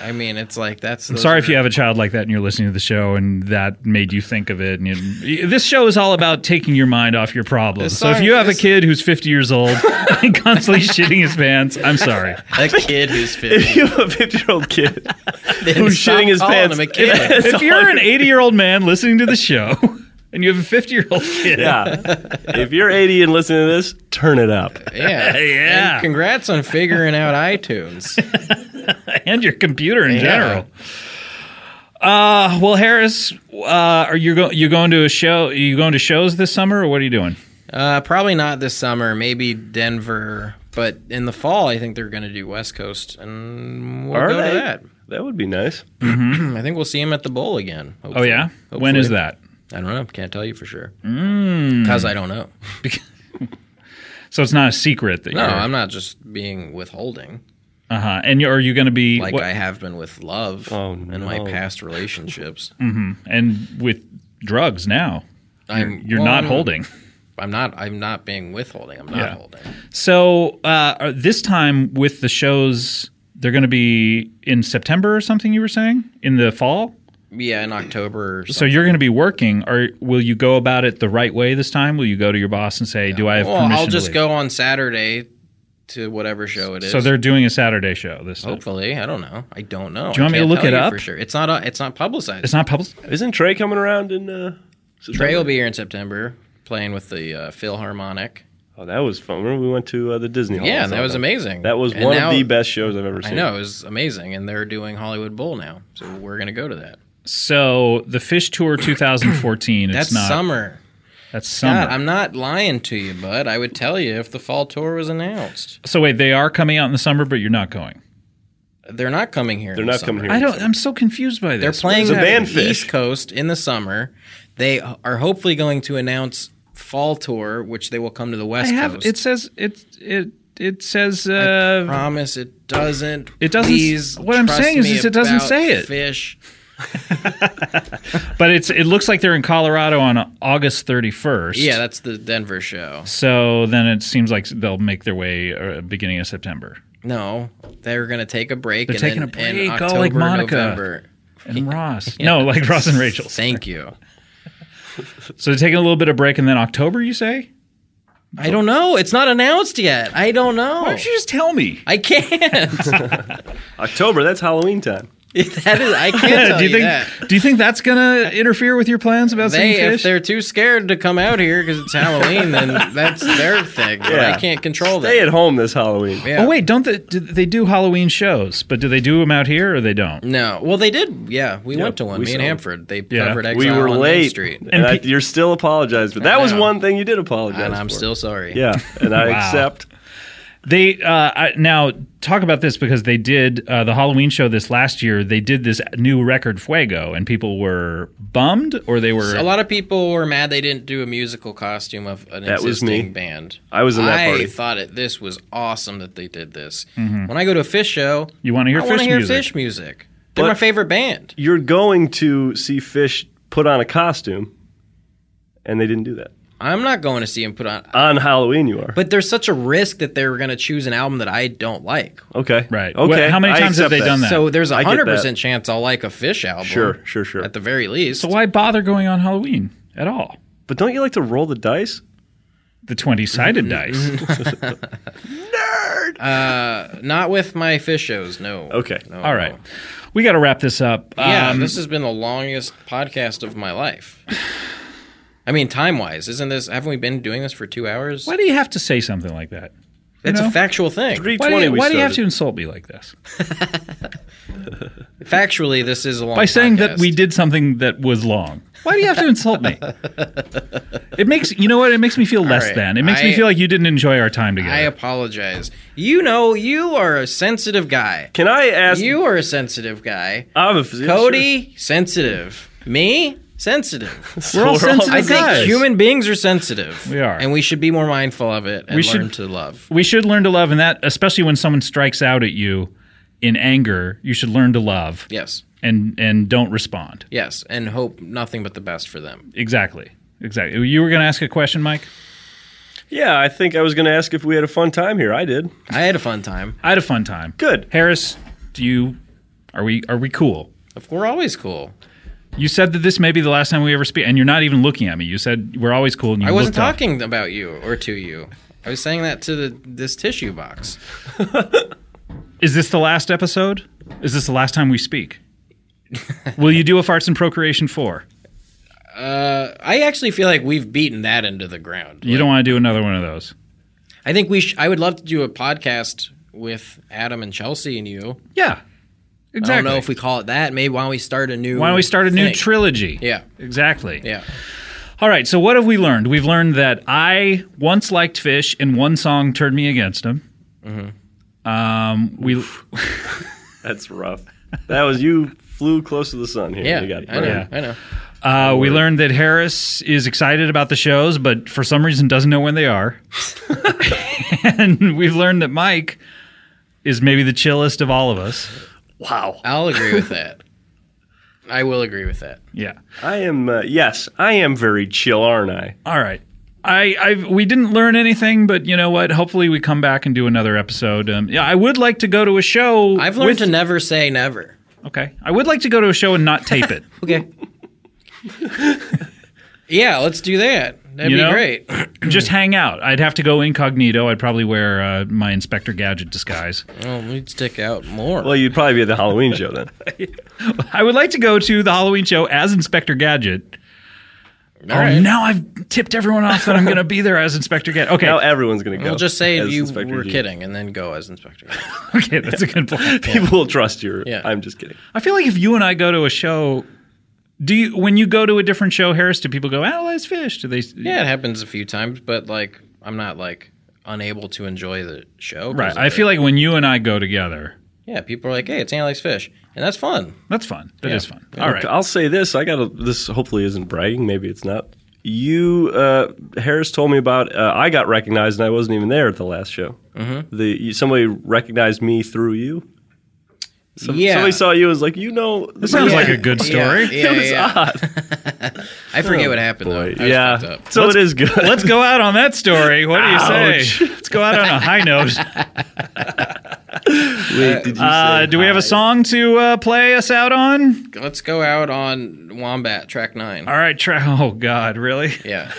A: I mean, it's like that's.
B: I'm sorry if you have a child like that and you're listening to the show and that made you think of it. And you, this show is all about taking your mind off your problems.
A: This
B: So if
A: song-
B: you have a
A: this-
B: kid who's 50 years old (laughs) and constantly shitting his pants, I'm sorry.
A: a kid who's
C: If
A: fifty
C: you have a 50 year
A: (laughs)
C: old kid
A: then
C: who's
A: stop
C: shitting his
A: calling
C: pants.
A: him a kid.
C: (laughs) Yeah, (laughs) it's
B: If you're
C: all-
B: an 80 year old man listening to the show (laughs) and you have a 50 year old kid,
C: Yeah. if you're 80 and listening to this, turn it up.
A: (laughs) Yeah,
B: (laughs) Yeah.
A: And congrats on figuring out iTunes.
B: (laughs) and your computer in
A: Yeah.
B: general. Uh, well, Harris, uh, are you go- you going to a show? you going to shows this summer, or what are you doing?
A: Uh, probably not this summer. Maybe Denver, but in the fall, I think they're going to do West Coast, and we'll
C: Are
A: go
C: they?
A: to that.
C: That would be nice.
A: I think we'll see him at the bowl again.
B: Oh
A: hopefully.
B: yeah, when is
A: Hopefully.
B: that? Mm.
A: I don't know. Can't tell you for sure because I don't
B: (laughs)
A: know.
B: So it's not a secret
A: (laughs)
B: that
A: No,
B: you're.
A: I'm not just being withholding.
B: Uh huh. And you, are you going to be
A: like
B: what-
A: I have been with love
C: Oh,
A: in my
C: no.
A: past relationships.
B: and with drugs now?
A: I'm
B: (laughs) You're
A: well,
B: not
A: I'm-
B: holding.
A: I'm not. I'm not being withholding. I'm not
B: Yeah.
A: holding.
B: So uh, are- this time with the shows, they're going to be in September or something. You were saying in the fall.
A: Yeah, in October. Or
B: So
A: so
B: you're going to be working, or will you go about it the right way this time? Will you go to your boss and say, "Do I have
A: well,
B: permission?"
A: I'll
B: to
A: just
B: leave?
A: go on Saturday to whatever show it is.
B: So they're doing a Saturday show this time.
A: hopefully. I don't know. I don't know.
B: Do you want
A: I
B: me to
A: can't
B: look
A: tell
B: it
A: you
B: up?
A: For sure. It's not. uh it's not publicized.
B: It's not public.
C: Isn't Trey coming around in uh, September?
A: Trey will be here in September playing with the uh, Philharmonic.
C: Oh, that was fun. Remember we went to uh, the Disney Hall?
A: Yeah,
C: and
A: that
C: saw
A: was amazing.
C: That was
A: And
C: one
A: now-
C: of the best shows I've ever seen.
A: I know it was amazing, and they're doing Hollywood Bowl now, so we're gonna go to that.
B: So the Fish Tour 2014. it's
A: That's
B: not.
A: summer.
B: That's summer.
A: God, I'm not lying to you, bud. I would tell you if the fall tour was announced.
B: so wait, they are coming out in the summer, but you're not going.
A: They're not coming here.
C: They're
A: in the
C: not coming
A: summer.
C: here.
B: I don't. I'm so confused by this.
A: They're playing
C: There's a
A: on
C: band
A: the
C: fish.
A: East Coast in the summer. They are hopefully going to announce fall tour, which they will come to the
B: I
A: West
B: have.
A: Coast.
B: It says it. It. It says.
A: I
B: Uh,
A: promise it doesn't.
B: It doesn't s-
A: Please
B: what I'm
A: trust
B: saying is
A: me
B: this, it doesn't
A: about
B: say it.
A: Fish.
B: But it's it looks like they're in Colorado on August 31st.
A: Yeah, that's the Denver show.
B: so then it seems like they'll make their way uh, beginning of September.
A: No, they're gonna take a break.
B: They're
A: and
B: taking
A: then,
B: a
A: in
B: break. Oh,
A: October,
B: like Monica.
A: November.
B: And (laughs) Ross. No, like Ross and Rachel.
A: Thank you.
B: So they're taking a little bit of break and then October, you say?
A: I don't know. It's not announced yet. I don't know.
B: Why don't you just tell me?
A: I can't. (laughs)
C: October, that's Halloween time.
A: that is, I can't tell
B: (laughs) do you think
A: that.
B: do you think that's gonna interfere with your plans about
A: They,
B: seeing
A: if
B: fish?
A: they're too scared to come out here because it's Halloween,
C: (laughs)
A: then that's their thing. But
C: Yeah.
A: I can't control
C: Stay
A: that.
C: at home this Halloween.
A: Yeah.
B: Oh wait, don't they, do they do Halloween shows? But do they do them out here or they don't?
A: No. Well, they did. Yeah, we went to one.
C: we
A: Me and
C: saw it.
A: Hamford. They
B: Yeah.
A: covered Exile
C: We were
A: on Main
C: late, (laughs)
A: Street,
C: and,
B: And
C: I,
B: pe-
C: you're still apologized. But
A: I
C: that was
A: know.
C: one thing you did apologize.
A: and I'm
C: for.
A: still (laughs) sorry.
C: Yeah, and I
B: Wow.
C: accept.
B: They uh, I, now talk about this because they did uh, the Halloween show this last year. They did this new record Fuego, and people were bummed or they were
A: A lot of people were mad they didn't do a musical costume of an
C: That was
A: existing
C: me.
A: band.
C: I was in that
A: I
C: party.
A: thought it. This was awesome that they did this. When I go to a fish show,
B: Mm-hmm. You wanna hear
A: I wanna
B: Fish
A: hear
B: music.
A: fish music. They're my
C: But-
A: favorite band.
C: You're going to see Fish put on a costume, and they didn't do that
A: I'm not going to see them put on.
C: on Halloween. You are
A: But there's such a risk that they're going to choose an album that I don't like.
C: okay,
B: Right.
C: Okay,
B: Well, how many
C: I
B: times have
C: accept
B: they done that?
A: So there's a
C: I get
A: hundred
C: that.
A: percent chance I'll like a fish album.
C: Sure, sure, sure.
A: At the very least.
B: So why bother going on Halloween at all?
C: But don't you like to roll the dice?
B: The twenty sided dice.
A: Mm-hmm. Not with my fish shows. No.
C: Okay.
A: No,
B: All right,
A: no.
B: we got to wrap this up.
A: Yeah,
B: Um,
A: this has been the longest podcast of my life. (sighs) I mean, time wise, isn't this? Haven't we been doing this for two hours?
B: why do you have to say something like that? You
A: It's
B: know?
A: a factual thing.
C: Three
B: Why do
C: twenty.
B: you, why do you have to insult me like this?
A: Factually, this is a long.
B: By saying that
A: podcast.
B: we did something that was long. Why do you have to insult
A: (laughs)
B: me? It makes you know what? It makes me feel less
A: right.
B: than. It makes me
A: I-
B: feel like you didn't enjoy our time
A: I
B: together.
A: apologize. You know, you are a sensitive guy.
C: Can I ask?
A: You are a sensitive guy.
C: I'm a physician.
A: Cody, sensitive. Me, sensitive.
B: We're all
C: We're all-
B: sensitive
A: I think
B: guys.
A: human beings are sensitive.
B: We are.
A: and we should be more mindful of it and
B: We
A: learn
B: should-
A: to love.
B: we should learn to love, and that especially when someone strikes out at you in anger, you should learn to love
A: Yes,
B: and and don't respond.
A: yes, and hope nothing but the best for them.
B: Exactly. Exactly. You were going to ask a question, Mike.
C: Yeah, I think I was going to ask if we had a fun time here. I did.
A: I had a fun time.
B: I had a fun time.
C: Good.
B: Harris, do you are we are we cool?
A: We're always cool.
B: You said that this may be the last time we ever speak, and you're not even looking at me. You said we're always cool. And you
A: I wasn't
B: looked up.
A: talking about you or to you. I was saying that to the, this tissue box.
B: Is this the last episode? Is this the last time we speak? Will you do a farts and procreation four?
A: I actually feel like we've beaten that into the ground.
B: You don't want to do another one of those.
A: I think we. Sh- I would love to do a podcast with Adam and Chelsea and you.
B: Yeah, exactly.
A: I don't know if we call it that. Maybe why don't we start a new?
B: Why don't we start a new
A: thing?
B: trilogy?
A: Yeah.
B: exactly.
A: Yeah.
B: All right. So what have we learned? We've learned that I once liked fish, and one song turned me against him.
A: Mm-hmm.
B: Um, we
C: That's rough. That was you flew close to the sun here.
A: Yeah.
C: You got it.
A: I know.
B: Yeah.
A: I know.
B: uh, we learned that Harris is excited about the shows, but for some reason doesn't know when they
A: (laughs)
B: are. (laughs) and we've learned that Mike is maybe the chillest of all of us.
C: Wow.
A: I'll agree with that. I will agree with that.
B: Yeah.
C: I am. Uh, yes, I am very chill, aren't I?
B: All right. I, I we didn't learn anything, but you know what? Hopefully, we come back and do another episode. Um, yeah, I would like to go to a show.
A: I've learned
B: with-
A: to never say never.
B: Okay, I would like to go to a show and
A: (laughs)
B: not tape it.
A: Okay. yeah, let's do that. That'd
B: You
A: be
B: know?
A: great. Oh,
B: Just hang out. I'd have to go incognito. I'd probably wear uh, my Inspector Gadget disguise.
A: Well, we'd stick out more.
C: Well, you'd probably be at the Halloween
A: (laughs)
C: show then.
B: I would like to go to the Halloween show as Inspector Gadget.
A: All
B: oh,
A: right.
B: now I've tipped everyone off that I'm going to be there as Inspector
A: (laughs)
B: Gadget. Okay,
C: Now everyone's going to go.
A: We'll just say
C: as
A: you
C: Inspector
A: were
C: G.
A: kidding and then go as Inspector.
B: okay, that's a good plan.
C: (laughs) People will trust your.
A: Yeah.
C: I'm just kidding.
B: I feel like if you and I go to a show, do you when you go to a different show, Harris? Do people go analyze fish? Do they?
A: yeah, it happens a few times, but like I'm not like unable to enjoy the show. 'cause
B: Right.
A: of
B: I
A: it.
B: feel like when you and I go together,
A: yeah, people are like, hey, it's Alex Fish, and that's fun.
B: that's fun. That is fun. All
C: Okay, (laughs)
B: right.
C: I'll say this. I got to this. Hopefully, isn't bragging. Maybe it's not. You uh, Harris told me about. Uh, I got recognized, and I wasn't even there at the last show. Mm-hmm. The you, somebody recognized me through you. Some,
A: Yeah.
C: Somebody saw you and was like, you know,
B: This sounds
A: Yeah.
B: like a good story.
A: Yeah,
C: it was
A: yeah.
C: odd.
A: (laughs) I forget what happened though. I
C: Boy,
A: was fucked
C: yeah.
A: up.
C: So it is good.
B: Let's go out on that story. What do you
C: Ouch.
B: say? (laughs) Let's go out on a
C: (laughs)
B: high note.
C: Wait, did you
B: Uh,
C: say
B: do we have a
C: hi?
B: song to uh, play us out on?
A: Let's go out on Wombat track nine.
B: All right, try. (laughs) Oh God, really?
A: Yeah.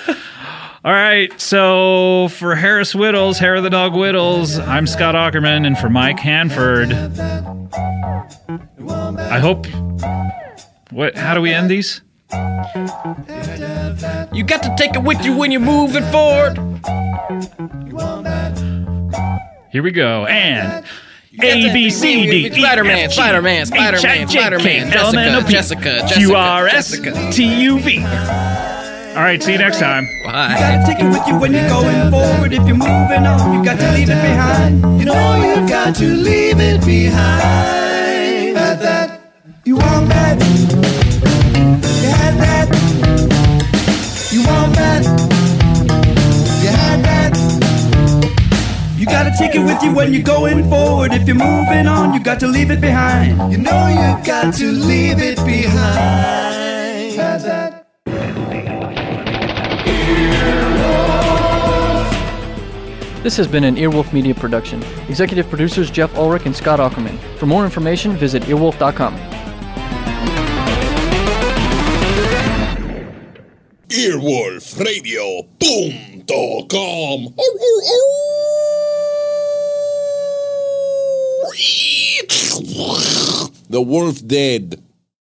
B: All right. So for Harris Whittles, Hair of the Dog Whittles, I'm Scott Ackerman, and for Mike Hanford, I hope. What? How do we end these?
A: You got to take it with you when you're moving forward.
B: Here we go. And
A: That's
B: A
A: it.
B: B C D E
A: Spider-Man,
B: F, G,
A: Spider-Man, Spider-Man,
B: H, I, J, K,
A: Spider-Man,
B: L, M, N, O, P,
A: Jessica, Jessica,
B: Q R S
A: Jessica.
B: T U V. All right. See you next time.
A: Bye.
F: gotta take it with you when you're going forward. If you're moving on, you got to leave it behind. You know you've got to leave it behind. Had that, you want that. You had that. You want that. You had that. You gotta take it with you when you're going forward. If you're moving on, you got to leave it behind. You know you've got to leave it behind. Had that.
G: This has been an Earwolf Media production. Executive producers Jeff Ulrich and Scott Ackerman. For more information, visit earwolf.com.
H: Earwolfradio.com. The wolf dead.